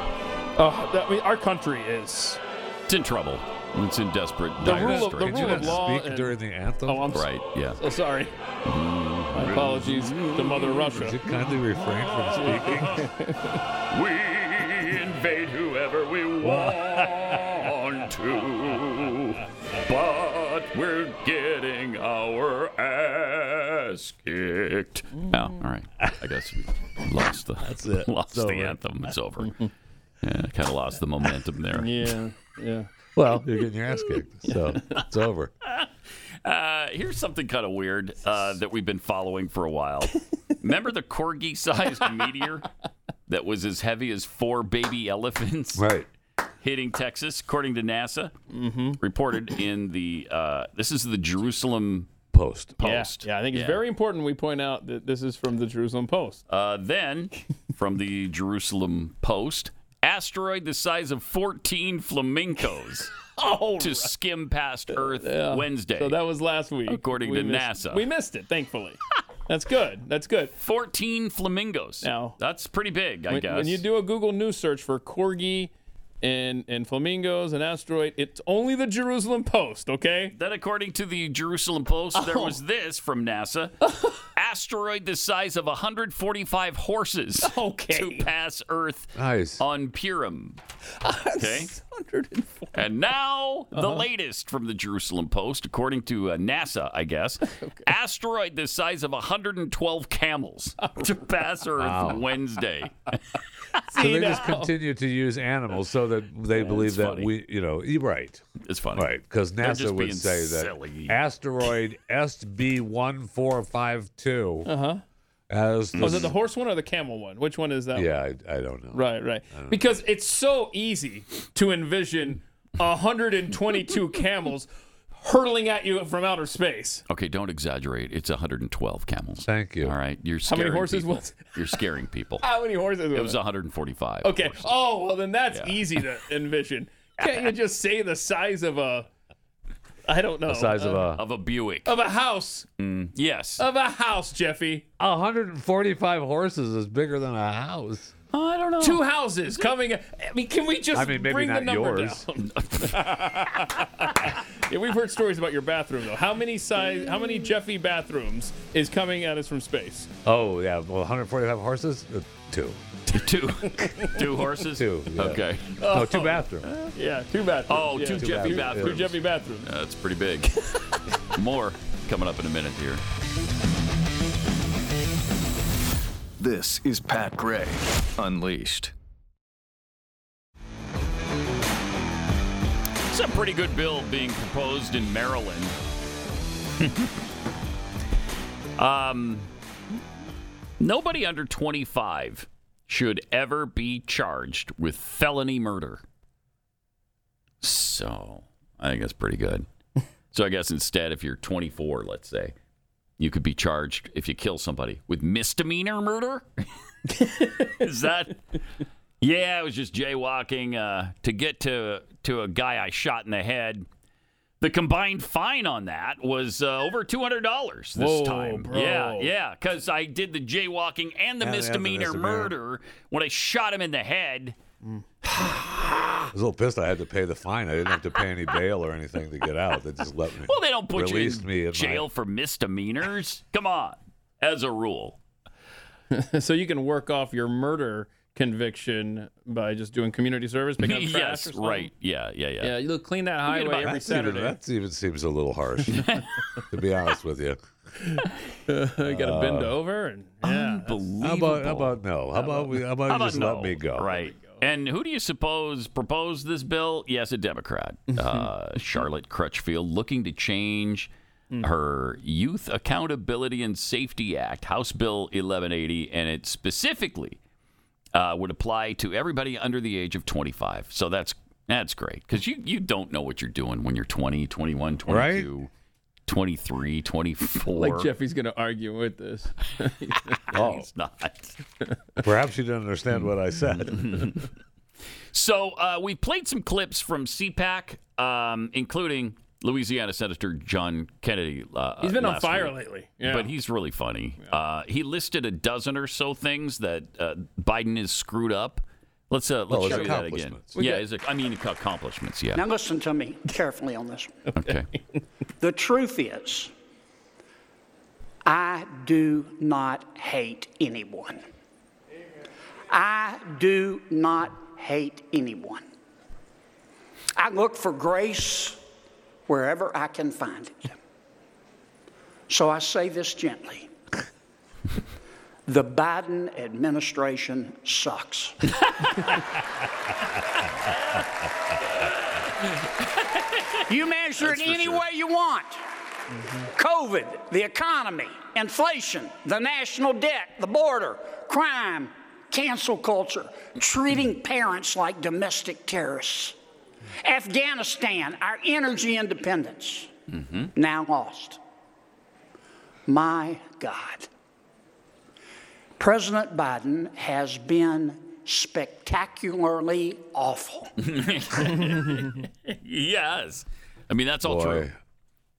[SPEAKER 3] Oh, that, I mean, our country is.
[SPEAKER 2] It's in trouble. It's in desperate dire
[SPEAKER 3] rule of- the
[SPEAKER 2] straits.
[SPEAKER 4] Did you
[SPEAKER 3] rule of
[SPEAKER 4] not
[SPEAKER 3] law
[SPEAKER 4] speak
[SPEAKER 3] and-
[SPEAKER 4] during the anthem?
[SPEAKER 3] Oh, I'm s-
[SPEAKER 2] Right, yeah.
[SPEAKER 3] so sorry. My apologies to Mother
[SPEAKER 4] Would
[SPEAKER 3] Russia.
[SPEAKER 4] you kindly refrain from speaking?
[SPEAKER 2] We invade whoever we want to, but we're getting our ass kicked. Oh, all right. I guess we lost the
[SPEAKER 3] That's it.
[SPEAKER 2] lost
[SPEAKER 3] It's over.
[SPEAKER 2] the anthem. It's over. yeah, I kind of lost the momentum there.
[SPEAKER 3] Yeah, yeah.
[SPEAKER 4] Well, you're getting your ass kicked, so it's over.
[SPEAKER 2] Uh, here's something kind of weird uh, that we've been following for a while. Remember the corgi-sized meteor that was as heavy as four baby elephants,
[SPEAKER 4] right? Mm-hmm.
[SPEAKER 2] Hitting Texas, according to NASA, reported in the uh, this is the Jerusalem
[SPEAKER 4] Post.
[SPEAKER 2] Post.
[SPEAKER 3] Yeah, yeah, I think it's
[SPEAKER 2] Yeah.
[SPEAKER 3] very important we point out that this is from the Jerusalem Post.
[SPEAKER 2] Uh, then, from the Jerusalem Post, asteroid the size of 14 flamingos to skim past Earth
[SPEAKER 3] Uh, Yeah.
[SPEAKER 2] Wednesday.
[SPEAKER 3] So that was last week.
[SPEAKER 2] According
[SPEAKER 3] We
[SPEAKER 2] to
[SPEAKER 3] missed-
[SPEAKER 2] NASA.
[SPEAKER 3] We missed it, thankfully. That's good. That's good.
[SPEAKER 2] 14 flamingos.
[SPEAKER 3] Now,
[SPEAKER 2] That's pretty big, I
[SPEAKER 3] when,
[SPEAKER 2] guess.
[SPEAKER 3] when you do a Google news search for corgi and, and flamingos and asteroid, it's only the Jerusalem Post, okay?
[SPEAKER 2] Then, according to the Jerusalem Post, there
[SPEAKER 3] Oh.
[SPEAKER 2] was this from NASA asteroid the size of 145 horses to pass Earth
[SPEAKER 4] Nice.
[SPEAKER 2] on Purim. Okay. And now, the
[SPEAKER 3] Uh-huh.
[SPEAKER 2] latest from the Jerusalem Post, according to uh, NASA, I guess asteroid the size of 112 camels to pass Earth
[SPEAKER 4] Wow.
[SPEAKER 2] Wednesday.
[SPEAKER 4] So they just continue to use animals so that they believe that
[SPEAKER 2] funny.
[SPEAKER 4] we, you know, you're right.
[SPEAKER 2] It's funny.
[SPEAKER 4] Right, because
[SPEAKER 2] They're
[SPEAKER 4] NASA
[SPEAKER 2] just being
[SPEAKER 4] would say
[SPEAKER 2] silly.
[SPEAKER 4] that asteroid SB1452
[SPEAKER 3] Uh-huh.
[SPEAKER 4] as the,
[SPEAKER 3] Was Oh, it the horse one or the camel one? Which one is that? one?
[SPEAKER 4] Yeah, I, I don't know.
[SPEAKER 3] Right, right.
[SPEAKER 4] I don't know.
[SPEAKER 3] Because it's so easy to envision 122 camels hurtling at you from outer space.
[SPEAKER 2] Okay, don't exaggerate. It's 112 camels.
[SPEAKER 4] Thank you.
[SPEAKER 2] All right, you're
[SPEAKER 3] How
[SPEAKER 2] scaring
[SPEAKER 3] many horses
[SPEAKER 2] people.
[SPEAKER 3] was-
[SPEAKER 2] You're scaring people.
[SPEAKER 3] How many horses?
[SPEAKER 2] It was 145.
[SPEAKER 3] Okay. Oh, well, then that's
[SPEAKER 2] Yeah.
[SPEAKER 3] easy to envision. Can't you just say the size of a, I don't know, uh,
[SPEAKER 4] The size of a-
[SPEAKER 2] of a Buick.
[SPEAKER 3] of a house,
[SPEAKER 2] Mm, yes.
[SPEAKER 3] of a house, Jeffy.
[SPEAKER 4] 145 horses is bigger than a house.
[SPEAKER 2] Oh, I don't know.
[SPEAKER 3] Two houses coming. I mean, can we just
[SPEAKER 4] I mean, maybe
[SPEAKER 3] bring the
[SPEAKER 4] not
[SPEAKER 3] number
[SPEAKER 4] yours.
[SPEAKER 3] down? yeah, we've heard stories about your bathroom though. How many size? How many Jeffy bathrooms is coming at us from space?
[SPEAKER 4] Oh, yeah. Well, 145 horses? Uh, two.
[SPEAKER 2] two. two horses?
[SPEAKER 4] Two. yeah.
[SPEAKER 2] Okay.
[SPEAKER 4] No, two bathrooms.
[SPEAKER 3] Oh. Yeah, two bathrooms.
[SPEAKER 2] Oh,
[SPEAKER 3] yeah.
[SPEAKER 2] two Jeffy
[SPEAKER 3] two-
[SPEAKER 2] bathrooms.
[SPEAKER 3] Two Jeffy bathrooms.
[SPEAKER 2] Yeah, that's pretty big. More coming up in a minute here.
[SPEAKER 1] This is Pat Gray Unleashed.
[SPEAKER 2] It's a pretty good bill being proposed in Maryland. um, nobody under 25 should ever be charged with felony murder. So I think that's pretty good. so I guess instead, if you're 24, let's say, you could be charged if you kill somebody with misdemeanor murder. Is that? Yeah, I was just jaywalking uh, to get to to a guy I shot in the head. The combined fine on that was uh, over two hundred dollars this
[SPEAKER 3] Whoa,
[SPEAKER 2] time.
[SPEAKER 3] bro.
[SPEAKER 2] Yeah, yeah, because I did the jaywalking and
[SPEAKER 4] And
[SPEAKER 2] the
[SPEAKER 4] the- and the
[SPEAKER 2] misdemeanor
[SPEAKER 4] misdemeanor.
[SPEAKER 2] murder when I shot him in the head.
[SPEAKER 4] I was a little pissed I had to pay the fine. I didn't have to pay any bail or anything to get out. They just let me.
[SPEAKER 2] Well, they don't put
[SPEAKER 4] released
[SPEAKER 2] you in
[SPEAKER 4] me my-
[SPEAKER 2] jail for misdemeanors. Come on, as a rule.
[SPEAKER 3] so you can work off your murder conviction by just doing community service, picking up trash or
[SPEAKER 2] yes,
[SPEAKER 3] something.
[SPEAKER 2] right. Yeah, yeah, yeah.
[SPEAKER 3] Yeah, you look clean
[SPEAKER 2] You
[SPEAKER 3] that
[SPEAKER 2] get
[SPEAKER 3] highway
[SPEAKER 2] about-
[SPEAKER 3] every
[SPEAKER 4] That's even,
[SPEAKER 3] Saturday.
[SPEAKER 4] that even seems a little harsh, to be honest with you. Uh,
[SPEAKER 3] you gotta bend over and yeah.
[SPEAKER 2] Unbelievable.
[SPEAKER 4] How about, how about no? How about we? How about,
[SPEAKER 2] How
[SPEAKER 4] you
[SPEAKER 2] about
[SPEAKER 4] just
[SPEAKER 2] no?
[SPEAKER 4] let me go?
[SPEAKER 2] Right. And who do you suppose proposed this bill? Yes, a Democrat, uh, Charlotte Crutchfield, looking to change her Youth Accountability and Safety Act, House Bill 1180, and it specifically uh, would apply to everybody under the age of 25. So that's that's great because you you don't know what you're doing when you're 20, 21, 22, 23, 24.
[SPEAKER 3] Like Jeffy's gonna argue with this.
[SPEAKER 4] Oh,
[SPEAKER 2] It's not.
[SPEAKER 4] perhaps you didn't understand what I said.
[SPEAKER 2] So uh, we played some clips from CPAC, um, including Louisiana Senator John Kennedy. Uh,
[SPEAKER 3] He's been on
[SPEAKER 2] last
[SPEAKER 3] fire
[SPEAKER 2] week.
[SPEAKER 3] lately. Yeah.
[SPEAKER 2] But he's really funny. Uh, he listed a dozen or so things that uh, Biden has screwed up. Let's uh, let's
[SPEAKER 4] his
[SPEAKER 2] show you that again.
[SPEAKER 4] accomplishments.
[SPEAKER 2] Yeah, his, ac- I mean ac- accomplishments. Yeah.
[SPEAKER 18] Now listen to me carefully on this.
[SPEAKER 2] Okay.
[SPEAKER 18] The truth is, I do not hate anyone. I do not hate anyone. I look for grace wherever I can find it. So I say this gently. The Biden administration sucks. you measure
[SPEAKER 19] That's
[SPEAKER 18] it
[SPEAKER 19] for
[SPEAKER 18] any
[SPEAKER 19] sure.
[SPEAKER 18] way you want. COVID, the economy, inflation, the national debt, the border, crime, cancel culture, treating parents like domestic terrorists, Afghanistan, our energy independence, now lost. My God. President Biden has been spectacularly awful.
[SPEAKER 2] yes. I mean, that's all true.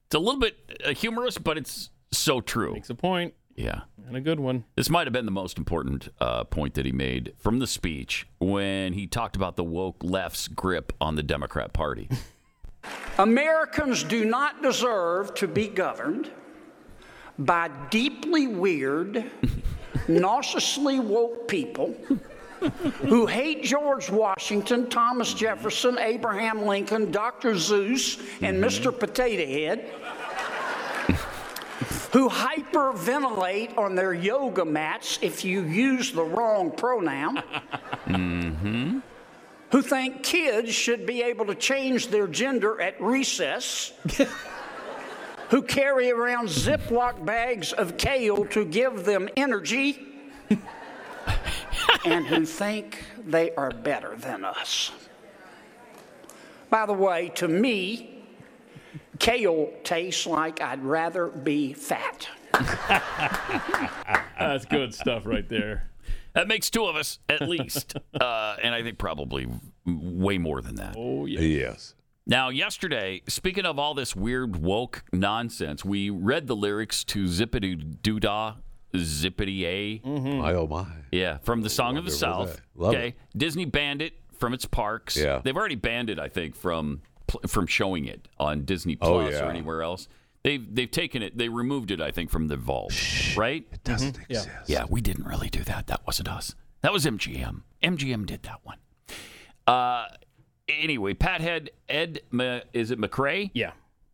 [SPEAKER 2] It's a little bit uh, humorous, but it's so true. Makes
[SPEAKER 3] a point.
[SPEAKER 2] Yeah.
[SPEAKER 3] And a good one.
[SPEAKER 2] This might have been the most important uh, point that he made from the speech when he talked about the woke left's grip on the Democrat Party.
[SPEAKER 18] Americans do not deserve to be governed by deeply weird, narcissistically woke people who hate George Washington, Thomas Jefferson, Abraham Lincoln, Dr. Zeus, and Mr. Potato Head, who hyperventilate on their yoga mats if you use the wrong pronoun
[SPEAKER 19] Mm-hmm.
[SPEAKER 18] who think kids should be able to change their gender at recess, who carry around Ziploc bags of kale to give them energy, and who think they are better than us. By the way, to me, kale tastes like I'd rather be fat.
[SPEAKER 3] That's good stuff right there.
[SPEAKER 2] That makes two of us at least, uh, and I think probably way more than that.
[SPEAKER 3] Oh yes.
[SPEAKER 4] yes.
[SPEAKER 2] Now, yesterday, speaking of all this weird woke nonsense, we read the lyrics to "Zippity Doo Dah, Zippity A."
[SPEAKER 3] Mm-hmm.
[SPEAKER 4] My oh my.
[SPEAKER 2] Yeah, from the Song of the
[SPEAKER 4] Wonderful
[SPEAKER 2] South.
[SPEAKER 4] day. Love
[SPEAKER 2] okay, Disney banned it from its parks.
[SPEAKER 4] Yeah.
[SPEAKER 2] they've already banned it, I think, from pl- from showing it on Disney
[SPEAKER 4] Oh,
[SPEAKER 2] Plus or
[SPEAKER 4] yeah.
[SPEAKER 2] anywhere else. They've they've taken it. They removed it, I think, from the vault. Right? It
[SPEAKER 3] Mm-hmm.
[SPEAKER 4] doesn't
[SPEAKER 2] exist. Yeah. we didn't really do that. That wasn't us. That was MGM. MGM did that one. Uh, anyway, Pat Head Ed Ma- is it McRae?
[SPEAKER 3] Yeah,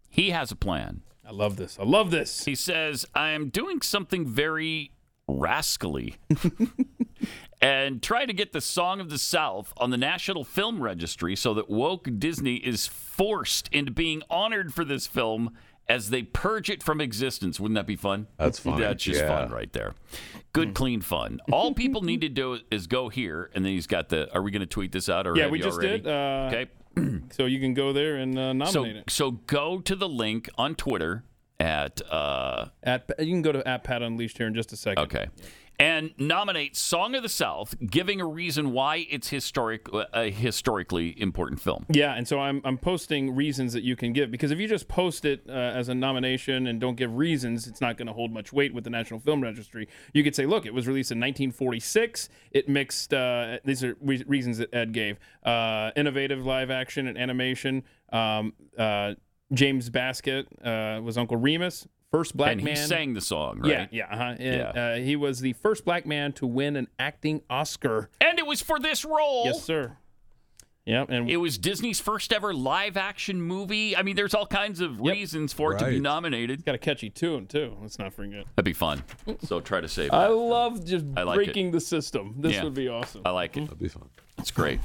[SPEAKER 2] he has a plan.
[SPEAKER 3] I love this. I love this.
[SPEAKER 2] He says I am doing something very rascally and try to get the Song of the South on the National Film Registry so that woke Disney is forced into being honored for this film as they purge it from existence. Wouldn't that be fun?
[SPEAKER 4] That's fun.
[SPEAKER 2] That's just
[SPEAKER 4] Yeah.
[SPEAKER 2] fun right there.
[SPEAKER 3] Hmm.
[SPEAKER 2] Good, clean fun. All people need to do is go here, and then he's got the. Are we going to tweet this out? Or
[SPEAKER 3] yeah,
[SPEAKER 2] have
[SPEAKER 3] we
[SPEAKER 2] you
[SPEAKER 3] just
[SPEAKER 2] already?
[SPEAKER 3] did. Uh,
[SPEAKER 2] okay.
[SPEAKER 3] So you can go there and uh, nominate
[SPEAKER 2] So,
[SPEAKER 3] it.
[SPEAKER 2] so go to the link on Twitter at uh,
[SPEAKER 3] At you can go to at Pat Unleashed here in just a second.
[SPEAKER 2] Okay. and nominate Song of the South, giving a reason why it's historic, uh, a historically important film.
[SPEAKER 3] Yeah, and so I'm I'm posting reasons that you can give because if you just post it uh, as a nomination and don't give reasons, it's not going to hold much weight with the National Film Registry. You could say, look, it was released in 1946. It mixed uh, these are re- reasons that Ed gave: uh, innovative live action and animation. Um, uh, James Basket uh, was Uncle Remus, first black
[SPEAKER 2] and
[SPEAKER 3] man.
[SPEAKER 2] he sang the song, right?
[SPEAKER 3] Yeah, yeah, uh-huh. And,
[SPEAKER 2] Yeah.
[SPEAKER 3] Uh, he was the first black man to win an acting Oscar.
[SPEAKER 2] And it was for this role.
[SPEAKER 3] Yes, sir. Yep, and
[SPEAKER 2] It was Disney's first ever live action movie. I mean, there's all kinds of reasons for it to be
[SPEAKER 3] Right.
[SPEAKER 2] nominated. It's
[SPEAKER 3] got a catchy tune too. Let's not forget.
[SPEAKER 2] That'd be fun. So try to save
[SPEAKER 3] I
[SPEAKER 2] that.
[SPEAKER 3] love just
[SPEAKER 2] I like it.
[SPEAKER 3] breaking the system. This
[SPEAKER 2] Yeah.
[SPEAKER 3] would be awesome.
[SPEAKER 2] I like it. That'd be fun. It's great.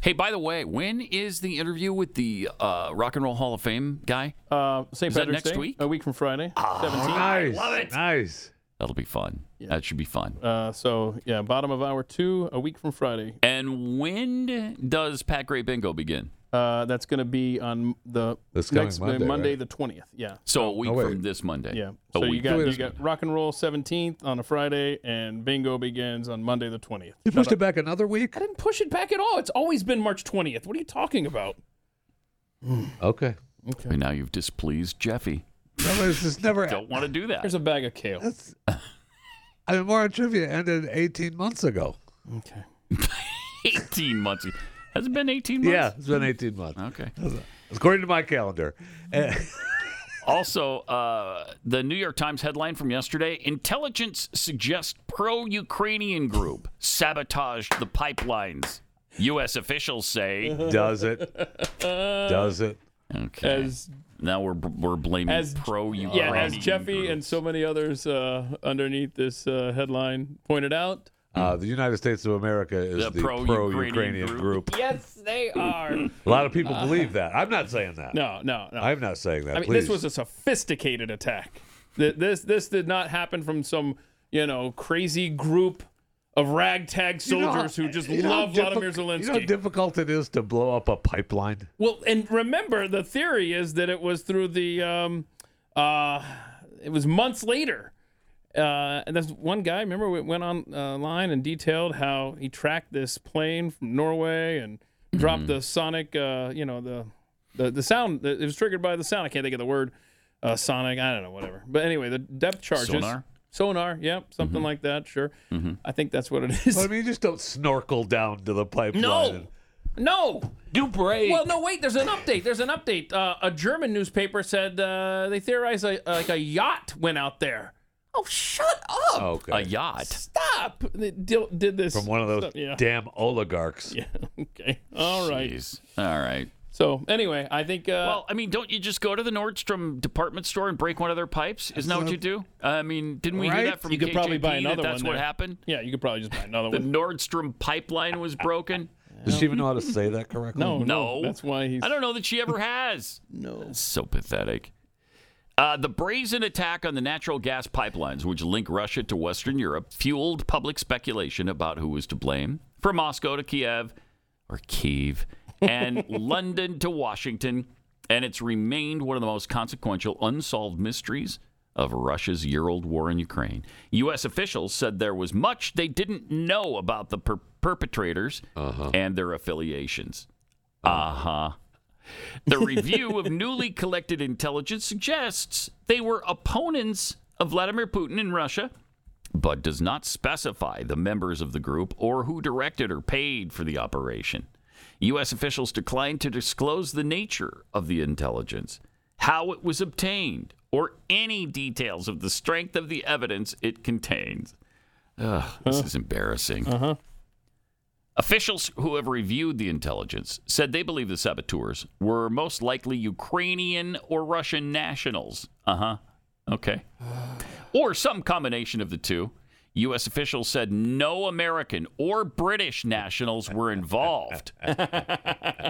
[SPEAKER 2] Hey, by the way, when is the interview with the uh, Rock and Roll Hall of Fame guy?
[SPEAKER 3] Uh, St.
[SPEAKER 2] Is that
[SPEAKER 3] Patrick's
[SPEAKER 2] next
[SPEAKER 3] Day,
[SPEAKER 2] week? Ah,
[SPEAKER 3] a week from Friday,
[SPEAKER 4] Oh, nice.
[SPEAKER 3] Love
[SPEAKER 4] it. Nice.
[SPEAKER 2] That'll be fun. That should be fun.
[SPEAKER 3] Uh, so yeah, bottom of hour two, a week from Friday.
[SPEAKER 2] And when does Pat Gray Bingo begin?
[SPEAKER 3] Uh, that's going to be on the
[SPEAKER 2] This coming
[SPEAKER 3] next
[SPEAKER 2] Monday, right?
[SPEAKER 3] the twentieth. Yeah.
[SPEAKER 2] So a week from this Monday.
[SPEAKER 3] Oh, Yeah.
[SPEAKER 2] A
[SPEAKER 3] so you
[SPEAKER 2] week.
[SPEAKER 3] got you got rock and roll seventeenth on a Friday, and bingo begins on Monday the twentieth.
[SPEAKER 4] You pushed it back another week.
[SPEAKER 3] I didn't push it back at all. It's always been March twentieth. What are you talking about?
[SPEAKER 4] Okay.
[SPEAKER 2] Okay. now you've displeased Jeffy.
[SPEAKER 4] This is never.
[SPEAKER 2] Don't want to do that.
[SPEAKER 3] Here's a bag of kale.
[SPEAKER 4] I mean, Warren Trivia ended 18 months ago.
[SPEAKER 3] Okay.
[SPEAKER 2] 18 months. Has it been 18 months?
[SPEAKER 4] Yeah, it's been 18 months.
[SPEAKER 2] Okay.
[SPEAKER 4] According to my calendar. Eh,
[SPEAKER 2] Also, uh, the New York Times headline from yesterday intelligence suggests pro Ukrainian group sabotaged the pipelines. U.S. officials say.
[SPEAKER 4] Does it? Does it?
[SPEAKER 2] Okay.
[SPEAKER 3] As
[SPEAKER 2] Now we're we're blaming pro Ukraine.
[SPEAKER 3] yeah, as Jeffy and so many others uh, underneath this uh, headline pointed out.
[SPEAKER 4] Uh, the United States of America is
[SPEAKER 3] The
[SPEAKER 4] the,
[SPEAKER 3] pro-Ukrainian
[SPEAKER 4] pro-Ukrainian group.
[SPEAKER 3] Yes, they are.
[SPEAKER 4] A lot of people
[SPEAKER 3] Uh,
[SPEAKER 4] believe that. I'm not saying that.
[SPEAKER 3] No, no, no.
[SPEAKER 4] I'm not saying that.
[SPEAKER 3] I mean,
[SPEAKER 4] please.
[SPEAKER 3] this was a sophisticated attack. Th- This this did not happen from some you know crazy group of ragtag
[SPEAKER 4] You know how-
[SPEAKER 3] soldiers who just
[SPEAKER 4] you know how
[SPEAKER 3] love Vladimir
[SPEAKER 4] difficult-
[SPEAKER 3] Zelensky.
[SPEAKER 4] You know how difficult it is to blow up a pipeline.
[SPEAKER 3] Well, and remember, the theory is that it was through the, um, uh, it was months later. Uh, and that's one guy. Remember, we went online uh, line and detailed how he tracked this plane from Norway and dropped the sonic, uh, you know, the, the the sound. It was triggered by the sound. I can't think of the word. Uh, sonic. I don't know. Whatever. But anyway, the depth charges.
[SPEAKER 4] Sonar?
[SPEAKER 3] Sonar. Yep. Something like that. Sure. I think that's what it is.
[SPEAKER 4] I mean, you just don't snorkel down to the pipeline.
[SPEAKER 3] No. No.
[SPEAKER 2] Do brave.
[SPEAKER 3] Well, no, wait. There's an update. There's an update. Uh, a German newspaper said uh, they theorized a, like a yacht went out there. Oh, shut up!
[SPEAKER 4] Okay.
[SPEAKER 2] A yacht.
[SPEAKER 3] Stop. They dil- did this
[SPEAKER 4] From one of those
[SPEAKER 3] Yeah.
[SPEAKER 4] damn oligarchs.
[SPEAKER 3] Yeah. Okay. All right.
[SPEAKER 2] All right.
[SPEAKER 3] So anyway, I think. Uh,
[SPEAKER 2] well, I mean, don't you just go to the Nordstrom department store and break one of their pipes? Isn't that what you do? I mean, didn't we hear that from
[SPEAKER 3] You could probably
[SPEAKER 2] KJP
[SPEAKER 3] buy another
[SPEAKER 2] that that's
[SPEAKER 3] one.
[SPEAKER 2] what
[SPEAKER 3] there.
[SPEAKER 2] happened.
[SPEAKER 3] Yeah, you could probably just buy another
[SPEAKER 2] The
[SPEAKER 3] one.
[SPEAKER 2] Nordstrom pipeline was broken.
[SPEAKER 4] Does she even know how to say that correctly?
[SPEAKER 2] No, no,
[SPEAKER 3] That's why he's.
[SPEAKER 2] I don't know that she ever has.
[SPEAKER 3] no.
[SPEAKER 2] So pathetic. Uh, the brazen attack on the natural gas pipelines, which link Russia to Western Europe, fueled public speculation about who was to blame from Moscow to Kiev or Kiev and London to Washington. And it's remained one of the most consequential unsolved mysteries of Russia's year old war in Ukraine. U.S. officials said there was much they didn't know about the per- perpetrators and their affiliations. Uh huh. The review of newly collected intelligence suggests they were opponents of Vladimir Putin in Russia, but does not specify the members of the group or who directed or paid for the operation. U.S. officials declined to disclose the nature of the intelligence, how it was obtained, or any details of the strength of the evidence it contains. Ugh, this is embarrassing.
[SPEAKER 3] Uh-huh.
[SPEAKER 2] Officials who have reviewed the intelligence said they believe the saboteurs were most likely Ukrainian or Russian nationals. Uh huh. Okay. Or some combination of the two. U.S. officials said no American or British nationals were involved.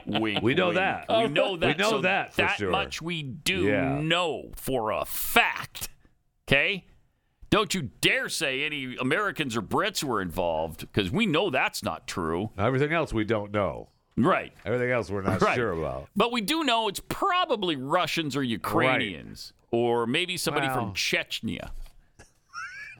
[SPEAKER 2] wink,
[SPEAKER 4] We know
[SPEAKER 2] wink.
[SPEAKER 4] that.
[SPEAKER 2] We know that.
[SPEAKER 4] We know
[SPEAKER 2] so
[SPEAKER 4] that for
[SPEAKER 2] that
[SPEAKER 4] sure.
[SPEAKER 2] much we do
[SPEAKER 4] Yeah.
[SPEAKER 2] know for a fact. Okay? Don't you dare say any Americans or Brits were involved because we know that's not true.
[SPEAKER 4] Everything else we don't know.
[SPEAKER 2] Right.
[SPEAKER 4] Everything else we're not
[SPEAKER 2] Right.
[SPEAKER 4] sure about.
[SPEAKER 2] But we do know it's probably Russians or Ukrainians or maybe somebody from
[SPEAKER 4] Wow.
[SPEAKER 2] Chechnya.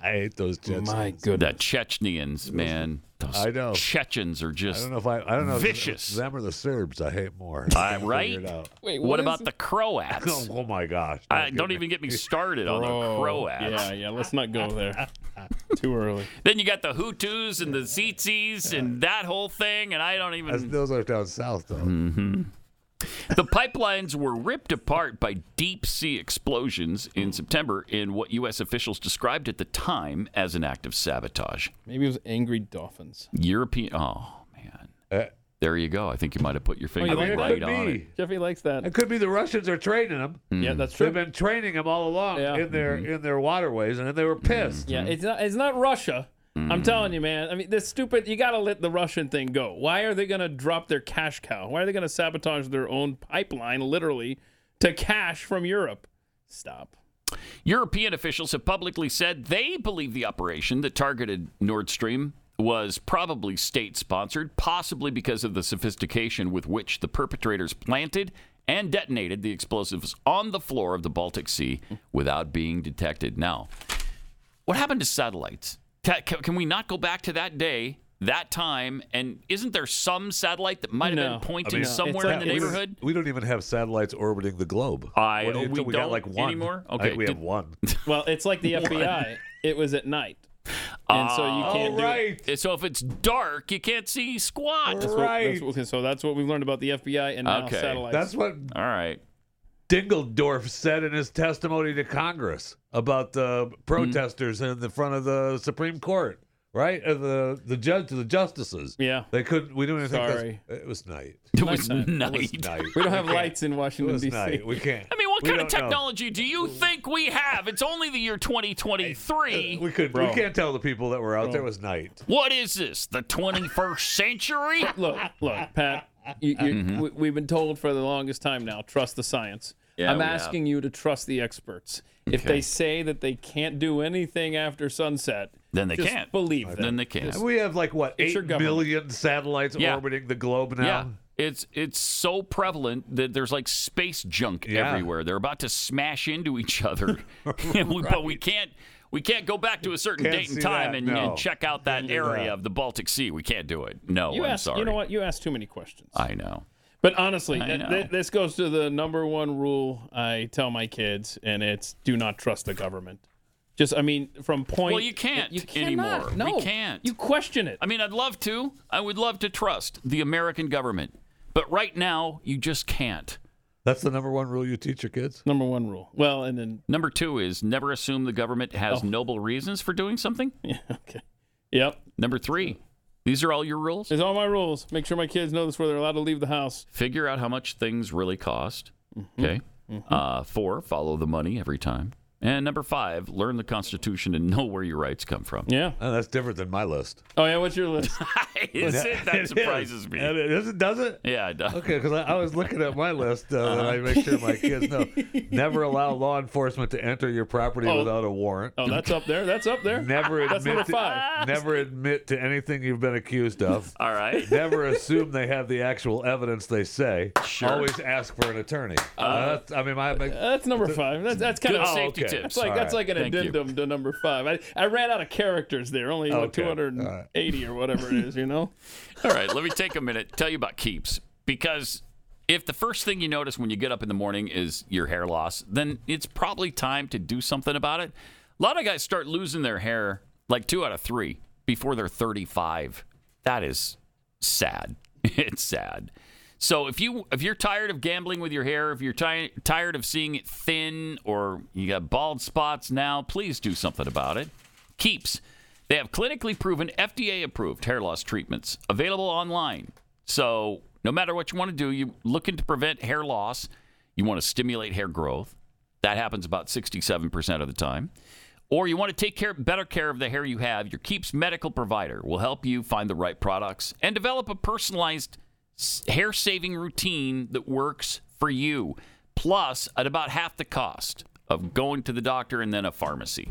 [SPEAKER 4] I hate those Jets.
[SPEAKER 2] My goodness. The Chechnyans, man. Those
[SPEAKER 4] I know.
[SPEAKER 2] Chechens are just
[SPEAKER 4] I don't know if I. I don't know. if it's
[SPEAKER 2] vicious.
[SPEAKER 4] Them or the Serbs? I hate more. I
[SPEAKER 2] I'm
[SPEAKER 4] can't
[SPEAKER 2] right.
[SPEAKER 4] figure it out.
[SPEAKER 2] Wait, what, about the Croats?
[SPEAKER 4] Oh, oh my gosh!
[SPEAKER 2] I, don't even get me started on the Croats.
[SPEAKER 3] Yeah, yeah. Let's not go there. Too early.
[SPEAKER 2] Then you got the Hutus and the Tsitsis and that whole thing, and I don't
[SPEAKER 4] That's,
[SPEAKER 2] even. Mm-hmm.
[SPEAKER 4] those are down south though.
[SPEAKER 2] The pipelines were ripped apart by deep sea explosions in September in what U.S. officials described at the time as an act of sabotage.
[SPEAKER 3] Maybe it was angry dolphins.
[SPEAKER 2] European. Oh man, there you go. I think you might have put your finger
[SPEAKER 4] mean, it
[SPEAKER 2] right
[SPEAKER 4] Oh, could
[SPEAKER 2] on
[SPEAKER 4] be.
[SPEAKER 2] it.
[SPEAKER 3] Jeffy Oh, likes that.
[SPEAKER 4] It could be the Russians are training them.
[SPEAKER 3] Yeah, that's true.
[SPEAKER 4] They've been training them all along
[SPEAKER 3] Yeah.
[SPEAKER 4] in their
[SPEAKER 2] Mm-hmm.
[SPEAKER 4] in their waterways, and they were pissed.
[SPEAKER 3] Yeah, it's not it's not Russia.
[SPEAKER 2] Mm-hmm.
[SPEAKER 3] I'm telling you, man. I mean, this stupid. You gotta let the Russian thing go. Why are they gonna drop their cash cow? Why are they gonna sabotage their own pipeline, literally, to cash from Europe? Stop.
[SPEAKER 2] European officials have publicly said they believe the operation that targeted Nord Stream was probably state sponsored, possibly because of the sophistication with which the perpetrators planted and detonated the explosives on the floor of the Baltic Sea without being detected. Now, what happened to satellites? Ca- ca- Can, we not go back to that day, that time? And isn't there some satellite that might have
[SPEAKER 4] No.
[SPEAKER 2] been pointing somewhere in the
[SPEAKER 4] we don't-
[SPEAKER 2] neighborhood?
[SPEAKER 4] We don't even have satellites orbiting the globe.
[SPEAKER 2] I-
[SPEAKER 4] What do you
[SPEAKER 2] we
[SPEAKER 4] think? we got
[SPEAKER 2] don't
[SPEAKER 4] like one
[SPEAKER 2] anymore?
[SPEAKER 4] I think
[SPEAKER 2] Okay,
[SPEAKER 4] we
[SPEAKER 2] did-
[SPEAKER 4] have one.
[SPEAKER 3] Well, it's like the
[SPEAKER 4] What?
[SPEAKER 3] FBI. It was at night, and so you
[SPEAKER 2] Ah.
[SPEAKER 3] can't do it.
[SPEAKER 2] So if it's dark, you can't see squat.
[SPEAKER 3] That's what- that's what- okay, so that's what we've learned about the FBI and now
[SPEAKER 2] Okay.
[SPEAKER 3] satellites.
[SPEAKER 4] That's what
[SPEAKER 2] All right.
[SPEAKER 4] Dingledorf said in his testimony to Congress about
[SPEAKER 2] Mm-hmm.
[SPEAKER 4] the protesters in the front of the Supreme Court, right? Uh, the the judge, the justices.
[SPEAKER 3] Yeah.
[SPEAKER 4] They couldn't. We didn't even think that's-
[SPEAKER 3] Sorry.
[SPEAKER 4] it was night.
[SPEAKER 2] It was
[SPEAKER 4] Nighttime.
[SPEAKER 2] night.
[SPEAKER 4] It was night.
[SPEAKER 3] We don't have
[SPEAKER 4] can't-
[SPEAKER 3] lights in
[SPEAKER 4] It
[SPEAKER 3] Washington
[SPEAKER 4] was
[SPEAKER 3] D.C.
[SPEAKER 4] night. We can't.
[SPEAKER 2] I mean, what what
[SPEAKER 4] We
[SPEAKER 2] kind of
[SPEAKER 4] don't know.
[SPEAKER 2] technology do you think we have? It's only the year 2023.
[SPEAKER 4] uh, We could.
[SPEAKER 2] Bro.
[SPEAKER 4] We can't tell the people that were out there. It was night.
[SPEAKER 2] What is this? The 21st century?
[SPEAKER 3] look, look, Pat. You, you,
[SPEAKER 2] Mm-hmm.
[SPEAKER 4] Mhm.
[SPEAKER 3] we, we've been told for the longest time now, trust the science.
[SPEAKER 2] Yeah,
[SPEAKER 3] I'm
[SPEAKER 2] we have.
[SPEAKER 3] asking you to trust the experts. If
[SPEAKER 2] Okay.
[SPEAKER 3] they say that they can't do anything after sunset,
[SPEAKER 2] Then they
[SPEAKER 3] just
[SPEAKER 2] can't.
[SPEAKER 3] Believe
[SPEAKER 2] Then
[SPEAKER 3] them.
[SPEAKER 2] they can't.
[SPEAKER 3] Just-
[SPEAKER 4] we have like what
[SPEAKER 3] It's
[SPEAKER 4] eight
[SPEAKER 3] your government.
[SPEAKER 4] billion satellites
[SPEAKER 2] Yeah.
[SPEAKER 4] orbiting the globe now.
[SPEAKER 2] Yeah. It's it's so prevalent that there's like space junk
[SPEAKER 4] Yeah.
[SPEAKER 2] everywhere. They're about to smash into each other. And we- But we can't we can't go back to a certain
[SPEAKER 3] Can't
[SPEAKER 2] date and
[SPEAKER 3] see
[SPEAKER 2] time
[SPEAKER 3] that,
[SPEAKER 2] and,
[SPEAKER 3] no.
[SPEAKER 2] and check out that
[SPEAKER 3] do
[SPEAKER 2] area
[SPEAKER 3] that.
[SPEAKER 2] of the Baltic Sea. We can't do it. No,
[SPEAKER 3] you
[SPEAKER 2] Oh, I'm
[SPEAKER 3] asked,
[SPEAKER 2] sorry.
[SPEAKER 3] You know what? You asked too many questions.
[SPEAKER 2] I know.
[SPEAKER 3] But honestly,
[SPEAKER 2] I
[SPEAKER 3] th-
[SPEAKER 2] know.
[SPEAKER 3] th- this goes to the number one rule I tell my kids, and it's do not trust the government. Just, I mean, from point.
[SPEAKER 2] Well, you can't
[SPEAKER 3] you
[SPEAKER 2] anymore.
[SPEAKER 3] cannot.
[SPEAKER 2] We
[SPEAKER 3] No,
[SPEAKER 2] can't.
[SPEAKER 3] You question it.
[SPEAKER 2] I mean, I'd love to. I would love to trust the American government. But right now, you just can't.
[SPEAKER 4] That's the number one rule you teach your kids.
[SPEAKER 3] Number one rule. Well, and then
[SPEAKER 2] Number two is never assume the government has noble reasons for doing something.
[SPEAKER 3] Oh. Yeah, okay. Yep.
[SPEAKER 2] Number three, these are all your rules.
[SPEAKER 3] It's all my rules. Make sure my kids know this where they're allowed to leave the house. Mm-hmm.
[SPEAKER 2] Figure out how much things really cost. Okay. Uh, four, follow the money every time. And number five, learn the Constitution and know where your rights come from.
[SPEAKER 3] Yeah.
[SPEAKER 4] Oh, that's different than my list.
[SPEAKER 3] Oh yeah, what's your list?
[SPEAKER 2] is it? That
[SPEAKER 4] It
[SPEAKER 2] surprises
[SPEAKER 4] is.
[SPEAKER 2] me.
[SPEAKER 4] And it is- does it?
[SPEAKER 2] Yeah, it does.
[SPEAKER 4] Okay, because I, I was looking at my list uh, and I make sure my kids know. Never allow law enforcement to enter your property
[SPEAKER 3] Oh.
[SPEAKER 4] without a warrant.
[SPEAKER 3] Oh, that's up there. That's up there.
[SPEAKER 4] Never admit
[SPEAKER 3] That's number
[SPEAKER 4] to,
[SPEAKER 3] five.
[SPEAKER 4] Never admit to anything you've been accused of.
[SPEAKER 2] All right.
[SPEAKER 4] Never assume they have the actual evidence they say.
[SPEAKER 2] Sure.
[SPEAKER 4] Always ask for an attorney. Uh, that's, I mean, my, my-
[SPEAKER 3] That's number five. That's, that's kind
[SPEAKER 4] Good
[SPEAKER 3] of
[SPEAKER 4] safety
[SPEAKER 3] That's
[SPEAKER 4] tips.
[SPEAKER 3] like
[SPEAKER 4] All
[SPEAKER 3] that's
[SPEAKER 4] right.
[SPEAKER 3] like an
[SPEAKER 4] Thank you.
[SPEAKER 3] addendum to number five. I, I ran out of characters there. Only like
[SPEAKER 2] Okay.
[SPEAKER 3] 280 or whatever it is. You know.
[SPEAKER 2] All right, let me take a minute tell you about Keeps because if the first thing you notice when you get up in the morning is your hair loss, then it's probably time to do something about it. A lot of guys start losing their hair like 2 out of 3 before they're 35. That is sad. It's sad. So if you if you're tired of gambling with your hair, if you're ti- tired of seeing it thin or you got bald spots now, please do something about it. Keeps they have clinically proven FDA approved hair loss treatments available online. So, no matter what you want to do, you're looking to prevent hair loss, you want to stimulate hair growth. That happens about 67% of the time. Or you want to take care, better care of the hair you have, your Keeps medical provider will help you find the right products and develop a personalized hair saving routine that works for you, plus at about half the cost of going to the doctor and then a pharmacy.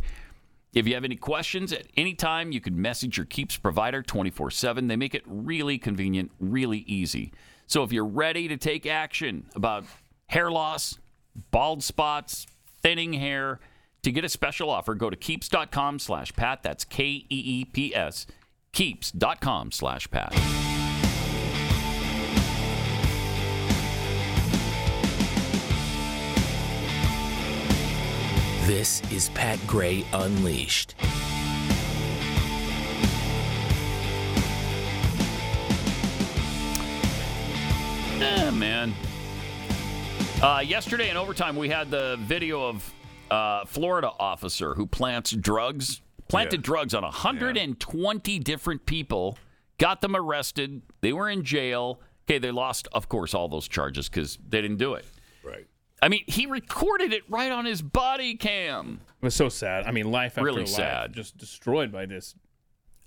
[SPEAKER 2] If you have any questions at any time, you can message your Keeps provider 24 7. They make it really convenient, really easy. So if you're ready to take action about hair loss, bald spots, thinning hair, to get a special offer, go to keeps.com slash Pat. That's K E E P S. Keeps.com slash Pat.
[SPEAKER 20] This is Pat Gray Unleashed.
[SPEAKER 2] Eh, man. Uh, yesterday in overtime, we had the video of uh, Florida officer who plants drugs, planted drugs on 120 different people, got them arrested. They were in jail. Okay, they lost, of course, all those charges because they didn't do it.
[SPEAKER 4] Right.
[SPEAKER 2] I mean, he recorded it right on his body cam.
[SPEAKER 3] It was so sad. I mean, life after
[SPEAKER 2] Really
[SPEAKER 3] life
[SPEAKER 2] sad.
[SPEAKER 3] just destroyed by this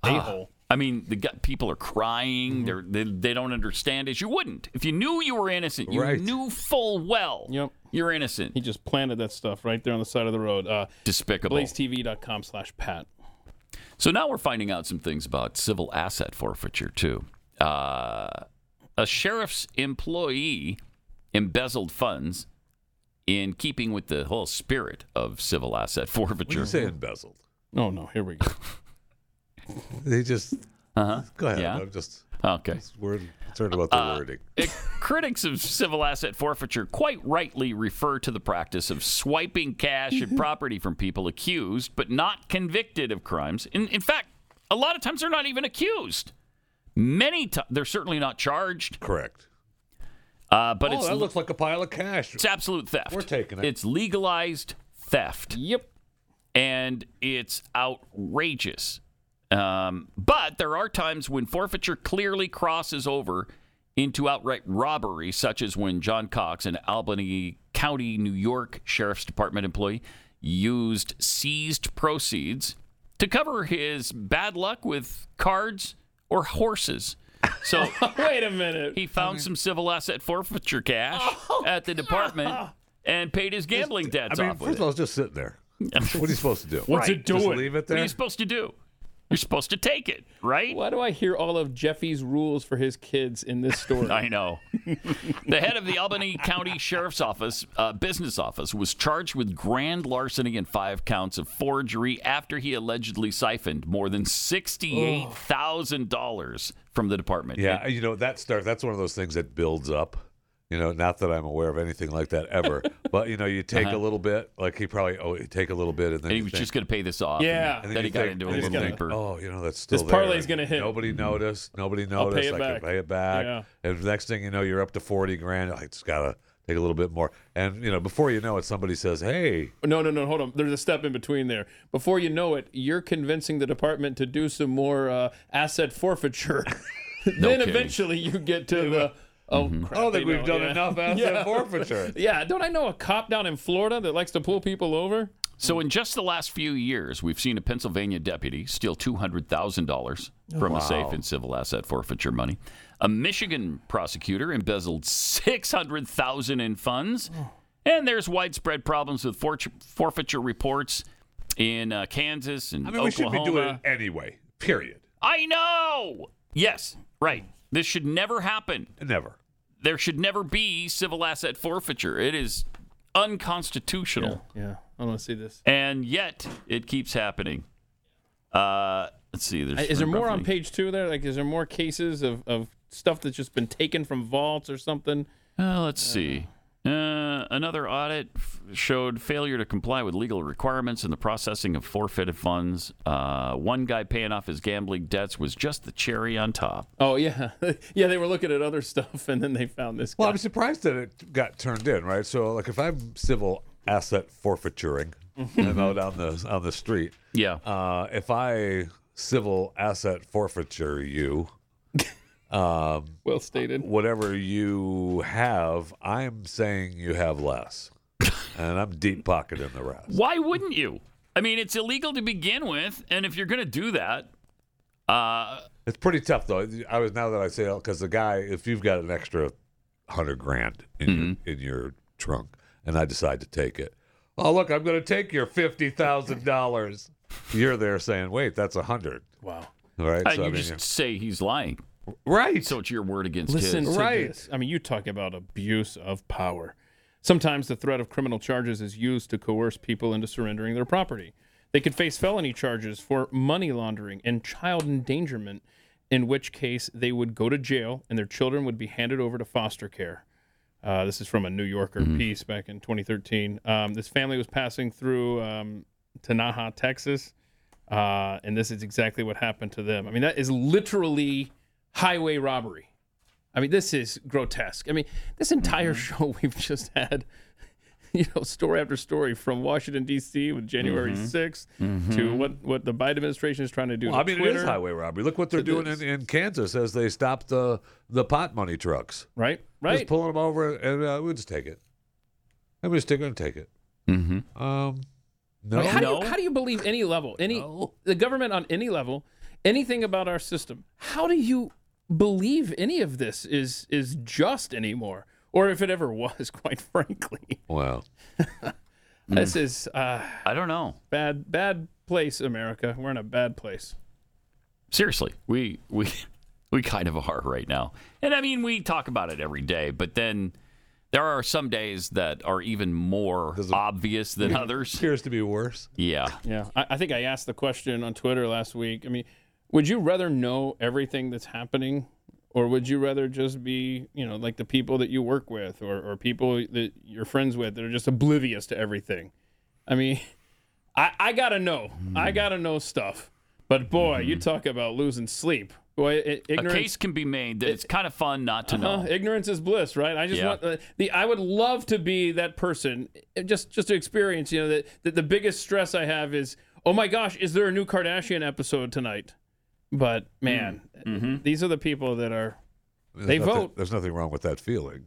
[SPEAKER 2] Ah,
[SPEAKER 3] a-hole.
[SPEAKER 2] I mean, the guy, people are crying. They're, they they don't understand it. You wouldn't if you knew you were innocent. You
[SPEAKER 3] Right.
[SPEAKER 2] knew full well.
[SPEAKER 3] Yep.
[SPEAKER 2] You're innocent.
[SPEAKER 3] He just planted that stuff right there on the side of the road. Uh,
[SPEAKER 2] Despicable.
[SPEAKER 3] BlazeTV.com slash Pat.
[SPEAKER 2] So now we're finding out some things about civil asset forfeiture, too. Uh, a sheriff's employee embezzled funds in keeping with the whole spirit of civil asset
[SPEAKER 4] When you
[SPEAKER 2] forfeiture.
[SPEAKER 4] say embezzled,
[SPEAKER 3] Oh, no. Here we go.
[SPEAKER 4] they just
[SPEAKER 2] uh-huh.
[SPEAKER 4] go ahead.
[SPEAKER 2] Yeah. Uh,
[SPEAKER 4] I'm just
[SPEAKER 2] okay.
[SPEAKER 4] We're concerned about the
[SPEAKER 2] Uh,
[SPEAKER 4] wording.
[SPEAKER 2] Critics of civil asset forfeiture quite rightly refer to the practice of swiping cash
[SPEAKER 4] Mm-hmm.
[SPEAKER 2] and property from people accused but not convicted of crimes. In, in fact, a lot of times they're not even accused. Many times they're certainly not charged.
[SPEAKER 4] Correct.
[SPEAKER 2] Uh, but
[SPEAKER 4] Oh,
[SPEAKER 2] it's
[SPEAKER 4] that looks like a pile of cash.
[SPEAKER 2] It's absolute theft. We're
[SPEAKER 4] taking it.
[SPEAKER 2] It's legalized theft.
[SPEAKER 3] Yep.
[SPEAKER 2] And it's outrageous. Um, but there are times when forfeiture clearly crosses over into outright robbery, such as when John Cox in Albany, County, New York Sheriff's Department employee used seized proceeds to cover his bad luck with cards or horses. So
[SPEAKER 3] wait a minute. Oh,
[SPEAKER 2] He found some civil asset forfeiture cash at the department and paid his gambling debts
[SPEAKER 4] I mean,
[SPEAKER 2] off
[SPEAKER 4] first
[SPEAKER 2] with
[SPEAKER 4] of all, it's just sitting there. what are you supposed to do?
[SPEAKER 3] What's it
[SPEAKER 4] Just
[SPEAKER 3] doing?
[SPEAKER 4] leave it
[SPEAKER 2] What
[SPEAKER 4] there.
[SPEAKER 2] are you supposed to do? You're supposed to take it, right?
[SPEAKER 3] Why do I hear all of Jeffy's rules for his kids in this story?
[SPEAKER 2] I know. the head of the Albany County Sheriff's Office uh, business office was charged with grand larceny and five counts of forgery after he allegedly siphoned more than sixty-eight thousand dollars from the department.
[SPEAKER 4] Yeah, you know that starts. That's one of those things that builds up. You know, not that I'm aware of anything like that ever, but you know, you take
[SPEAKER 2] Uh-huh.
[SPEAKER 4] a little bit. Like he probably oh, you take a little bit, and then
[SPEAKER 2] And he was just gonna pay this off, Yeah. and then he got into a little deeper. Mm-hmm.
[SPEAKER 4] Oh, you know, that's still
[SPEAKER 3] This
[SPEAKER 4] there.
[SPEAKER 3] parlay's gonna hit.
[SPEAKER 4] Nobody noticed. Nobody
[SPEAKER 3] I'll
[SPEAKER 4] noticed.
[SPEAKER 3] pay it
[SPEAKER 4] I
[SPEAKER 3] back.
[SPEAKER 4] can pay it back.
[SPEAKER 3] Yeah.
[SPEAKER 4] And the next thing you know, you're up to forty grand. I just gotta take a little bit more. And you know, before you know it, somebody says, "Hey,
[SPEAKER 3] No, no, no. Hold on. There's a step in between there. Before you know it, you're convincing the department to do some more uh, asset forfeiture. then
[SPEAKER 4] kidding.
[SPEAKER 3] eventually you get to the. Oh, crap,
[SPEAKER 4] I don't
[SPEAKER 3] they
[SPEAKER 4] think we've
[SPEAKER 3] know,
[SPEAKER 4] done
[SPEAKER 3] yeah.
[SPEAKER 4] enough asset
[SPEAKER 3] Yeah.
[SPEAKER 4] forfeiture."
[SPEAKER 3] yeah. Don't I know a cop down in Florida that likes to pull people over?
[SPEAKER 2] So in just the last few years, we've seen a Pennsylvania deputy steal two hundred thousand dollars from
[SPEAKER 4] Oh, Wow.
[SPEAKER 2] a safe in civil asset forfeiture money. A Michigan prosecutor embezzled six hundred thousand in funds,
[SPEAKER 4] Oh.
[SPEAKER 2] and there's widespread problems with for- forfeiture reports in uh, Kansas and
[SPEAKER 4] I mean, oh, we should
[SPEAKER 2] Oklahoma.
[SPEAKER 4] be doing it anyway. Period.
[SPEAKER 2] I know. Yes, right. This should never happen.
[SPEAKER 4] Never.
[SPEAKER 2] There should never be civil asset forfeiture. It is unconstitutional
[SPEAKER 3] Yeah. I want to see this.
[SPEAKER 2] and yet it keeps happening. Uh, let's see. There's
[SPEAKER 3] Is there more on
[SPEAKER 2] roughly-
[SPEAKER 3] page two there? Like, is there more cases of, of stuff that's just been taken from vaults or something?
[SPEAKER 2] Uh, let's see. Uh, another audit f- showed failure to comply with legal requirements in the processing of forfeited funds. Uh, one guy paying off his gambling debts was just the cherry on top.
[SPEAKER 3] Oh yeah, yeah. They were looking at other stuff, and then they found this.
[SPEAKER 4] Well, I'm surprised that it got turned in, right? So, like, if I'm civil asset forfeituring,
[SPEAKER 3] Mm-hmm.
[SPEAKER 4] I'm out on the on the street.
[SPEAKER 2] Yeah.
[SPEAKER 4] Uh, if I civil asset forfeiture you, um,
[SPEAKER 3] well stated.
[SPEAKER 4] Whatever you have, I'm saying you have less, and I'm deep pocketing the rest.
[SPEAKER 2] Why wouldn't you? I mean, it's illegal to begin with, and if you're going to do that, uh,
[SPEAKER 4] It's pretty tough though. I was now that I say because the guy, if you've got an extra hundred grand in your in your trunk, and I decide to take it, oh look, I'm going to take your fifty thousand dollars. You're there saying, wait, that's a hundred.
[SPEAKER 3] Wow.
[SPEAKER 4] Right.
[SPEAKER 2] uh,
[SPEAKER 4] so, I
[SPEAKER 2] you
[SPEAKER 4] mean,
[SPEAKER 2] just say he's lying.
[SPEAKER 4] Right.
[SPEAKER 2] So it's your word against
[SPEAKER 3] Listen
[SPEAKER 2] his.
[SPEAKER 3] to this. I mean, you talk about abuse of power. Sometimes the threat of criminal charges is used to coerce people into surrendering their property. They could face felony charges for money laundering and child endangerment, in which case they would go to jail and their children would be handed over to foster care. Uh, this is from a New Yorker
[SPEAKER 2] Hmm.
[SPEAKER 3] piece back in 2013. Um, this family was passing through um, Tanaha, Texas, uh, and this is exactly what happened to them. I mean, that is literally highway robbery. I mean, this is grotesque. I mean, this entire
[SPEAKER 4] Mm-hmm.
[SPEAKER 3] show we've just had, you know, story after story from Washington D.C. with January
[SPEAKER 4] Mhm.
[SPEAKER 3] 6th to
[SPEAKER 4] Mhm.
[SPEAKER 3] what what the Biden administration is trying to do.
[SPEAKER 4] Well,
[SPEAKER 3] to
[SPEAKER 4] I mean, it is
[SPEAKER 3] Twitter.
[SPEAKER 4] highway robbery. Look what they're
[SPEAKER 3] It
[SPEAKER 4] doing
[SPEAKER 3] is.
[SPEAKER 4] in, in Kansas as they stop the the pot money trucks.
[SPEAKER 3] Right.
[SPEAKER 4] Just
[SPEAKER 3] Right.
[SPEAKER 4] pulling them over, and uh, we'll just take it. I'm just going to take it.
[SPEAKER 2] Mm-hmm.
[SPEAKER 4] Um, no.
[SPEAKER 3] Like, how,
[SPEAKER 4] No.
[SPEAKER 3] do you, how do you believe any level, any the government on any level, anything about our system? How do you believe any of this is is just anymore, or if it ever was? Quite frankly,
[SPEAKER 4] Wow.
[SPEAKER 3] this is uh,
[SPEAKER 2] I don't know.
[SPEAKER 3] Bad bad place, America. We're in a bad place.
[SPEAKER 2] seriously, we we we kind of are right now. And I mean, we talk about it every day, but then there are some days that are even more obvious than others.
[SPEAKER 4] Appears to be worse.
[SPEAKER 2] Yeah.
[SPEAKER 3] Yeah, I, I think I asked the question on Twitter last week. I mean, would you rather know everything that's happening, or would you rather just be, you know, like the people that you work with, or, or people that you're friends with that are just oblivious to everything? I mean, I, I gotta know.
[SPEAKER 2] Mm-hmm.
[SPEAKER 3] I gotta know stuff. But boy, you talk about losing sleep. Boy, i ignorance.
[SPEAKER 2] A case can be made that it's kind of fun not to
[SPEAKER 3] Uh-huh.
[SPEAKER 2] know.
[SPEAKER 3] Ignorance is bliss, right? I just
[SPEAKER 2] Yeah.
[SPEAKER 3] want uh, the. I would love to be that person, uh, just just to experience. You know that, that the biggest stress I have is, oh my gosh, is there a new Kardashian episode tonight? But man,
[SPEAKER 2] Mm. Mm-hmm.
[SPEAKER 3] these are the people that are.
[SPEAKER 4] There's
[SPEAKER 3] they
[SPEAKER 4] nothing-
[SPEAKER 3] vote.
[SPEAKER 4] There's nothing wrong with that feeling.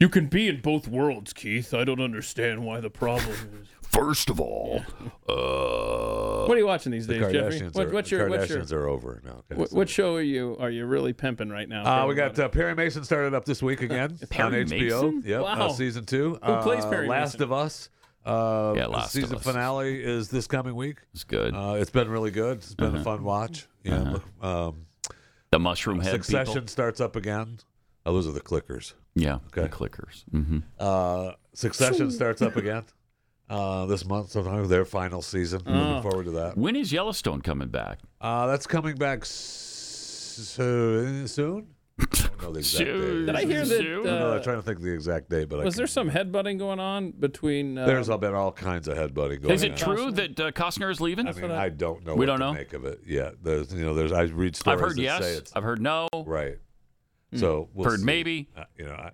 [SPEAKER 3] You can be in both worlds, Keith. I don't understand why the problem is.
[SPEAKER 2] First of all, uh,
[SPEAKER 3] What are you watching these
[SPEAKER 4] The
[SPEAKER 3] days, Jeffrey?
[SPEAKER 4] Kardashians
[SPEAKER 3] What-
[SPEAKER 4] are-
[SPEAKER 3] what's
[SPEAKER 4] the
[SPEAKER 3] your- what's your-
[SPEAKER 4] Kardashians are over now.
[SPEAKER 3] What, what show are you are you really pimping right now?
[SPEAKER 4] Uh, we got uh, Perry Mason started up this week again on
[SPEAKER 3] Perry
[SPEAKER 4] HBO.
[SPEAKER 3] Mason?
[SPEAKER 4] Yep, uh,
[SPEAKER 3] Wow.
[SPEAKER 4] season two.
[SPEAKER 3] Who plays
[SPEAKER 4] Uh,
[SPEAKER 3] Perry
[SPEAKER 4] Last
[SPEAKER 3] Mason?
[SPEAKER 4] of Us. Uh,
[SPEAKER 2] Yeah, Last of
[SPEAKER 4] season
[SPEAKER 2] Us.
[SPEAKER 4] finale is this coming week.
[SPEAKER 2] It's good.
[SPEAKER 4] Uh, it's been really good. It's been
[SPEAKER 2] Uh-huh.
[SPEAKER 4] a fun watch. Yeah. Um,
[SPEAKER 2] the mushroom head people.
[SPEAKER 4] Succession starts up again. Oh, those are the clickers.
[SPEAKER 2] Yeah,
[SPEAKER 4] Okay.
[SPEAKER 2] the clickers. hmm
[SPEAKER 4] Uh,
[SPEAKER 2] Zoom.
[SPEAKER 4] Succession starts up again uh, this month. Sometime their final season.
[SPEAKER 2] Oh.
[SPEAKER 4] Looking forward to that.
[SPEAKER 2] When is Yellowstone coming back?
[SPEAKER 4] Uh, that's coming back s- so, soon. I don't know the exact date.
[SPEAKER 2] Soon.
[SPEAKER 3] Did I hear that, Soon.
[SPEAKER 4] I don't know,
[SPEAKER 3] uh,
[SPEAKER 4] I'm trying to think of the exact date, but I
[SPEAKER 3] Was
[SPEAKER 4] can't-
[SPEAKER 3] there some headbutting going on between? Uh,
[SPEAKER 4] there's been all kinds of headbutting going.
[SPEAKER 2] Is it
[SPEAKER 4] on.
[SPEAKER 2] true that uh, Costner is leaving?
[SPEAKER 4] I mean, I don't know.
[SPEAKER 2] We
[SPEAKER 4] what
[SPEAKER 2] don't
[SPEAKER 4] to
[SPEAKER 2] know.
[SPEAKER 4] Make of it yet. There's, you know, there's. I read stories.
[SPEAKER 2] I've heard
[SPEAKER 4] that Say
[SPEAKER 2] yes.
[SPEAKER 4] it's,
[SPEAKER 2] I've heard no.
[SPEAKER 4] Right.
[SPEAKER 2] Hmm.
[SPEAKER 4] So we'll
[SPEAKER 2] Heard
[SPEAKER 4] see.
[SPEAKER 2] maybe.
[SPEAKER 4] Uh, you know. I,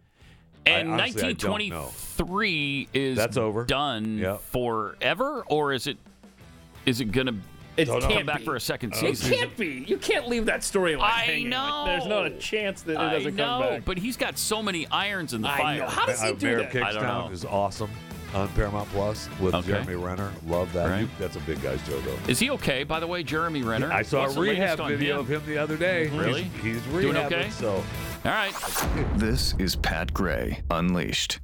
[SPEAKER 2] And
[SPEAKER 4] I honestly, I don't know.
[SPEAKER 2] 1923 is
[SPEAKER 4] That's over.
[SPEAKER 2] done
[SPEAKER 4] Yep.
[SPEAKER 2] forever, or is it? Is it gonna?
[SPEAKER 3] It
[SPEAKER 2] come
[SPEAKER 3] can't
[SPEAKER 2] back
[SPEAKER 3] be.
[SPEAKER 2] for a
[SPEAKER 4] Oh,
[SPEAKER 2] second
[SPEAKER 3] it
[SPEAKER 2] season.
[SPEAKER 3] can't be. You can't leave that storyline.
[SPEAKER 2] I
[SPEAKER 3] hanging. Like, there's
[SPEAKER 2] know.
[SPEAKER 3] not a chance that it
[SPEAKER 2] I
[SPEAKER 3] doesn't
[SPEAKER 2] know,
[SPEAKER 3] come back.
[SPEAKER 2] but he's got so many irons in the
[SPEAKER 3] I
[SPEAKER 2] fire.
[SPEAKER 3] know. How does he
[SPEAKER 4] Uh,
[SPEAKER 3] do
[SPEAKER 4] Mayor of
[SPEAKER 2] I
[SPEAKER 3] that?
[SPEAKER 2] don't
[SPEAKER 4] Kingstown
[SPEAKER 2] know.
[SPEAKER 4] is awesome on Paramount Plus with
[SPEAKER 2] Okay.
[SPEAKER 4] Jeremy Renner. Love that.
[SPEAKER 2] Right.
[SPEAKER 4] That's a big guy's show, though.
[SPEAKER 2] Is he okay? By the way, Jeremy Renner.
[SPEAKER 4] I saw
[SPEAKER 2] What's
[SPEAKER 4] a
[SPEAKER 2] the latest
[SPEAKER 4] rehab
[SPEAKER 2] on
[SPEAKER 4] video
[SPEAKER 2] him? Mm-hmm.
[SPEAKER 4] of him the other day.
[SPEAKER 2] Really?
[SPEAKER 4] He's, he's
[SPEAKER 2] Doing
[SPEAKER 4] rehabbing,
[SPEAKER 2] okay?
[SPEAKER 4] So
[SPEAKER 2] All right.
[SPEAKER 1] This is Pat Gray Unleashed.